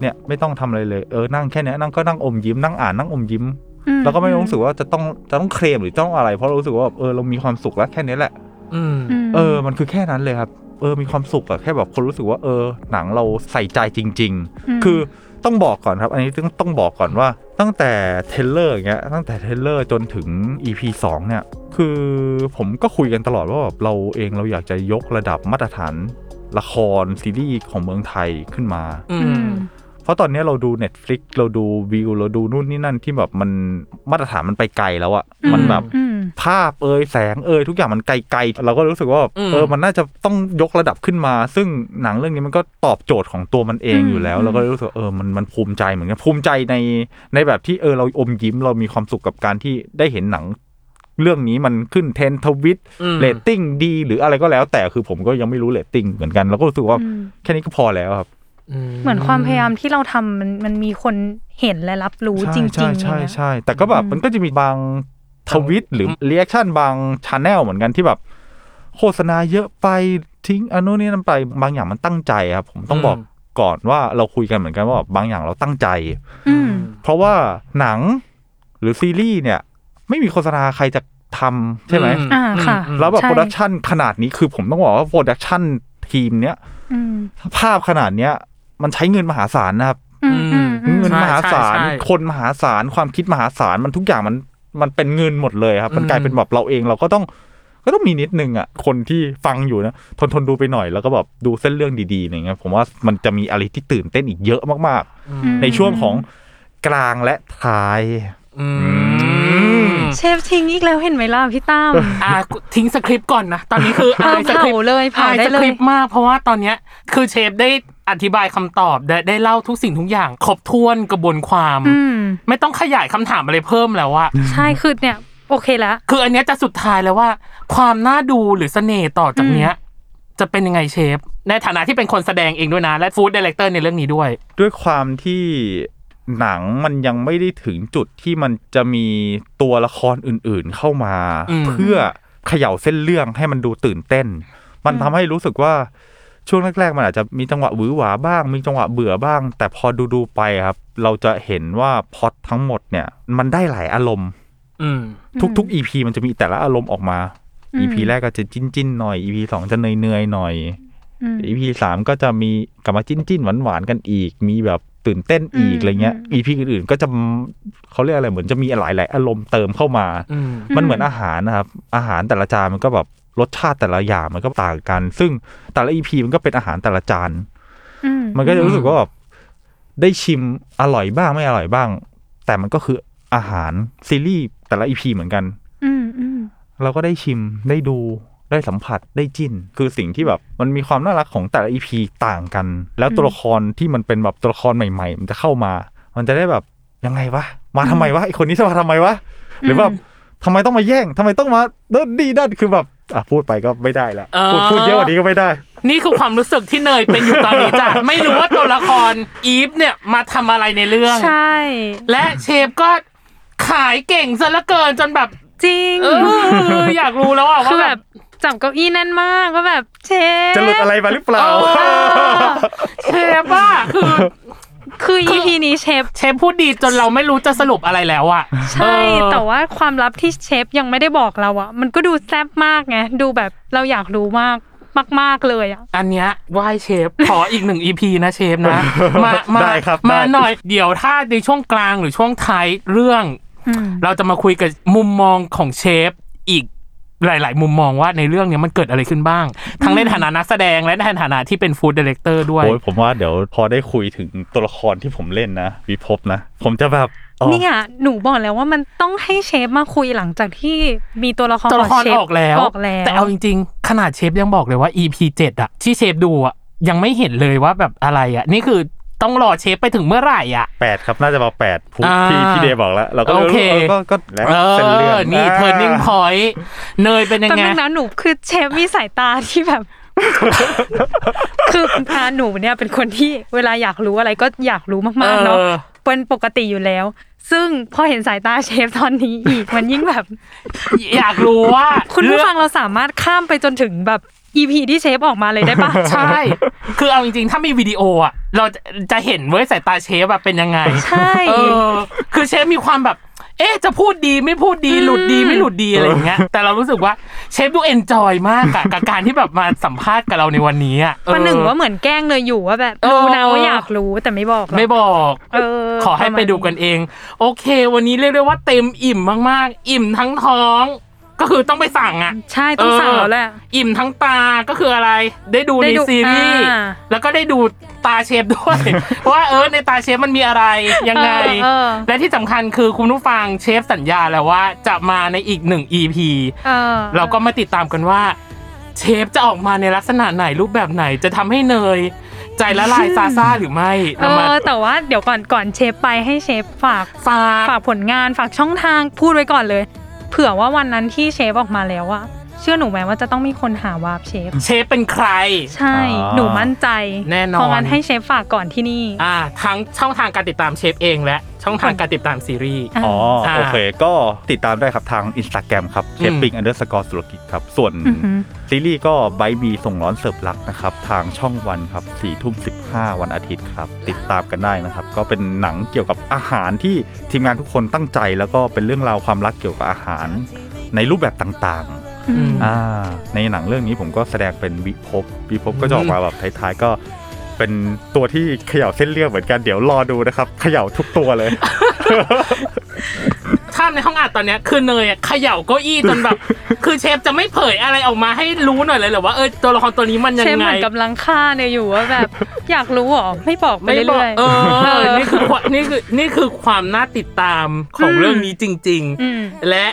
Speaker 3: เนี่ยไม่ต้องทำอะไรเลยเออนั่งแค่เนี้ยนั่งก็นั่งอมยิ้มนั่งอ่านนั่งอมยิ้ม
Speaker 2: อื
Speaker 3: แล้วก็ไม่รู้สึกว่าจะต้องจะต้องเคลมหรือต้องอะไร เพราะเรารู้สึกว่าแบบเออเรามีความสุขแล้วแค่นี้แหละ
Speaker 1: อืม
Speaker 2: ม
Speaker 3: เออ มันคือแค่นั้นเลยครับ เออ มีความสุขอะแค่แบบคนรู้สึกว่า เออ หนังเราใส่ใจจริง
Speaker 2: ม
Speaker 3: ๆ คือต้องบอกก่อนครับ อันนี้ต้องต้องบอกก่อนว่า ตั้งแต่เทรลเลอร์อย่างเงี้ย ตั้งแต่เทรลเลอร์จนถึง EP 2 เนี่ย คือผมก็คุยกันตลอดว่าแบบเราเองเราอยากจะยกระดับมาตรฐานละครซีรีส์ของเมืองไทยขึ้นมา
Speaker 1: อื
Speaker 2: อื
Speaker 1: ม
Speaker 2: ม
Speaker 3: เพราะตอนเนี้ยเราดู Netflix เราดูวิวเราดูนู่นนี่นั่นที่แบบมันมาตรฐานมันไปไกลแล้วอะมันแบบ
Speaker 2: อืม
Speaker 3: ภาพเอยแสงเอยทุกอย่างมันไกลๆ เราก็รู้สึกว่าแบบ
Speaker 1: อืม
Speaker 3: เออมันน่าจะต้องยกระดับขึ้นมา ซึ่งหนังเรื่องนี้มันก็ตอบโจทย์ของตัวมันเอง
Speaker 2: อืม
Speaker 3: อยู่แล้ว
Speaker 2: อืม
Speaker 3: เราก็รู้สึกว่าเออมันมันภูมิใจเหมือนกันภูมิใจในในแบบที่เออเราอมยิ้มเรามีความสุขกับการที่ได้เห็นหนัง เรื่องนี้มันขึ้นเทรนด์ทวิต
Speaker 1: อืม
Speaker 3: เรตติ้งดีหรืออะไรก็แล้ว แต่คือผมก็ยังไม่รู้เรตติ้งเหมือนกันเราก็รู้สึกว่าแค่นี้ก็พอแล้วครับ
Speaker 2: เหมือนความพยายามที่เราทำมันมันมีคนเห็นและรับรู้จริงๆ
Speaker 3: ใช่
Speaker 2: อย่าง
Speaker 3: ใช่
Speaker 2: เงี้ย
Speaker 3: ใช่แต่ก็แบบ
Speaker 2: อืม
Speaker 3: มันก็จะมีบางทวิตหรือเรีแอคชั่นบางชาแนลเหมือนกันที่แบบ โฆษณาเยอะไปทิ้งอันนู้นนี่นั่นไปบางอย่างมันตั้งใจครับผมต้อง
Speaker 1: อืม
Speaker 3: บอกก่อนว่าเราคุยกันเหมือนกันว่าบางอย่างเราตั้งใจ
Speaker 2: อืม
Speaker 3: เพราะว่าหนังหรือซีรีส์เนี่ย ไม่มีโฆษณาใครจะทำใช่ไหม
Speaker 1: อื
Speaker 2: อ่าค่ะ
Speaker 1: อืม
Speaker 3: แล้วแบบ
Speaker 2: ใช่
Speaker 3: โปรดักชันขนาดนี้คือผมต้องบอกว่าโปรดักชันทีมเนี้ย
Speaker 2: อืม
Speaker 3: ภาพขนาดเนี้ยมันใช้เงินมหาศาลนะครับ
Speaker 2: อืมอืมอืม
Speaker 3: เงินมหาศาล
Speaker 1: ใช่ใช่ใช่
Speaker 3: คนมหาศาลความคิดมหาศาลมันทุกอย่างมันมันเป็นเงินหมดเลยครับ มัน
Speaker 1: อืม
Speaker 3: กลายเป็นแบบเราเองเราก็ต้องก็ต้องมีนิดนึงอ่ะคนที่ฟังอยู่นะทนทนดูไปหน่อยแล้วก็แบบดูเส้นเรื่องดีๆอย่างเงี้ยผมว่ามันจะมีอะไรที่ตื่นเต้นอีกเยอะมากๆ ในช่วงของกลางและท้าย
Speaker 1: อืม
Speaker 2: เชฟทิ้งอีกแล้วเห็นไหมล่ะพี่ตั้ ม
Speaker 1: อ่ะทิ้งสคริปต์ก่อนนะ ตอนนี้คือ
Speaker 2: เออ
Speaker 1: อายสคริป
Speaker 2: เผา
Speaker 1: ต์
Speaker 2: เลยเผา
Speaker 1: อ
Speaker 2: ได้เล
Speaker 1: ส
Speaker 2: ย
Speaker 1: คริปต์มากเพราะว่าตอนเนี้ยคือเชฟได้อธิบายคำตอบได้ได้เล่าทุกสิ่งทุกอย่าง ครบถ้วนกระบวนความ
Speaker 2: อืม
Speaker 1: ไม่ต้องขยายคำถามอะไรเพิ่มแล้วอะ
Speaker 2: ใช่คือเนี่ย โอเคแล้ว
Speaker 1: คืออันเนี้ยจะสุดท้ายแล้วว่า ความน่าดูหรือเสน่ห์ต่อจากเนี้ย จะเป็นยังไงเชฟ ในฐานะที่เป็นคนแสดงเองด้วยนะ และฟู้ดดีเลกเตอร์ในเรื่องนี้ด้วย
Speaker 3: ด้วยความที่หนังมันยังไม่ได้ถึงจุดที่มันจะมีตัวละครอื่นๆเข้ามา
Speaker 1: อืม
Speaker 3: เพื่อเขย่าเส้นเรื่องให้มันดูตื่นเต้น มันทำให้รู้สึกว่าช่วงแรกๆมันอาจจะมีจังหวะหวือหวาบ้าง มีจังหวะเบื่อบ้าง แต่พอดูๆไปครับ เราจะเห็นว่าพล็อตทั้งหมดเนี่ย มันได้หลายอารมณ์
Speaker 1: อืม
Speaker 3: ทุกๆ EP มันจะมีแต่ละอารมณ์ออกมา
Speaker 2: อืม
Speaker 3: EP แรกก็จะจิ้นๆหน่อย EP สองจะเนยๆหน่อย
Speaker 2: อืม
Speaker 3: EP สามก็จะมีกลับมาจิ้นจิ้นหวานหวานๆกันอีก มีแบบตื่นเต้นอีก
Speaker 2: อืม
Speaker 3: อะไรเงี้ย
Speaker 2: อืม
Speaker 3: EP อื่นๆก็จะเขาเรียกอะไรเหมือนจะมีหลายหลายๆอารมณ์เติมเข้ามา
Speaker 1: อืม
Speaker 3: มันเหมือนอาหารนะครับ อาหารแต่ละจานมันก็แบบรสชาติแต่ละอย่างมันก็ต่างกัน ซึ่งแต่ละ EP มันก็เป็นอาหารแต่ละจาน
Speaker 2: อืม
Speaker 3: มันก็จะรู้สึกว่าแบบได้ชิมอร่อยบ้างไม่อร่อยบ้าง แต่มันก็คืออาหารซีรีส์แต่ละ EP เหมือนกัน
Speaker 2: อืม
Speaker 3: เราก็ได้ชิมได้ดูได้สัมผัสได้จิ้น คือสิ่งที่แบบมันมีความน่ารักของแต่ละอีพีต่างกัน แล้วตัวละครที่มันเป็นแบบตัวละครใหม่ ๆ มันจะเข้ามา มันจะได้แบบยังไงวะมาทำไม วะไอคนนี้จะมาทำไมวะหรือแบบทำไมต้องมาแย่งทำไมต้องมาเดินดีด้านคือแบบอ่ะพูดไปก็ไม่ได้ละ
Speaker 1: เออ
Speaker 3: พูดพูดเยอะกว่านี้ก็ไม่ได้
Speaker 1: นี่คือความรู้สึกที่เนยเป็นอยู่ตอนนี้ จ้ะ ไม่รู้ว่าตัวละครอีฟเนี่ยมาทำอะไรในเรื่อง
Speaker 2: ใช่
Speaker 1: และเชฟก็ขายเก่งซะเหละเกินจนแบบ
Speaker 2: จริง
Speaker 1: เออ อยากรู้แล้วอ่ะ
Speaker 2: คือ
Speaker 1: ว่า
Speaker 2: แบ
Speaker 1: แบบ บ
Speaker 2: จับเก้าอี้แน่นมากก็แบบเชฟ
Speaker 3: จะหลุดอะไรมาหรือเปล่า
Speaker 1: เออ เชฟอ่ะคือ
Speaker 2: คือ EP นี้เชฟ
Speaker 1: เชฟพูดดีจนเราไม่รู้จะสรุปอะไรแล้วอ่ะ
Speaker 2: ใช่
Speaker 1: เออ
Speaker 2: แต่ว่าความลับที่เชฟยังไม่ได้บอกเราอะมันก็ดูแซ่บมากไงดูแบบเราอยากรู้มากมาก ๆเลยอะ
Speaker 1: อันเนี้ยไหว้เชฟ ขออีกหนึ่งอีพีนะเชฟนะ มามา
Speaker 3: ได้ครับ
Speaker 1: มา
Speaker 3: ได้
Speaker 1: หน่อยเดี๋ยวถ้าในช่วงกลางหรือช่วงท้ายเรื่อง
Speaker 2: อืม
Speaker 1: เราจะมาคุยกับมุมมองของเชฟอีกหลาย ๆ มุมมองว่าในเรื่องเนี้ยมันเกิดอะไรขึ้นบ้าง ทั้งในฐานะนักแสดงและในฐานะที่เป็นฟู้ดดีเลกเตอร์ด้วย
Speaker 3: โอ้ยผมว่าเดี๋ยวพอได้คุยถึงตัวละครที่ผมเล่นนะวิภพนะ ผมจะแบบอ๋อ
Speaker 2: เนี่ยหนูบอกแล้วว่ามันต้องให้เชฟมาคุยหลังจากที่มีตัวละคร
Speaker 1: ตัวละคร
Speaker 2: ขงเชฟ
Speaker 1: ออกแล้ว
Speaker 2: ออกแล้ว
Speaker 1: แต่เอาจริง ๆ ขนาดเชฟยังบอกเลยว่า EP 7อะที่เชฟดูอะยังไม่เห็นเลยว่าแบบอะไรอะนี่คือต้องรอเชฟไปถึงเมื่อไหร่อะ
Speaker 3: แปดครับน่าจะมาแปดพูด
Speaker 1: อ่า
Speaker 3: พี่พี่เดย์บอกแล้ว เราก็ลย
Speaker 1: โอเค
Speaker 3: รู้ก็ก็แล้ว
Speaker 1: เอ
Speaker 3: เส้นเรื่อง
Speaker 1: อ นี่
Speaker 3: า
Speaker 1: turning point เนยเป็นยัง
Speaker 2: แป๊บ
Speaker 1: ไง
Speaker 2: นึงนะหนูคือเชฟมีสายตาที่แบบ คืออาหนูเนี่ยเป็นคนที่เวลาอยากรู้อะไรก็อยากรู้มากๆเนาะ
Speaker 1: เออ
Speaker 2: เป็นปกติอยู่แล้ว ซึ่งพอเห็นสายตาเชฟตอนนี้อีกมันยิ่งแบบ
Speaker 1: อยากรู้ว่า
Speaker 2: คุณผู้
Speaker 1: เรื่อง
Speaker 2: ฟังเราสามารถข้ามไปจนถึงแบบอีพีที่เชฟออกมาเลยได้ปะ
Speaker 1: ใช่ คือเอาจริงๆ ถ้ามีวิดีโออ่ะ เราจะจะเห็นเว้ยสายตาเชฟแบบเป็นยังไง
Speaker 2: ใช่
Speaker 1: เออ คือเชฟมีความแบบ เอ๊ะ จะพูดดีไม่พูดดีหลุดดีไม่หลุดดีอะไรอย่างเงี้ย แต่เรารู้สึกว่าเชฟดูเอนจอยมากอะกับการที่แบบมาสัมภาษณ์กับเราในวันนี้อะเออ
Speaker 2: ประหนึ่งว่าเหมือนแกล้งเลยอยู่ว่าแบบ
Speaker 1: เออ
Speaker 2: รู้นะว่าอยากรู้แต่ไม่บอกหรอก
Speaker 1: ไม่บอก
Speaker 2: เออ
Speaker 1: ขอให้ไปดูกันเอง โอเค วันนี้เรียกได้ว่าเต็มอิ่มมากๆ อิ่มทั้งท้อง ก็คือต้องไปสั่งอะ
Speaker 2: ใช่ต้องสั่งแล้วแหละ
Speaker 1: เอออิ่มทั้งตาก็คืออะไร ได้ดู
Speaker 2: ได้
Speaker 1: ใน
Speaker 2: ดู
Speaker 1: ซีรีส์
Speaker 2: อ่า
Speaker 1: แล้วก็ได้ดูตาเชฟ ด้วย ว่าเออในตาเชฟมันมีอะไรยังไง
Speaker 2: เออ
Speaker 1: และที่สำคัญคือคุณผู้ฟังเชฟสัญญาแล้วว่าจะมาในอีกหนึ่ง EP
Speaker 2: เออ
Speaker 1: เราก็มาติดตามกันว่า เชฟจะออกมาในลักษณะไหนรูปแบบไหนจะทำให้เนย ใจละลายซาซาหรือไม่
Speaker 2: เอ
Speaker 1: เรามา
Speaker 2: อแต่ว่าเดี๋ยวก่อนก่อนเชฟไปให้เชฟฝาก
Speaker 1: ฝาก
Speaker 2: ฝากผลงานฝากช่องทางพูดไว้ก่อนเลย เผื่อว่าวันนั้นที่เชฟออกมาแล้วอะเชื่อหนูไหมว่าจะต้องมีคนหาวาร์ปเชฟ
Speaker 1: เชฟเป็นใคร
Speaker 2: ใช่
Speaker 3: อ่า
Speaker 2: หนูมั่นใจ
Speaker 1: แน่นอน
Speaker 2: เพราะงั้นให้เชฟฝากก่อนที่นี่
Speaker 1: อ่าทั้งช่องทางการติดตามเชฟเองและช่องทางการติดตามซีรีส์
Speaker 2: ะ
Speaker 3: อ๋ออา โอเค ก็ติดตามได้ครับทางอินสตาแกรมครับเชฟปิงอันเดอร์สกอร์สุรกิจครับ ส่วน
Speaker 2: อือหือ
Speaker 3: ซีรีส์ก็ไบบีส่งร้อนเสิร์ฟรักนะครับ ทางช่องวันครับสี่ทุ่มสิบห้าวันอาทิตย์ครับ ติดตามกันได้นะครับ ก็เป็นหนังเกี่ยวกับอาหารที่ทีมงานทุกคนตั้งใจ แล้วก็เป็นเรื่องราวความรักเกี่ยวกับอาหาร ในรูปแบบต่างๆ
Speaker 2: อืม
Speaker 3: อ่าในหนังเรื่องนี้ผมก็แสดงเป็นวิภพวิภพก็จะออกมาแบบท้ายๆก็เป็นตัวที่เขย่าเส้นเรื่องเหมือนกันเดี๋ยวรอดูนะครับเขย่าทุกตัวเลย
Speaker 1: ถ้าในห้องอัดตอนเนี้ยคือเนยอะเขย่าเก้าอี้จนแบบ คือเชฟจะไม่เผยอะไรออกมาให้รู้หน่อยเลยเหรอว่าเออตัวละครตัวนี้มันยั
Speaker 2: เชฟ
Speaker 1: ง
Speaker 2: เห
Speaker 1: ไง
Speaker 2: มือนกำลังฆ่าเนี่ยอยู่ว่าแบบ อยากรู้เหรอไม่บอกไป
Speaker 1: ไม่บอก
Speaker 2: เรื่อยๆ
Speaker 1: เออนี่คือความนี่คือนี่คือความน่าติดตามของ
Speaker 2: อืม
Speaker 1: เรื่องนี้จริง
Speaker 2: ม
Speaker 1: ๆ และ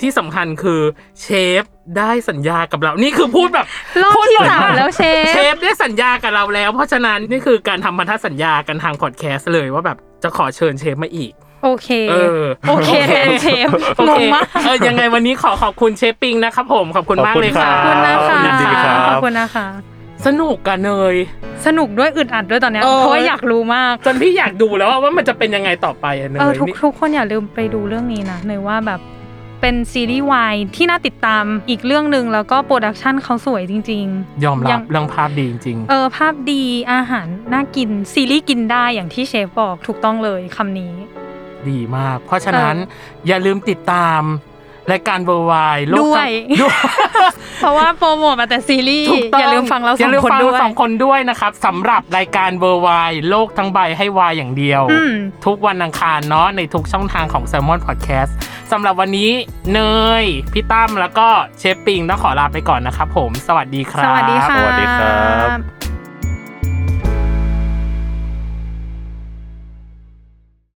Speaker 1: ที่สำคัญคือเชฟได้สัญญากับเรา นี่คือพูดแบบ
Speaker 2: รอบ
Speaker 1: พูด
Speaker 2: ที่
Speaker 1: หน่อย
Speaker 2: สาม
Speaker 1: ก
Speaker 2: แล้วเช
Speaker 1: เช
Speaker 2: ฟ
Speaker 1: ฟได้สัญญากับเราแล้ว เพราะฉะนั้นนี่คือการทำพันธสัญญากันทางพอดแคสต์เลยว่าแบบจะขอเชิญเชฟมาอีก
Speaker 2: โอเค
Speaker 1: เออ
Speaker 2: โอเคแทนเชฟ
Speaker 1: โอง
Speaker 2: ง
Speaker 1: เค
Speaker 2: มาก
Speaker 1: เออยังไงวันนี้ขอขอบคุณเชฟปิงนะครับผม ขอบคุณมากเลยค่ะ
Speaker 2: ขอบคุณนะ
Speaker 3: ขอบ
Speaker 2: คะ
Speaker 3: คุณจริงๆครับ
Speaker 2: ขอบคุณนะคะ
Speaker 1: สนุกกันเนย
Speaker 2: สนุกด้วยอึดอัดด้วยตอนเนี้ย
Speaker 1: เออ
Speaker 2: เพราะว่าอยากรู้มาก
Speaker 1: จนพี่อยากดูแล้วว่ามันจะเป็นยังไงต่อไปอะเนย
Speaker 2: เออทุก
Speaker 1: นี่
Speaker 2: ทุกคนอย่าลืมไปดูเรื่องนี้นะเนยว่าแบบเป็นซีรีส์วายที่น่าติดตามอีกเรื่องหนึ่งแล้วก็โปรดักชันเขาสวยจริง
Speaker 1: ยอมรั
Speaker 2: ยั
Speaker 1: บ
Speaker 2: ง
Speaker 1: เรื่องภาพดีจริง
Speaker 2: ๆ เออภาพดีอาหารน่ากินซีรีส์กินได้อย่างที่เชฟบอกถูกต้องเลยคำนี้
Speaker 1: ๆดีมาก เพราะฉะนั้นอย่าลืมติดตามรายการเวอร์ไวโลก
Speaker 2: ด้วย
Speaker 1: ทั้งด้วย
Speaker 2: เพราะว่าโปรโมทมาแต่ซีรีส์
Speaker 1: ถูกต้อง
Speaker 2: อย่าลืมฟังเราส
Speaker 1: ย่
Speaker 2: อง
Speaker 1: ลืม
Speaker 2: คน
Speaker 1: ฟัง
Speaker 2: ด้วย
Speaker 1: สองคนด้วยนะครับสำหรับรายการเวอร์ไวโลกทั้งใบให้วายอย่างเดียว
Speaker 2: อืม
Speaker 1: ทุกวันอังคารเนาะในทุกช่องทางของ s ซ l m o n Podcast สำหรับวันนี้เนย พี่ตั้มแล้วก็เชฟปิงต้องขอลาไปก่อนนะครับผม สวัสดีครับ
Speaker 2: สวัสดีค่ะ
Speaker 3: สวัสดีครับ